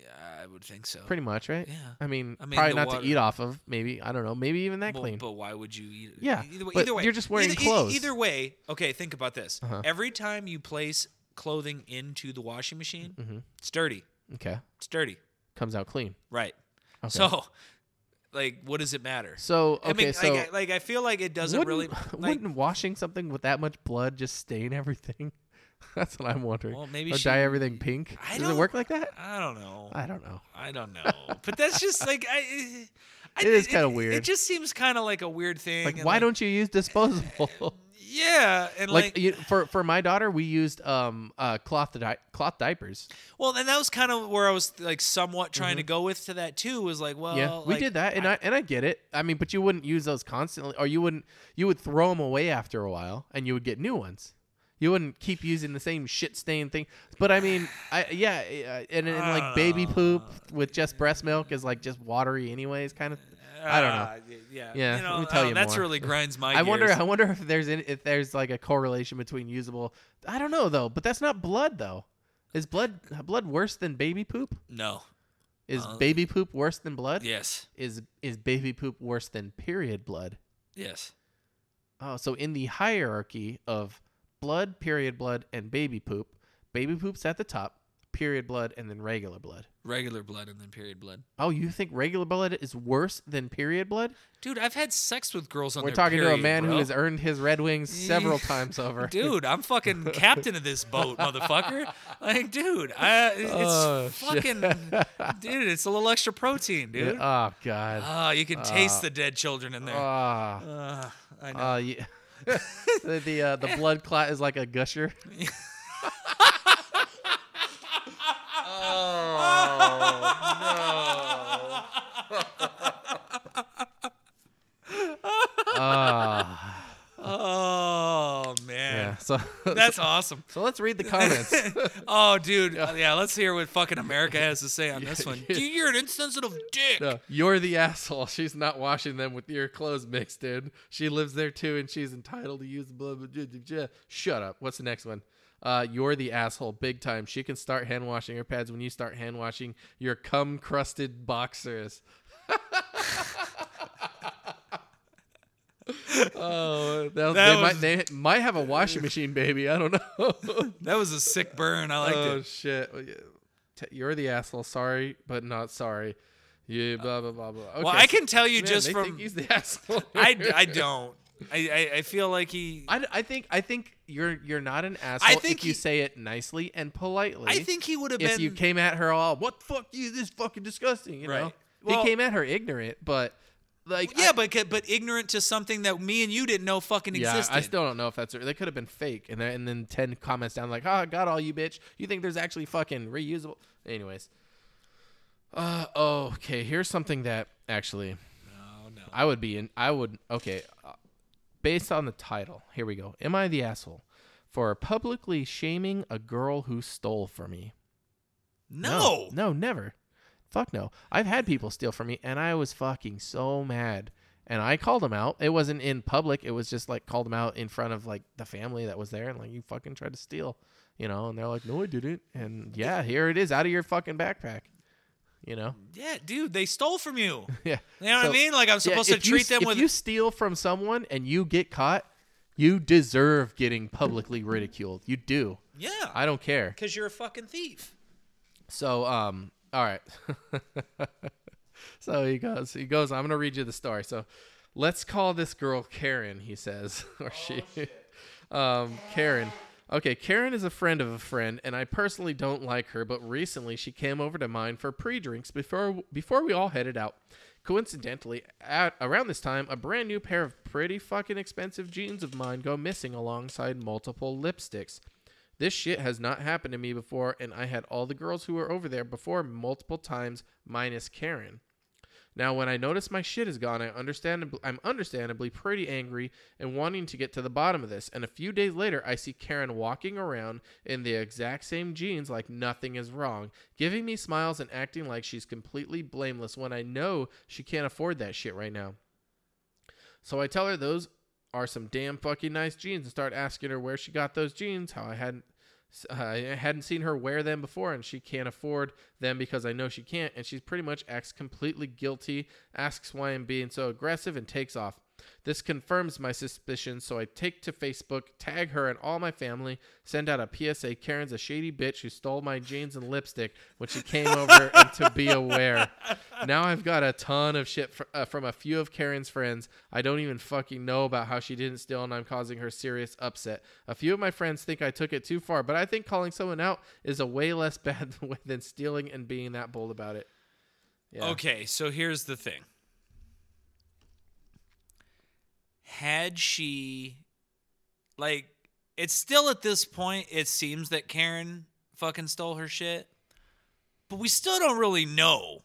[SPEAKER 3] yeah, I would think so.
[SPEAKER 2] Pretty much, right?
[SPEAKER 3] Yeah.
[SPEAKER 2] I mean,
[SPEAKER 3] I mean,
[SPEAKER 2] probably
[SPEAKER 3] the
[SPEAKER 2] not
[SPEAKER 3] water-
[SPEAKER 2] to eat off of. Maybe I don't know. Maybe even that
[SPEAKER 3] Well,
[SPEAKER 2] clean.
[SPEAKER 3] But why would you eat?
[SPEAKER 2] Yeah,
[SPEAKER 3] Either way,
[SPEAKER 2] but
[SPEAKER 3] either way
[SPEAKER 2] you're just wearing
[SPEAKER 3] either, e-
[SPEAKER 2] clothes.
[SPEAKER 3] Either way, okay. Think about this.
[SPEAKER 2] Uh-huh.
[SPEAKER 3] Every time you place clothing into the washing machine,
[SPEAKER 2] Mhm.
[SPEAKER 3] it's dirty.
[SPEAKER 2] okay,
[SPEAKER 3] It's dirty.
[SPEAKER 2] comes out clean.
[SPEAKER 3] Right.
[SPEAKER 2] Okay.
[SPEAKER 3] So, like, what does it matter?
[SPEAKER 2] So okay,
[SPEAKER 3] I mean,
[SPEAKER 2] so
[SPEAKER 3] like, I, like, I feel like it doesn't
[SPEAKER 2] wouldn't,
[SPEAKER 3] really. Like,
[SPEAKER 2] wouldn't washing something with that much blood just stain everything? That's what I'm wondering.
[SPEAKER 3] Well, maybe
[SPEAKER 2] or
[SPEAKER 3] she-
[SPEAKER 2] dye everything pink.
[SPEAKER 3] I
[SPEAKER 2] Does it
[SPEAKER 3] don't-
[SPEAKER 2] work like that?
[SPEAKER 3] I don't know.
[SPEAKER 2] I don't know.
[SPEAKER 3] I don't know. But that's just like I. I
[SPEAKER 2] It is kinda weird.
[SPEAKER 3] It just seems kind of like a weird thing.
[SPEAKER 2] Like,
[SPEAKER 3] and,
[SPEAKER 2] why don't you use disposable?
[SPEAKER 3] Yeah, and
[SPEAKER 2] like,
[SPEAKER 3] like,
[SPEAKER 2] you, for for my daughter, we used um uh cloth di- cloth diapers.
[SPEAKER 3] Well, and that was kind of where I was like somewhat trying to go with to that too. Was like, well,
[SPEAKER 2] Mm-hmm. yeah, we
[SPEAKER 3] Oh, like,
[SPEAKER 2] did that, and I, and I get it. I mean, but you wouldn't use those constantly, or you wouldn't you would throw them away after a while, and you would get new ones. You wouldn't keep using the same shit stain thing. But I mean, I yeah, uh, and, and like
[SPEAKER 3] Ah.
[SPEAKER 2] baby poop with just breast milk is like just watery anyways, kind of. I don't know.
[SPEAKER 3] Ah, y- yeah,
[SPEAKER 2] Yeah,
[SPEAKER 3] You
[SPEAKER 2] let
[SPEAKER 3] know,
[SPEAKER 2] me tell
[SPEAKER 3] oh,
[SPEAKER 2] you
[SPEAKER 3] that's
[SPEAKER 2] more.
[SPEAKER 3] really grinds my.
[SPEAKER 2] I wonder.
[SPEAKER 3] gears.
[SPEAKER 2] I wonder if there's any, if there's like a correlation between usable. I don't know though, but that's not blood though. Is blood blood worse than baby poop?
[SPEAKER 3] no.
[SPEAKER 2] Is
[SPEAKER 3] Uh,
[SPEAKER 2] baby poop worse than blood?
[SPEAKER 3] Yes.
[SPEAKER 2] Is is baby poop worse than period blood?
[SPEAKER 3] Yes.
[SPEAKER 2] Oh, so in the hierarchy of blood, period blood, and baby poop, baby poop's at the top, period blood, and then regular blood.
[SPEAKER 3] Regular blood and then period blood.
[SPEAKER 2] Oh, you think regular blood is worse than period blood?
[SPEAKER 3] Dude, I've had sex with girls on.
[SPEAKER 2] We're
[SPEAKER 3] their
[SPEAKER 2] talking to a
[SPEAKER 3] period,
[SPEAKER 2] man who
[SPEAKER 3] bro.
[SPEAKER 2] has earned his Red Wings several times over.
[SPEAKER 3] Dude, I'm fucking captain of this boat, motherfucker. Like, dude, I, it's
[SPEAKER 2] Oh, shit.
[SPEAKER 3] fucking, dude, it's a little extra protein,
[SPEAKER 2] Yeah, uh,
[SPEAKER 3] dude.
[SPEAKER 2] Oh God.
[SPEAKER 3] Ah, you can taste the dead children in there.
[SPEAKER 2] Ah.
[SPEAKER 3] Ah, I know.
[SPEAKER 2] Uh, yeah. the the, uh, the blood clot is like a gusher. oh no. Ah,
[SPEAKER 3] oh man.
[SPEAKER 2] yeah. So
[SPEAKER 3] That's awesome.
[SPEAKER 2] so let's read the comments.
[SPEAKER 3] Oh, dude. Yeah. let's hear what fucking America has to say on this one.
[SPEAKER 2] yeah.
[SPEAKER 3] Dude, you're an insensitive dick.
[SPEAKER 2] No, you're the asshole. She's not washing them with your clothes mixed in. She lives there too, and she's entitled to use the blah blah blah. blah, blah. Shut up. What's the next one? Uh, you're the asshole, big time. She can start hand washing her pads when you start hand washing your cum crusted boxers. oh, that,
[SPEAKER 3] That
[SPEAKER 2] they,
[SPEAKER 3] was-
[SPEAKER 2] might, they might have a washing machine, baby. I don't know.
[SPEAKER 3] That was a sick burn. I liked
[SPEAKER 2] oh
[SPEAKER 3] it.
[SPEAKER 2] shit! Well, yeah. T- You're the asshole. Sorry, but not sorry. You blah blah blah blah. Okay,
[SPEAKER 3] Well, I
[SPEAKER 2] so-
[SPEAKER 3] can tell you
[SPEAKER 2] Man,
[SPEAKER 3] just
[SPEAKER 2] they
[SPEAKER 3] from
[SPEAKER 2] think he's the asshole.
[SPEAKER 3] I, I don't. I, I, I feel like he. I,
[SPEAKER 2] I, I think I think you're you're not an asshole
[SPEAKER 3] think
[SPEAKER 2] if you
[SPEAKER 3] he-
[SPEAKER 2] say it nicely and politely.
[SPEAKER 3] think he would have
[SPEAKER 2] if
[SPEAKER 3] been.
[SPEAKER 2] you came at her all, what the fuck you this is fucking disgusting, you know.
[SPEAKER 3] Right. Well-
[SPEAKER 2] he came at her ignorant, but like
[SPEAKER 3] yeah,
[SPEAKER 2] I,
[SPEAKER 3] but but ignorant to something that me and you didn't know fucking
[SPEAKER 2] yeah,
[SPEAKER 3] existed.
[SPEAKER 2] I still don't know if that's they could have been fake, and then and then ten comments down like, ah, got all you bitch. You think there's actually fucking reusable? Anyways, uh, oh, okay. Here's something that actually
[SPEAKER 3] Oh, no.
[SPEAKER 2] I would be in. I would okay. Uh, based on the title, here we go. Am I the asshole for publicly shaming a girl who stole from me?
[SPEAKER 3] no.
[SPEAKER 2] no, never. Fuck no. I've had people steal from me, and I was fucking so mad. And I called them out. It wasn't in public. It was just like called them out in front of like the family that was there, and like you fucking tried to steal, you know. And they're like, "No, I didn't." And yeah, here it is out of your fucking backpack, you know.
[SPEAKER 3] Yeah, dude, they stole from you.
[SPEAKER 2] Yeah.
[SPEAKER 3] You know what I
[SPEAKER 2] So-
[SPEAKER 3] mean? Like I'm
[SPEAKER 2] Yeah,
[SPEAKER 3] supposed to
[SPEAKER 2] if you
[SPEAKER 3] treat
[SPEAKER 2] s-
[SPEAKER 3] them
[SPEAKER 2] if
[SPEAKER 3] with
[SPEAKER 2] you steal from someone and you get caught, you deserve getting publicly ridiculed. You do.
[SPEAKER 3] yeah,
[SPEAKER 2] I don't care.
[SPEAKER 3] because you're a fucking thief.
[SPEAKER 2] So, um, all right. so he goes. He goes. I'm gonna read you the story. So, let's call this girl Karen. He says, or she, um, Karen. Okay, Karen is a friend of a friend, and I personally don't like her. But recently, she came over to mine for pre-drinks before before we all headed out. Coincidentally, at around this time, a brand new pair of pretty fucking expensive jeans of mine go missing alongside multiple lipsticks. This shit has not happened to me before, and I had all the girls who were over there before multiple times, minus Karen. Now, when I notice my shit is gone, I understandably, I'm understandably pretty angry and wanting to get to the bottom of this. And a few days later, I see Karen walking around in the exact same jeans like nothing is wrong, giving me smiles and acting like she's completely blameless when I know she can't afford that shit right now. So I tell her those are some damn fucking nice jeans and start asking her where she got those jeans, how I hadn't uh, I hadn't seen her wear them before and she can't afford them because I know she can't and she pretty much acts completely guilty, asks why I'm being so aggressive and takes off. This confirms my suspicions, so I take to Facebook, tag her and all my family, send out a PSA Karen's a shady bitch who stole my jeans and lipstick when she came over and to be aware. Now I've got a ton of shit fr- uh, from a few of Karen's friends. I don't even fucking know about how she didn't steal and I'm causing her serious upset. A few of my friends think I took it too far, but I think calling someone out is a way less bad way than stealing and being that bold about it. Yeah.
[SPEAKER 3] Okay, so here's the thing. Had she like it's still at this point it seems that Karen fucking stole her shit. But we still don't really know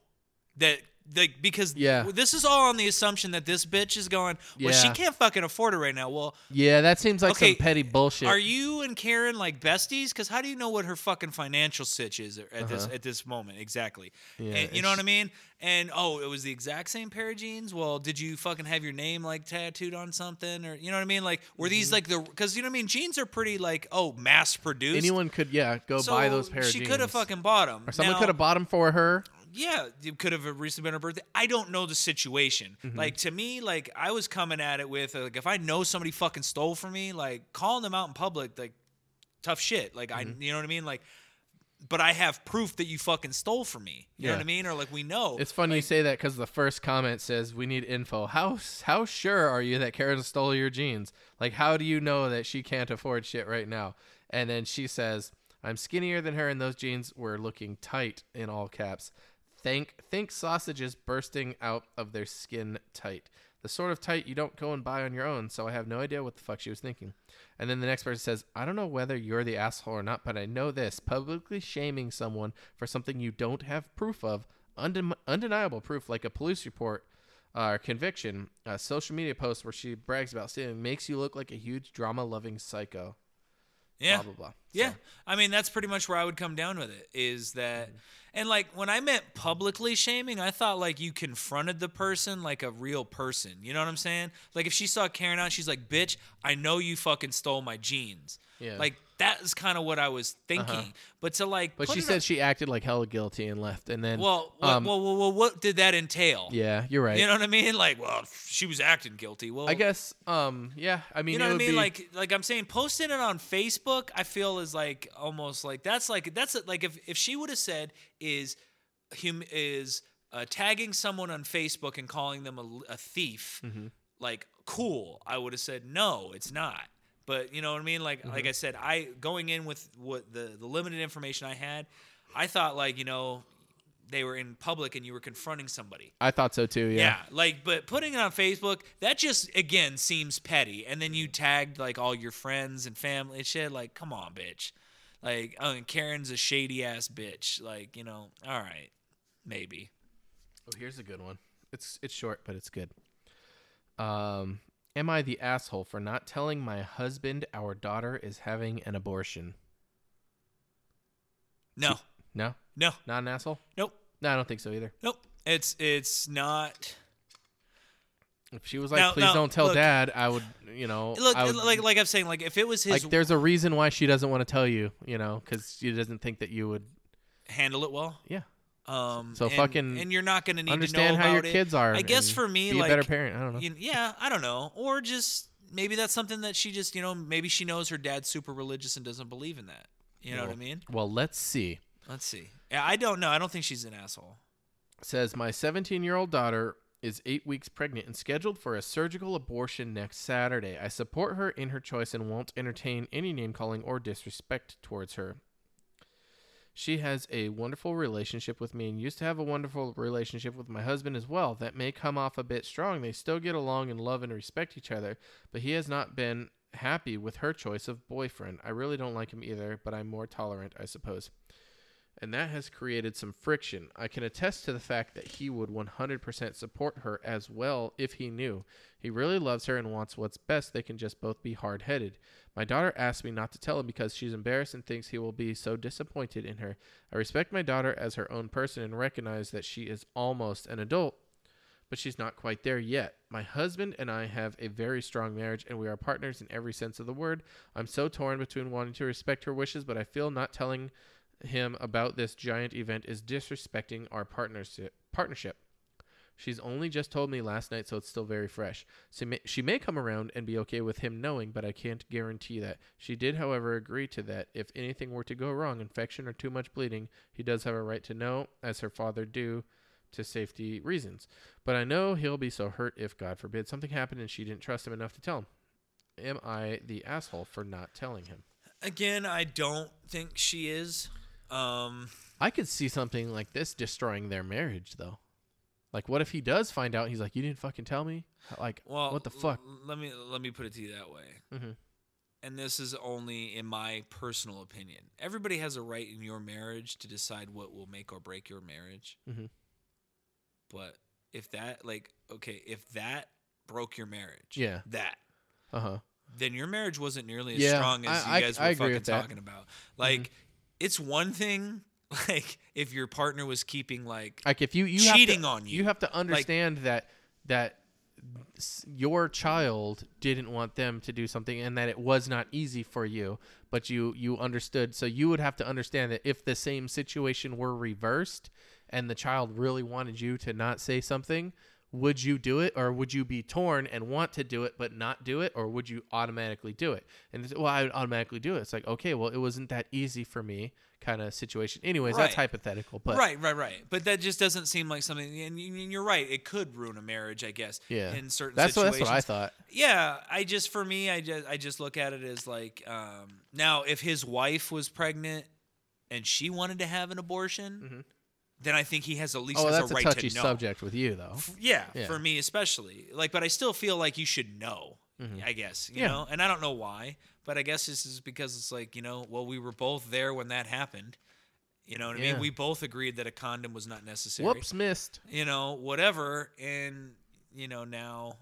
[SPEAKER 3] that like because
[SPEAKER 2] Yeah.
[SPEAKER 3] this is all on the assumption that this bitch is going, well she
[SPEAKER 2] Yeah.
[SPEAKER 3] can't fucking afford it right now. Well,
[SPEAKER 2] Yeah, that seems like
[SPEAKER 3] Okay,
[SPEAKER 2] some petty bullshit.
[SPEAKER 3] are you and Karen like besties? Cuz how do you know what her fucking financial sitch is at this
[SPEAKER 2] Uh-huh.
[SPEAKER 3] at this moment exactly?
[SPEAKER 2] Yeah,
[SPEAKER 3] And- you know
[SPEAKER 2] it's-
[SPEAKER 3] what I mean? And oh, it was the exact same pair of jeans. Well, did you fucking have your name like tattooed on something, or you know what I mean? Like, were these
[SPEAKER 2] Mm-hmm.
[SPEAKER 3] like the? Because you know what I mean? Jeans are pretty like oh, mass produced.
[SPEAKER 2] Anyone could, yeah, go buy those pair of
[SPEAKER 3] She
[SPEAKER 2] jeans.
[SPEAKER 3] could have fucking bought them.
[SPEAKER 2] Or someone could have bought them for her.
[SPEAKER 3] Yeah, it could have recently been her birthday. I don't know the situation.
[SPEAKER 2] Mm-hmm.
[SPEAKER 3] Like to me, like I was coming at it with like if I know somebody fucking stole from me, like calling them out in public, like tough shit. Like
[SPEAKER 2] Mm-hmm.
[SPEAKER 3] I, you know what I mean? Like, but I have proof that you fucking stole from me. You know
[SPEAKER 2] Yeah.
[SPEAKER 3] what I mean? Or Oh, like we know.
[SPEAKER 2] It's funny you say that because the first comment says, "We need info." How how sure are you that Karen stole your jeans? Like, how do you know that she can't afford shit right now? And then she says, "I'm skinnier than her, and those jeans were looking tight." In all caps, think think sausages bursting out of their skin tight. The sort of tight you don't go and buy on your own, so I have no idea what the fuck she was thinking. And then the next person says, I don't know whether you're the asshole or not, but I know this. Publicly shaming someone for something you don't have proof of, undem undeniable proof, like a police report uh, or conviction, a social media post where she brags about stealing, makes you look like a huge drama loving psycho.
[SPEAKER 3] yeah.
[SPEAKER 2] Blah, blah, blah.
[SPEAKER 3] Yeah. I mean, that's pretty much where I would come down with it is that,
[SPEAKER 2] Mm-hmm.
[SPEAKER 3] and like when I meant publicly shaming, I thought like you confronted the person like a real person. You know what I'm saying? Like if she saw Karen out, she's like, bitch, I know you fucking stole my jeans.
[SPEAKER 2] Yeah. Uh-huh.
[SPEAKER 3] Like that is kind of what I was thinking. But to like,
[SPEAKER 2] But
[SPEAKER 3] put
[SPEAKER 2] she
[SPEAKER 3] it
[SPEAKER 2] said
[SPEAKER 3] on-
[SPEAKER 2] she acted like hella guilty and left. And then,
[SPEAKER 3] well, what,
[SPEAKER 2] um,
[SPEAKER 3] well, well, well, what did that entail?
[SPEAKER 2] yeah, you're right.
[SPEAKER 3] You know what I mean? Like, well, she was acting guilty. Well,
[SPEAKER 2] I guess, um, yeah, I mean,
[SPEAKER 3] you know
[SPEAKER 2] it
[SPEAKER 3] what I
[SPEAKER 2] would
[SPEAKER 3] mean?
[SPEAKER 2] be-
[SPEAKER 3] like, like I'm saying, posting it on Facebook, I feel is like almost like that's like that's like if if she would have said is
[SPEAKER 2] Mm-hmm.
[SPEAKER 3] hum is uh, tagging someone on Facebook and calling them a, a thief, like cool, I would have said no, it's not. But you know what I mean? Like
[SPEAKER 2] Mm-hmm.
[SPEAKER 3] like I said, I going in with what the the limited information I had, I thought like you know they were in public and you were confronting somebody.
[SPEAKER 2] I thought so too.
[SPEAKER 3] Yeah.
[SPEAKER 2] Yeah.
[SPEAKER 3] like but putting it on Facebook, that just again seems petty. And then you tagged like all your friends and family and shit. Like, come on, bitch. Like, oh, and Karen's a shady ass bitch. Like, you know, all right, maybe.
[SPEAKER 2] Oh, here's a good one. It's it's short, but it's good. Um, am I the asshole for not telling my husband our daughter is having an abortion?
[SPEAKER 3] No,
[SPEAKER 2] No,
[SPEAKER 3] no,
[SPEAKER 2] not an asshole.
[SPEAKER 3] nope,
[SPEAKER 2] No, I don't think so either.
[SPEAKER 3] nope. It's it's not.
[SPEAKER 2] If she was like,
[SPEAKER 3] No,
[SPEAKER 2] "Please
[SPEAKER 3] no,
[SPEAKER 2] don't tell
[SPEAKER 3] look.
[SPEAKER 2] dad," I would, you know,
[SPEAKER 3] Look,
[SPEAKER 2] I would,
[SPEAKER 3] like like I'm saying, like if it was his
[SPEAKER 2] like there's a reason why she doesn't want to tell you, you know, because she doesn't think that you would.
[SPEAKER 3] handle it well.
[SPEAKER 2] Yeah,
[SPEAKER 3] Um,
[SPEAKER 2] So
[SPEAKER 3] and,
[SPEAKER 2] fucking
[SPEAKER 3] and you're not gonna need
[SPEAKER 2] understand
[SPEAKER 3] to know
[SPEAKER 2] how your
[SPEAKER 3] about it.
[SPEAKER 2] kids are.
[SPEAKER 3] I guess
[SPEAKER 2] and
[SPEAKER 3] for me,
[SPEAKER 2] be
[SPEAKER 3] like
[SPEAKER 2] a better parent. I don't know.
[SPEAKER 3] you- yeah, I don't know. Or just maybe that's something that she just, you know, maybe she knows her dad's super religious and doesn't believe in that. You know what I mean?
[SPEAKER 2] well, let's see.
[SPEAKER 3] Let's see. Yeah, I don't know. I don't think she's an asshole.
[SPEAKER 2] says my 17 year old daughter is eight weeks pregnant and scheduled for a surgical abortion next Saturday. I support her in her choice and won't entertain any name calling or disrespect towards her. She has a wonderful relationship with me and used to have a wonderful relationship with my husband as well. That may come off a bit strong. They still get along and love and respect each other, but he has not been happy with her choice of boyfriend. I really don't like him either, but I'm more tolerant, I suppose and that has created some friction. I can attest to the fact that he would 100% support her as well if he knew. He really loves her and wants what's best. They can just both be hard headed. My daughter asked me not to tell him because she's embarrassed and thinks he will be so disappointed in her. I respect my daughter as her own person and recognize that she is almost an adult, but she's not quite there yet. My husband and I have a very strong marriage, and we are partners in every sense of the word. I'm so torn between wanting to respect her wishes, but I feel not telling him about this giant event is disrespecting our partnership. Partnership. She's only just told me last night, so it's still very fresh. She may, she may come around and be okay with him knowing, but I can't guarantee that. She did, however, agree to that. If anything were to go wrong, infection or too much bleeding, he does have a right to know, as her father do, to safety reasons. But I know he'll be so hurt if, God forbid, something happened and she didn't trust him enough to tell him. Am I the asshole for not telling him?
[SPEAKER 3] Again, I don't think she is. Um,
[SPEAKER 2] I could see something like this destroying their marriage, though. Like, what if he does find out? and He's like, "You didn't fucking tell me." Like,
[SPEAKER 3] well,
[SPEAKER 2] what the
[SPEAKER 3] l-
[SPEAKER 2] fuck?
[SPEAKER 3] let me let me put it to you that way.
[SPEAKER 2] Mhm.
[SPEAKER 3] And this is only in my personal opinion. Everybody has a right in your marriage to decide what will make or break your marriage.
[SPEAKER 2] Mhm.
[SPEAKER 3] But if that, like, okay, if that broke your marriage,
[SPEAKER 2] Yeah.
[SPEAKER 3] that
[SPEAKER 2] Uh huh.
[SPEAKER 3] then your marriage wasn't nearly as
[SPEAKER 2] Yeah,
[SPEAKER 3] strong as
[SPEAKER 2] I- I-
[SPEAKER 3] you guys
[SPEAKER 2] I
[SPEAKER 3] were
[SPEAKER 2] agree
[SPEAKER 3] fucking
[SPEAKER 2] with that. Mm-hmm.
[SPEAKER 3] talking about. Like, it's one thing, like, if your partner was keeping, like,
[SPEAKER 2] Like, if you you
[SPEAKER 3] Cheating
[SPEAKER 2] have to,
[SPEAKER 3] on you.
[SPEAKER 2] you have to understand that that s- your child didn't want them to do something, and that it was not easy for you, but you you understood. So you would have to understand that if the same situation were reversed, and the child really wanted you to not say something. Would you do it, or would you be torn and want to do it but not do it, or would you automatically do it? And it's, well, I would automatically do it. It's like, okay, well, it wasn't that easy for me, kind of situation. Anyways, that's
[SPEAKER 3] Right.
[SPEAKER 2] hypothetical, but
[SPEAKER 3] right, right, right. But that just doesn't seem like something. And y- y- you're right; it could ruin a marriage, I guess.
[SPEAKER 2] Yeah,
[SPEAKER 3] in certain
[SPEAKER 2] that's what,
[SPEAKER 3] situations.
[SPEAKER 2] that's what I thought.
[SPEAKER 3] Yeah, I just for me, I just I just look at it as like um, now if his wife was pregnant and she wanted to have an abortion, then I think he has at least
[SPEAKER 2] Mm-hmm. Oh,
[SPEAKER 3] has
[SPEAKER 2] that's
[SPEAKER 3] a
[SPEAKER 2] a,
[SPEAKER 3] right
[SPEAKER 2] touchy
[SPEAKER 3] to know.
[SPEAKER 2] subject with you, though.
[SPEAKER 3] Yeah,
[SPEAKER 2] Yeah.
[SPEAKER 3] for me especially. Like, but I still feel like you should know. I guess you
[SPEAKER 2] Mm-hmm. Yeah.
[SPEAKER 3] know, and I don't know why, but I guess this is because it's like you know, well, we were both there when that happened. You know what I
[SPEAKER 2] Yeah.
[SPEAKER 3] mean? We both agreed that a condom was not necessary.
[SPEAKER 2] Whoops, missed.
[SPEAKER 3] You know, whatever, and you know now,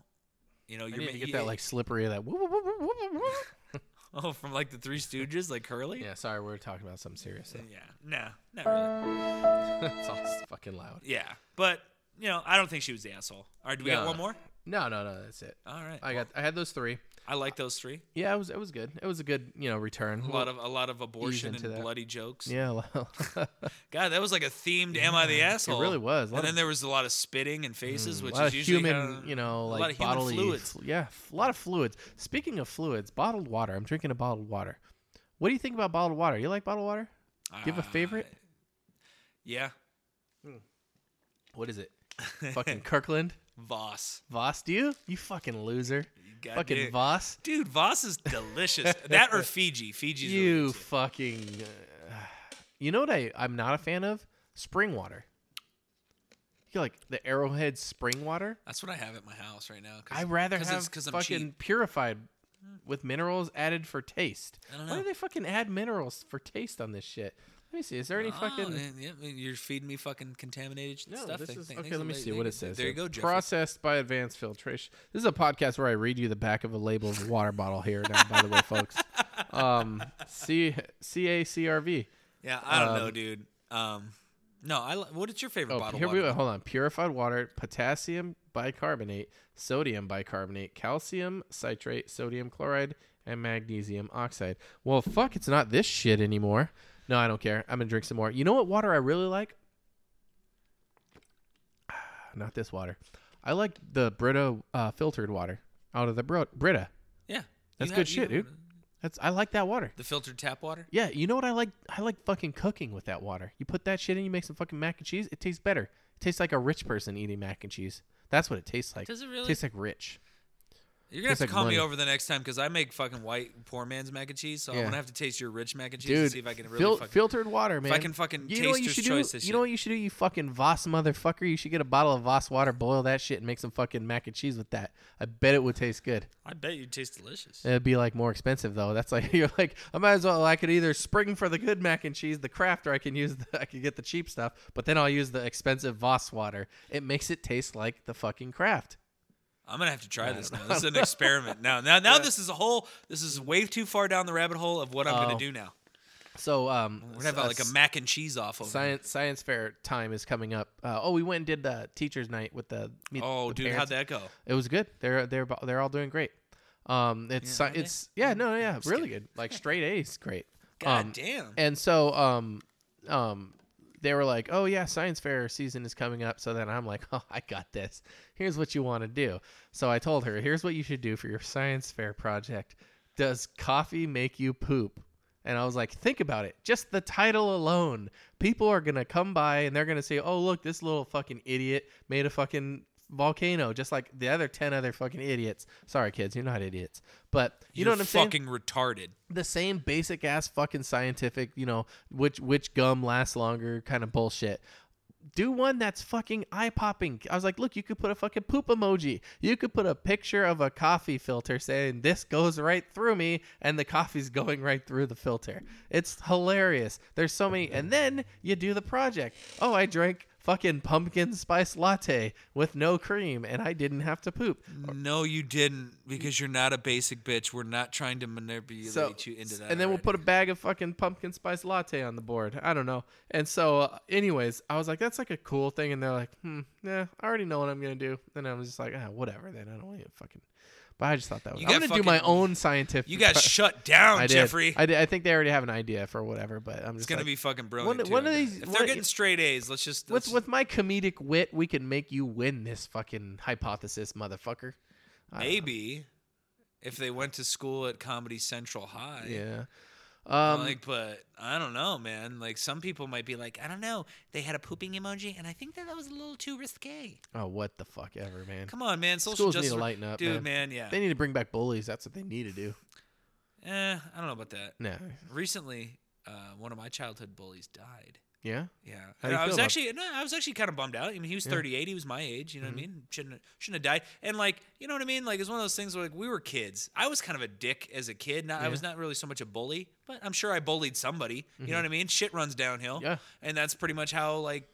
[SPEAKER 3] you know
[SPEAKER 2] I
[SPEAKER 3] you're
[SPEAKER 2] need
[SPEAKER 3] ma-
[SPEAKER 2] to get
[SPEAKER 3] you-
[SPEAKER 2] that like slippery that. woo- woo- woo- woo- woo- woo- woo.
[SPEAKER 3] oh from like the Three Stooges, like Curly.
[SPEAKER 2] yeah, sorry, we were talking about something serious. though.
[SPEAKER 3] yeah, nah, not really.
[SPEAKER 2] it's all s- fucking loud.
[SPEAKER 3] Yeah, but you know, I don't think she was the asshole. All right, do we got
[SPEAKER 2] No.
[SPEAKER 3] one more?
[SPEAKER 2] No, no, no, that's it.
[SPEAKER 3] All right,
[SPEAKER 2] I got, I had those three.
[SPEAKER 3] I like those three.
[SPEAKER 2] Yeah, it was, it was good. It was a good, you know, return.
[SPEAKER 3] A lot of a lot of abortion
[SPEAKER 2] into
[SPEAKER 3] and
[SPEAKER 2] that.
[SPEAKER 3] bloody jokes.
[SPEAKER 2] yeah, well,
[SPEAKER 3] God, that was like a themed "Am I the asshole?"
[SPEAKER 2] really was. A lot
[SPEAKER 3] And
[SPEAKER 2] of-
[SPEAKER 3] then
[SPEAKER 2] Mm,
[SPEAKER 3] there was a lot of spitting and faces,
[SPEAKER 2] a
[SPEAKER 3] which
[SPEAKER 2] lot
[SPEAKER 3] is
[SPEAKER 2] of
[SPEAKER 3] usually
[SPEAKER 2] human,
[SPEAKER 3] kinda-
[SPEAKER 2] you know,
[SPEAKER 3] a
[SPEAKER 2] like
[SPEAKER 3] lot of human
[SPEAKER 2] bodily
[SPEAKER 3] fluids.
[SPEAKER 2] fl- Yeah, a lot of fluids. Speaking of fluids, bottled water. I'm drinking a bottled water. What do you think about bottled water? You like bottled water? Give a
[SPEAKER 3] Ah,
[SPEAKER 2] favorite.
[SPEAKER 3] yeah,
[SPEAKER 2] What is it? fucking Kirkland.
[SPEAKER 3] Voss.
[SPEAKER 2] Voss, do you? You fucking loser.
[SPEAKER 3] God
[SPEAKER 2] fucking
[SPEAKER 3] damn-
[SPEAKER 2] Voss.
[SPEAKER 3] Dude, Voss is delicious. that or Fiji. Fiji's really
[SPEAKER 2] You
[SPEAKER 3] good, too.
[SPEAKER 2] fucking. uh, you know what I, I'm not a fan of? Spring water. You like the Arrowhead spring water?
[SPEAKER 3] That's what I have at my house right now. 'cause-
[SPEAKER 2] I rather
[SPEAKER 3] cause
[SPEAKER 2] have
[SPEAKER 3] it's, cause I'm
[SPEAKER 2] fucking
[SPEAKER 3] cheap.
[SPEAKER 2] purified with minerals added for taste.
[SPEAKER 3] I don't
[SPEAKER 2] Why
[SPEAKER 3] know.
[SPEAKER 2] do they fucking add minerals for taste on this shit? Let me see. Is there any
[SPEAKER 3] Oh,
[SPEAKER 2] fucking?
[SPEAKER 3] eh, yeah, you're feeding me fucking contaminated
[SPEAKER 2] No,
[SPEAKER 3] stuff.
[SPEAKER 2] this
[SPEAKER 3] They-
[SPEAKER 2] is,
[SPEAKER 3] they-
[SPEAKER 2] okay.
[SPEAKER 3] they-
[SPEAKER 2] Let me
[SPEAKER 3] they-
[SPEAKER 2] see
[SPEAKER 3] they-
[SPEAKER 2] what it says.
[SPEAKER 3] There you
[SPEAKER 2] here.
[SPEAKER 3] go, Jeffrey.
[SPEAKER 2] Processed by advanced filtration. This is a podcast where I read you the back of a label of a water bottle here. Now, by the way, folks, um, C C A C R V.
[SPEAKER 3] Yeah, I don't know,
[SPEAKER 2] Um,
[SPEAKER 3] dude. Um, no, I. li- What is your favorite
[SPEAKER 2] Oh,
[SPEAKER 3] bottle?
[SPEAKER 2] here we
[SPEAKER 3] water?
[SPEAKER 2] go. Hold on. Purified water, potassium bicarbonate, sodium bicarbonate, calcium citrate, sodium chloride, and magnesium oxide. Well, fuck, it's not this shit anymore. No, I don't care. I'm gonna drink some more. You know what water I really like? Not this water. I like the Brita uh, filtered water out of the Bro- Brita.
[SPEAKER 3] Yeah,
[SPEAKER 2] That's
[SPEAKER 3] you
[SPEAKER 2] good
[SPEAKER 3] have- you
[SPEAKER 2] shit,
[SPEAKER 3] have
[SPEAKER 2] dude. That's I like that water.
[SPEAKER 3] The filtered tap water.
[SPEAKER 2] Yeah, you know what I like? I like fucking cooking with that water. You put that shit in, you make some fucking mac and cheese. It tastes better. It tastes like a rich person eating mac and cheese. That's what it tastes like.
[SPEAKER 3] Does it really?
[SPEAKER 2] Tastes like rich.
[SPEAKER 3] You're gonna have
[SPEAKER 2] tastes like
[SPEAKER 3] to call
[SPEAKER 2] money.
[SPEAKER 3] me over the next time because I make fucking white poor man's mac and cheese, so
[SPEAKER 2] Yeah.
[SPEAKER 3] I'm gonna have to taste your rich mac and cheese to
[SPEAKER 2] Dude,
[SPEAKER 3] see if I can really
[SPEAKER 2] fil-
[SPEAKER 3] fucking.
[SPEAKER 2] filtered water, man.
[SPEAKER 3] can fucking
[SPEAKER 2] you know what you
[SPEAKER 3] taster's
[SPEAKER 2] should do?
[SPEAKER 3] choice this
[SPEAKER 2] you know
[SPEAKER 3] shit.
[SPEAKER 2] what you should do? You fucking Voss motherfucker. You should get a bottle of Voss water, boil that shit, and make some fucking mac and cheese with that. I bet it would taste good.
[SPEAKER 3] I bet you taste delicious.
[SPEAKER 2] It'd be like more expensive though. That's like you're like I might as well. I could either spring for the good mac and cheese, the craft, or I can use the, I could get the cheap stuff. But then I'll use the expensive Voss water. It makes it taste like the fucking craft.
[SPEAKER 3] I'm gonna have to try this now. This is an experiment. Now, now, now, this is a whole. This is way too far down the rabbit hole of what I'm
[SPEAKER 2] Oh.
[SPEAKER 3] gonna do now.
[SPEAKER 2] So um,
[SPEAKER 3] We're gonna have like a mac and cheese off over. here.
[SPEAKER 2] science science fair time is coming up. Uh, oh, we went and did the teachers' night with the meet
[SPEAKER 3] Oh,
[SPEAKER 2] the
[SPEAKER 3] dude,
[SPEAKER 2] parents.
[SPEAKER 3] how'd that go?
[SPEAKER 2] It was good. They're they're bo- they're all doing great. Um, it's
[SPEAKER 3] Yeah,
[SPEAKER 2] sci
[SPEAKER 3] are they?
[SPEAKER 2] it's yeah no yeah really
[SPEAKER 3] kidding.
[SPEAKER 2] good like straight A's great.
[SPEAKER 3] God
[SPEAKER 2] um,
[SPEAKER 3] damn.
[SPEAKER 2] And so um um they were like, "Oh yeah, science fair season is coming up." So then I'm like, "Oh, I got this. Here's what you want to do." So I told her, "Here's what you should do for your science fair project. Does coffee make you poop?" And I was like, "Think about it. Just the title alone. People are going to come by and they're going to say, "Oh, look, this little fucking idiot made a fucking volcano just like the other 10 other fucking idiots. Sorry kids, you're not idiots. But you know
[SPEAKER 3] You're
[SPEAKER 2] what I'm saying?
[SPEAKER 3] Fucking retarded.
[SPEAKER 2] the same basic ass fucking scientific, you know, which which gum lasts longer kind of bullshit. Do one that's fucking eye popping. I was like, look, you could put a fucking poop emoji. You could put a picture of a coffee filter saying this goes right through me and the coffee's going right through the filter. It's hilarious. There's so many and then you do the project. Oh, I drank fucking pumpkin spice latte with no cream and I didn't have to poop.
[SPEAKER 3] No, you didn't, because you're not a basic bitch. We're not trying to manipulate you into that.
[SPEAKER 2] And then we'll
[SPEAKER 3] already.
[SPEAKER 2] put a bag of fucking pumpkin spice latte on the board. I don't know. And so, uh, anyways, I was like, that's like a cool thing. And they're like, hmm, yeah, I already know what I'm gonna do. And I was just like, ah, whatever. Then I don't want to fucking. But I just thought that was.
[SPEAKER 3] You
[SPEAKER 2] I'm
[SPEAKER 3] got
[SPEAKER 2] gonna do my
[SPEAKER 3] fucking-
[SPEAKER 2] own scientific.
[SPEAKER 3] You got shut down,
[SPEAKER 2] I did.
[SPEAKER 3] Jeffrey.
[SPEAKER 2] I did. I think they already have an idea for whatever. But I'm just
[SPEAKER 3] It's gonna
[SPEAKER 2] like,
[SPEAKER 3] be fucking brilliant.
[SPEAKER 2] One-
[SPEAKER 3] too.
[SPEAKER 2] one of these-
[SPEAKER 3] If
[SPEAKER 2] one-
[SPEAKER 3] they're getting straight A's, let's just.
[SPEAKER 2] with
[SPEAKER 3] Let's,
[SPEAKER 2] with my comedic wit, we can make you win this fucking hypothesis, motherfucker. I don't know.
[SPEAKER 3] maybe if they went to school at Comedy Central High.
[SPEAKER 2] Yeah. Um,
[SPEAKER 3] like, but I don't know, man. Like, some people might be like, I don't know. They had a pooping emoji, and I think that that was a little too risque.
[SPEAKER 2] oh, what the fuck ever, man.
[SPEAKER 3] Come on, man. Social
[SPEAKER 2] Schools need to
[SPEAKER 3] justice,
[SPEAKER 2] lighten up,
[SPEAKER 3] dude,
[SPEAKER 2] man.
[SPEAKER 3] man. yeah.
[SPEAKER 2] They need to bring back bullies. That's what they need to do.
[SPEAKER 3] eh, I don't know about that.
[SPEAKER 2] No.
[SPEAKER 3] Recently, uh, one of my childhood bullies died.
[SPEAKER 2] Yeah.
[SPEAKER 3] Yeah,
[SPEAKER 2] How do
[SPEAKER 3] And
[SPEAKER 2] you
[SPEAKER 3] I
[SPEAKER 2] feel
[SPEAKER 3] was
[SPEAKER 2] about-
[SPEAKER 3] actually no, I was actually kind of bummed out. I mean, he was 38; he was my age. You know
[SPEAKER 2] Mm-hmm.
[SPEAKER 3] what I mean? Shouldn't shouldn't have died. And like, you know what I mean? Like, it's one of those things where like we were kids. I was kind of a dick as a kid. Not, I was not really so much a bully, but I'm sure I bullied somebody. You know what I mean? Shit runs downhill.
[SPEAKER 2] Mm-hmm. Yeah.
[SPEAKER 3] and that's pretty much how like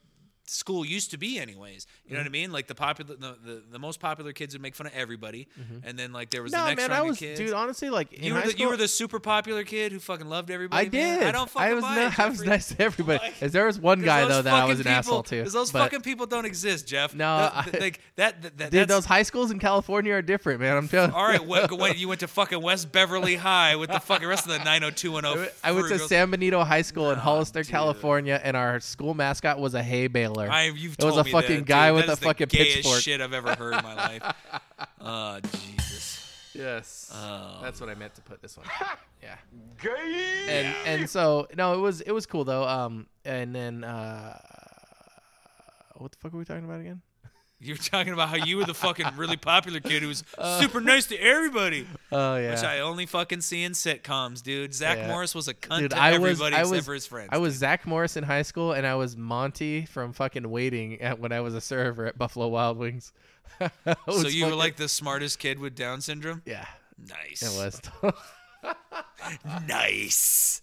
[SPEAKER 3] school used to be, anyways. You
[SPEAKER 2] Mm-hmm.
[SPEAKER 3] know what I mean? Like the popular, the, the the most popular kids would make fun of everybody, and then like there was the
[SPEAKER 2] No,
[SPEAKER 3] next
[SPEAKER 2] Mm-hmm. man,
[SPEAKER 3] round
[SPEAKER 2] I was,
[SPEAKER 3] of kids.
[SPEAKER 2] dude. Honestly, like in
[SPEAKER 3] you were
[SPEAKER 2] high
[SPEAKER 3] the
[SPEAKER 2] school,
[SPEAKER 3] you were the super popular kid who fucking loved everybody.
[SPEAKER 2] I
[SPEAKER 3] man.
[SPEAKER 2] did.
[SPEAKER 3] I don't fucking
[SPEAKER 2] was
[SPEAKER 3] buy
[SPEAKER 2] ni-
[SPEAKER 3] it,
[SPEAKER 2] I was
[SPEAKER 3] Jeffrey.
[SPEAKER 2] nice to everybody.
[SPEAKER 3] Like-
[SPEAKER 2] Is there was one
[SPEAKER 3] 'Cause
[SPEAKER 2] guy
[SPEAKER 3] those
[SPEAKER 2] though that I
[SPEAKER 3] fucking
[SPEAKER 2] was an
[SPEAKER 3] people-
[SPEAKER 2] asshole to.
[SPEAKER 3] 'cause those
[SPEAKER 2] but-
[SPEAKER 3] fucking people don't exist, Jeff.
[SPEAKER 2] No,
[SPEAKER 3] That- that-
[SPEAKER 2] I-
[SPEAKER 3] like that. that, that
[SPEAKER 2] Dude,
[SPEAKER 3] that's-
[SPEAKER 2] those high schools in California are different, man. I'm telling. you.
[SPEAKER 3] All right, what, what, you went to fucking West Beverly High with the fucking rest of the 90210.
[SPEAKER 2] I went to
[SPEAKER 3] frugal-
[SPEAKER 2] San Benito High School in Hollister,
[SPEAKER 3] dude.
[SPEAKER 2] California, and our school mascot was a hay baler.
[SPEAKER 3] I, you've
[SPEAKER 2] it was
[SPEAKER 3] told
[SPEAKER 2] a
[SPEAKER 3] me
[SPEAKER 2] fucking
[SPEAKER 3] that,
[SPEAKER 2] guy
[SPEAKER 3] dude.
[SPEAKER 2] with
[SPEAKER 3] That
[SPEAKER 2] a
[SPEAKER 3] is the
[SPEAKER 2] fucking
[SPEAKER 3] gayest
[SPEAKER 2] pitchfork.
[SPEAKER 3] shit I've ever heard in my life. Oh Jesus.
[SPEAKER 2] Yes,
[SPEAKER 3] Oh.
[SPEAKER 2] that's what I meant to put this one. yeah. And and so no, it was it was cool though. Um, and then uh, what the fuck are we talking about again?
[SPEAKER 3] You're talking about how you were the fucking really popular kid who was super nice to everybody,
[SPEAKER 2] Oh yeah.
[SPEAKER 3] which I only fucking see in sitcoms, dude. Zach
[SPEAKER 2] Yeah.
[SPEAKER 3] Morris was a cunt
[SPEAKER 2] Dude,
[SPEAKER 3] to
[SPEAKER 2] I was,
[SPEAKER 3] everybody
[SPEAKER 2] I
[SPEAKER 3] except
[SPEAKER 2] was,
[SPEAKER 3] for his friends.
[SPEAKER 2] I was Zach Morris in high school, and I was Monty from fucking waiting at when I was a server at Buffalo Wild Wings. I
[SPEAKER 3] dude. so
[SPEAKER 2] was
[SPEAKER 3] you were
[SPEAKER 2] fucking-
[SPEAKER 3] like the smartest kid with Down syndrome.
[SPEAKER 2] yeah,
[SPEAKER 3] Nice.
[SPEAKER 2] it was.
[SPEAKER 3] nice.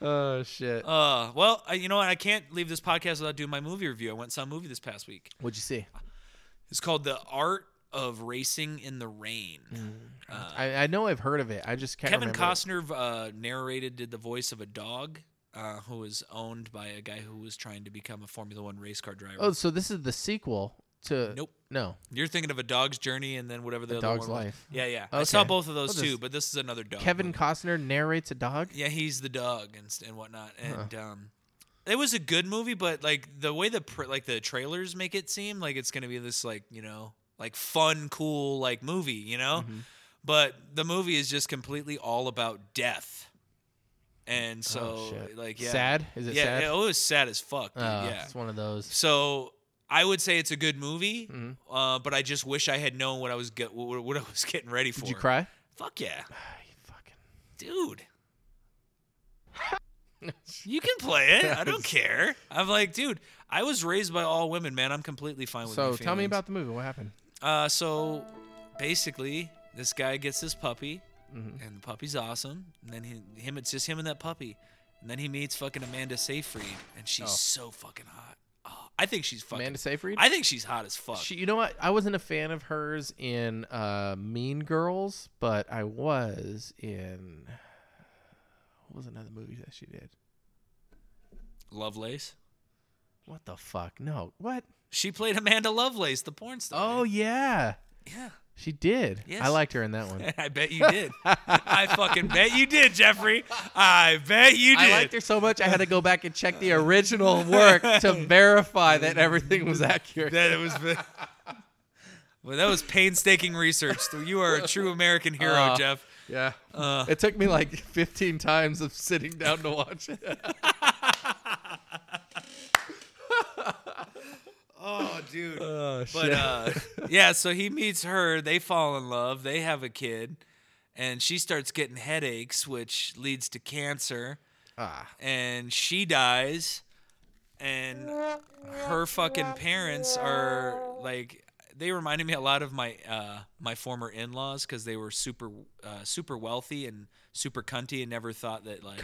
[SPEAKER 2] oh shit.
[SPEAKER 3] Uh, well, I, you know what? I can't leave this podcast without doing my movie review. I went and saw a movie this past week.
[SPEAKER 2] What'd you see?
[SPEAKER 3] uh, It's called The Art of Racing in the Rain.
[SPEAKER 2] I, I know I've heard of it. I just can't
[SPEAKER 3] Kevin
[SPEAKER 2] Mm. remember. it.
[SPEAKER 3] Costner uh, narrated, did the voice of a dog uh, who was owned by a guy who was trying to become a Formula One race car driver.
[SPEAKER 2] Oh, so this is the sequel to.
[SPEAKER 3] Nope.
[SPEAKER 2] No.
[SPEAKER 3] You're thinking of a dog's journey and then whatever the
[SPEAKER 2] A
[SPEAKER 3] other
[SPEAKER 2] Dog's
[SPEAKER 3] one was.
[SPEAKER 2] Life.
[SPEAKER 3] Yeah, yeah. I saw
[SPEAKER 2] Okay.
[SPEAKER 3] both of those
[SPEAKER 2] Well,
[SPEAKER 3] too,
[SPEAKER 2] this-
[SPEAKER 3] but this is another dog.
[SPEAKER 2] Kevin
[SPEAKER 3] movie.
[SPEAKER 2] Costner narrates a dog.
[SPEAKER 3] Yeah, he's the dog and s- and whatnot. And um, it was a good movie, but like the way the pr- like the trailers make it seem like it's gonna be this like you know like fun, cool like movie, you know.
[SPEAKER 2] Mm-hmm.
[SPEAKER 3] But the movie is just completely all about death. And so,
[SPEAKER 2] Oh, shit.
[SPEAKER 3] like, yeah,
[SPEAKER 2] Sad? Is it
[SPEAKER 3] yeah,
[SPEAKER 2] sad?
[SPEAKER 3] it was sad as fuck. Dude.
[SPEAKER 2] Oh,
[SPEAKER 3] yeah,
[SPEAKER 2] It's one of those.
[SPEAKER 3] so I would say it's a good movie,
[SPEAKER 2] Mm-hmm.
[SPEAKER 3] uh, but I just wish I had known what I was get, what, what I was getting ready for.
[SPEAKER 2] Did you cry?
[SPEAKER 3] Fuck yeah,
[SPEAKER 2] You fucking.
[SPEAKER 3] dude. you can play it. I don't care. I'm like, dude. I was raised by all women, man. I'm completely fine with.
[SPEAKER 2] So
[SPEAKER 3] my
[SPEAKER 2] tell me
[SPEAKER 3] feelings.
[SPEAKER 2] about the movie. What happened?
[SPEAKER 3] Uh, so basically, this guy gets this puppy,
[SPEAKER 2] Mm-hmm.
[SPEAKER 3] and the puppy's awesome. And then he, him, it's just him and that puppy. And then he meets fucking Amanda Seyfried, and she's so fucking hot. Oh, I think she's fucking.
[SPEAKER 2] Oh. Amanda Seyfried.
[SPEAKER 3] I think she's hot as fuck.
[SPEAKER 2] She, you know what? I wasn't a fan of hers in uh, Mean Girls, but I was in. What was another movie that she did?
[SPEAKER 3] Lovelace.
[SPEAKER 2] What the fuck? No. What?
[SPEAKER 3] She played Amanda Lovelace, the porn star.
[SPEAKER 2] Oh, yeah.
[SPEAKER 3] yeah.
[SPEAKER 2] She did. I
[SPEAKER 3] Yes.
[SPEAKER 2] liked her in that one.
[SPEAKER 3] I bet you did. I fucking bet you did, Jeffrey. I bet you did. Uh.
[SPEAKER 2] I liked her so much, I had to go back and check the original work to verify that everything was accurate.
[SPEAKER 3] That it was. well, that was painstaking research. You are a true American hero,
[SPEAKER 2] Uh,
[SPEAKER 3] Jeff.
[SPEAKER 2] Yeah.
[SPEAKER 3] uh.
[SPEAKER 2] it took me like 15 times of sitting down to watch it.
[SPEAKER 3] Oh, dude.
[SPEAKER 2] Oh, shit.
[SPEAKER 3] But uh, yeah, so he meets her. They fall in love. They have a kid, and she starts getting headaches, which leads to cancer.
[SPEAKER 2] Ah.
[SPEAKER 3] And she dies, and her fucking parents are like they reminded me a lot of my uh, my former in laws because they were super uh, super wealthy and super cunty and never thought that like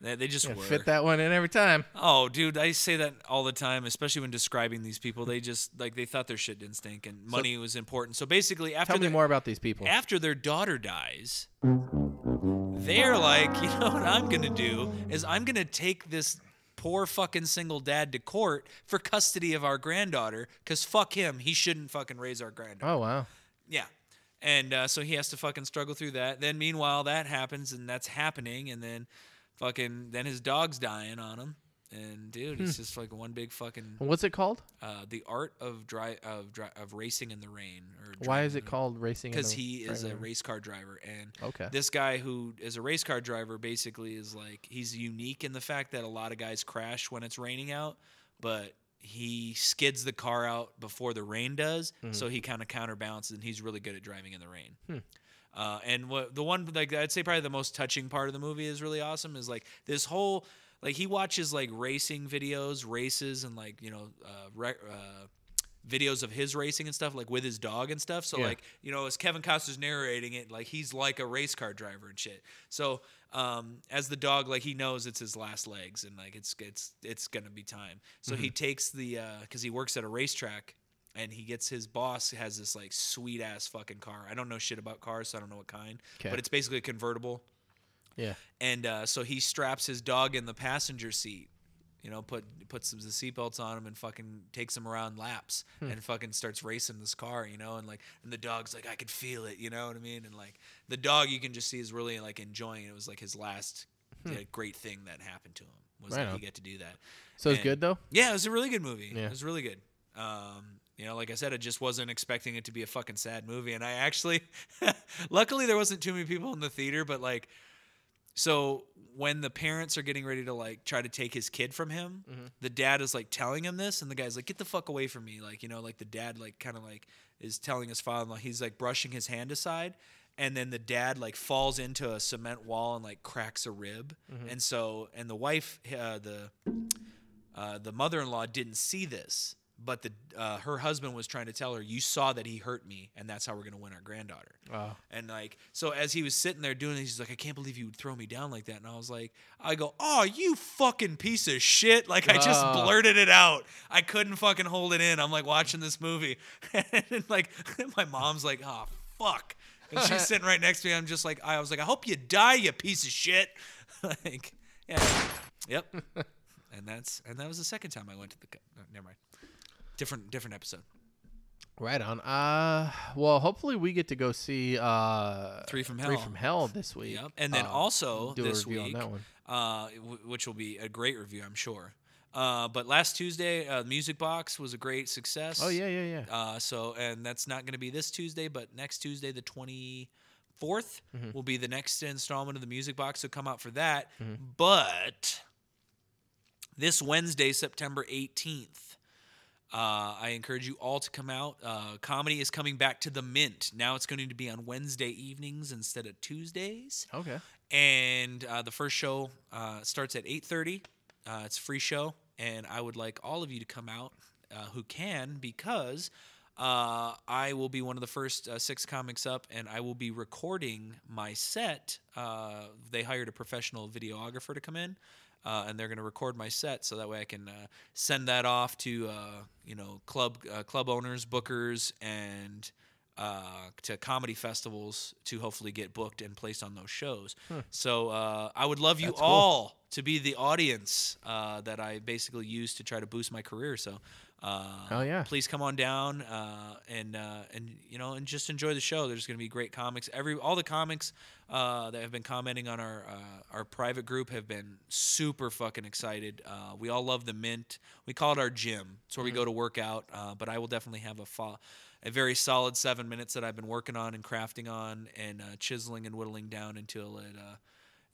[SPEAKER 3] They, they just were.
[SPEAKER 2] Fit that one in every time.
[SPEAKER 3] Oh, dude, I say that all the time, especially when describing these people. They just like they thought their shit didn't stink and money was important. So basically, after
[SPEAKER 2] Tell me
[SPEAKER 3] their,
[SPEAKER 2] more about these people.
[SPEAKER 3] after their daughter dies, they're like, you know what I'm gonna do is I'm gonna take this poor fucking single dad to court for custody of our granddaughter because fuck him, he shouldn't fucking raise our granddaughter.
[SPEAKER 2] Oh, wow.
[SPEAKER 3] Yeah. And uh, so he has to fucking struggle through that. Then meanwhile that happens and that's happening and then fucking then his dog's dying on him. And dude,
[SPEAKER 2] Hmm.
[SPEAKER 3] it's just like one big fucking
[SPEAKER 2] What's it called?
[SPEAKER 3] uh, the art of dry of dry, of racing in the rain or
[SPEAKER 2] Why
[SPEAKER 3] driving
[SPEAKER 2] is
[SPEAKER 3] in
[SPEAKER 2] it
[SPEAKER 3] the-
[SPEAKER 2] called racing? in
[SPEAKER 3] because
[SPEAKER 2] the
[SPEAKER 3] he is a
[SPEAKER 2] Rain?
[SPEAKER 3] race car driver and
[SPEAKER 2] Okay.
[SPEAKER 3] this guy who is a race car driver basically is like he's unique in the fact that a lot of guys crash when it's raining out but he skids the car out before the rain does
[SPEAKER 2] Hmm.
[SPEAKER 3] so he kind of counterbalances and he's really good at driving in the rain uh, and what the one like I'd say probably the most touching part of the movie is really awesome is like this whole like he watches like racing videos, races, and like you know uh, re- uh, videos of his racing and stuff like with his dog and stuff. So
[SPEAKER 2] Yeah.
[SPEAKER 3] like you know as Kevin Costner's narrating it, like he's like a race car driver and shit. So um, as the dog, like he knows it's his last legs and like it's it's it's gonna be time. So he takes the because he works at a racetrack and he gets his boss has this like sweet ass fucking car. I don't know shit about cars, so I don't know what kind,
[SPEAKER 2] 'Kay.
[SPEAKER 3] but it's basically a convertible.
[SPEAKER 2] Yeah.
[SPEAKER 3] And uh, so he straps his dog in the passenger seat, you know, put puts the seatbelts on him and fucking takes him around laps
[SPEAKER 2] Hmm.
[SPEAKER 3] and fucking starts racing this car, you know, and like and the dog's like I could feel it, you know what I mean, and like the dog you can just see is really like enjoying it. It was like his last uh, great thing that happened to him was
[SPEAKER 2] Hmm. Right
[SPEAKER 3] that
[SPEAKER 2] on.
[SPEAKER 3] he got to do that.
[SPEAKER 2] So it's
[SPEAKER 3] and-
[SPEAKER 2] good though.
[SPEAKER 3] Yeah, it was a really good movie.
[SPEAKER 2] Yeah.
[SPEAKER 3] It was really good. Um, you know, like I said, I just wasn't expecting it to be a fucking sad movie, and I actually, luckily, there wasn't too many people in the theater. But like, So when the parents are getting ready to like try to take his kid from him, the dad is like telling him this, and the guy's like, "Get the fuck away from me!" Like you know, like the dad like kind of like is telling his father-in-law. He's like brushing his hand aside, and then the dad like falls into a cement wall and like cracks a rib, and so and the wife, uh, the uh, the mother-in-law didn't see this, but the uh, her husband was trying to tell her, "You saw that he hurt me, and that's how we're gonna win our granddaughter."
[SPEAKER 2] Oh.
[SPEAKER 3] And like, so as he was sitting there doing this, he's like, I can't believe you would throw me down like that. And I was like, I go, oh, you fucking piece of shit. Like, I just
[SPEAKER 2] Ah.
[SPEAKER 3] blurted it out. I couldn't fucking hold it in. I'm like watching this movie. and like, my mom's like, oh, fuck. And she's sitting right next to me. I'm just like, I was like, I hope you die, you piece of shit. like, yeah. Yep. and that's, and that was the second time I went to the, co- no, never mind. Different, different episode.
[SPEAKER 2] Right on. Uh, well, hopefully we get to go see uh
[SPEAKER 3] Three from
[SPEAKER 2] Three
[SPEAKER 3] Hell.
[SPEAKER 2] from Hell this week.
[SPEAKER 3] Yep. And then
[SPEAKER 2] Uh,
[SPEAKER 3] also
[SPEAKER 2] do a
[SPEAKER 3] this
[SPEAKER 2] review
[SPEAKER 3] week,
[SPEAKER 2] on that one.
[SPEAKER 3] Uh, w- which will be a great review, I'm sure. Uh, but last Tuesday, uh, Music Box was a great success.
[SPEAKER 2] Oh yeah, yeah, yeah.
[SPEAKER 3] Uh, so, and that's not going to be this Tuesday, but next Tuesday, the 24th, will be the next installment of the Music Box. So come out for that. But this Wednesday, September 18th, uh, I encourage you all to come out. Uh, comedy is coming back to the Mint. Now it's going to be on Wednesday evenings instead of Tuesdays
[SPEAKER 2] Okay.
[SPEAKER 3] and uh, the first show uh, starts at 8.30 uh, it's a free show and i would like all of you to come out uh, who can because uh, i will be one of the first uh, six comics up and i will be recording my set uh, they hired a professional videographer to come in uh, and they're going to record my set so that way I can uh, send that off to uh, you know club uh, club owners, bookers, and uh, to comedy festivals to hopefully get booked and placed on those shows. So uh, I would love you
[SPEAKER 2] cool.
[SPEAKER 3] all to be the audience uh, that I basically use to try to boost my career. So. Uh,
[SPEAKER 2] Hell Oh, yeah.
[SPEAKER 3] Please come on down uh, and uh, and you know and just enjoy the show. There's going to be great comics. Every all the comics uh, that have been commenting on our uh, our private group have been super fucking excited. Uh, we all love the Mint. We call it our gym. It's where we
[SPEAKER 2] Mm-hmm.
[SPEAKER 3] go to work out. Uh, but I will definitely have a fo- a very solid seven minutes that I've been working on and crafting on and uh, chiseling and whittling down until it uh,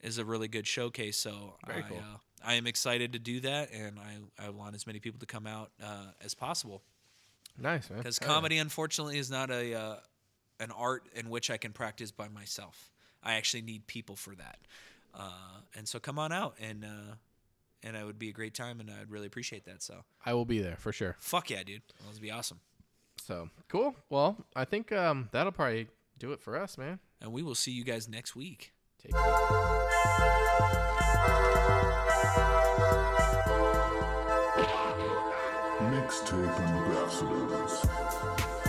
[SPEAKER 3] is a really good showcase. So
[SPEAKER 2] Very
[SPEAKER 3] I,
[SPEAKER 2] cool.
[SPEAKER 3] uh, I am excited to do that, and I, I want as many people to come out uh, as possible
[SPEAKER 2] Nice man.
[SPEAKER 3] because
[SPEAKER 2] Hell yeah.
[SPEAKER 3] comedy, unfortunately, is not a uh, an art in which I can practice by myself. I actually need people for that, uh, and so come on out and uh, and it would be a great time, and I'd really appreciate that. So
[SPEAKER 2] I will be there for sure.
[SPEAKER 3] fuck yeah, dude, that would be awesome,
[SPEAKER 2] So cool. Well, I think um that'll probably do it for us, man.
[SPEAKER 3] and we will see you guys next week.
[SPEAKER 2] Take it. easy.
[SPEAKER 7] Mixtape and Ambassadors.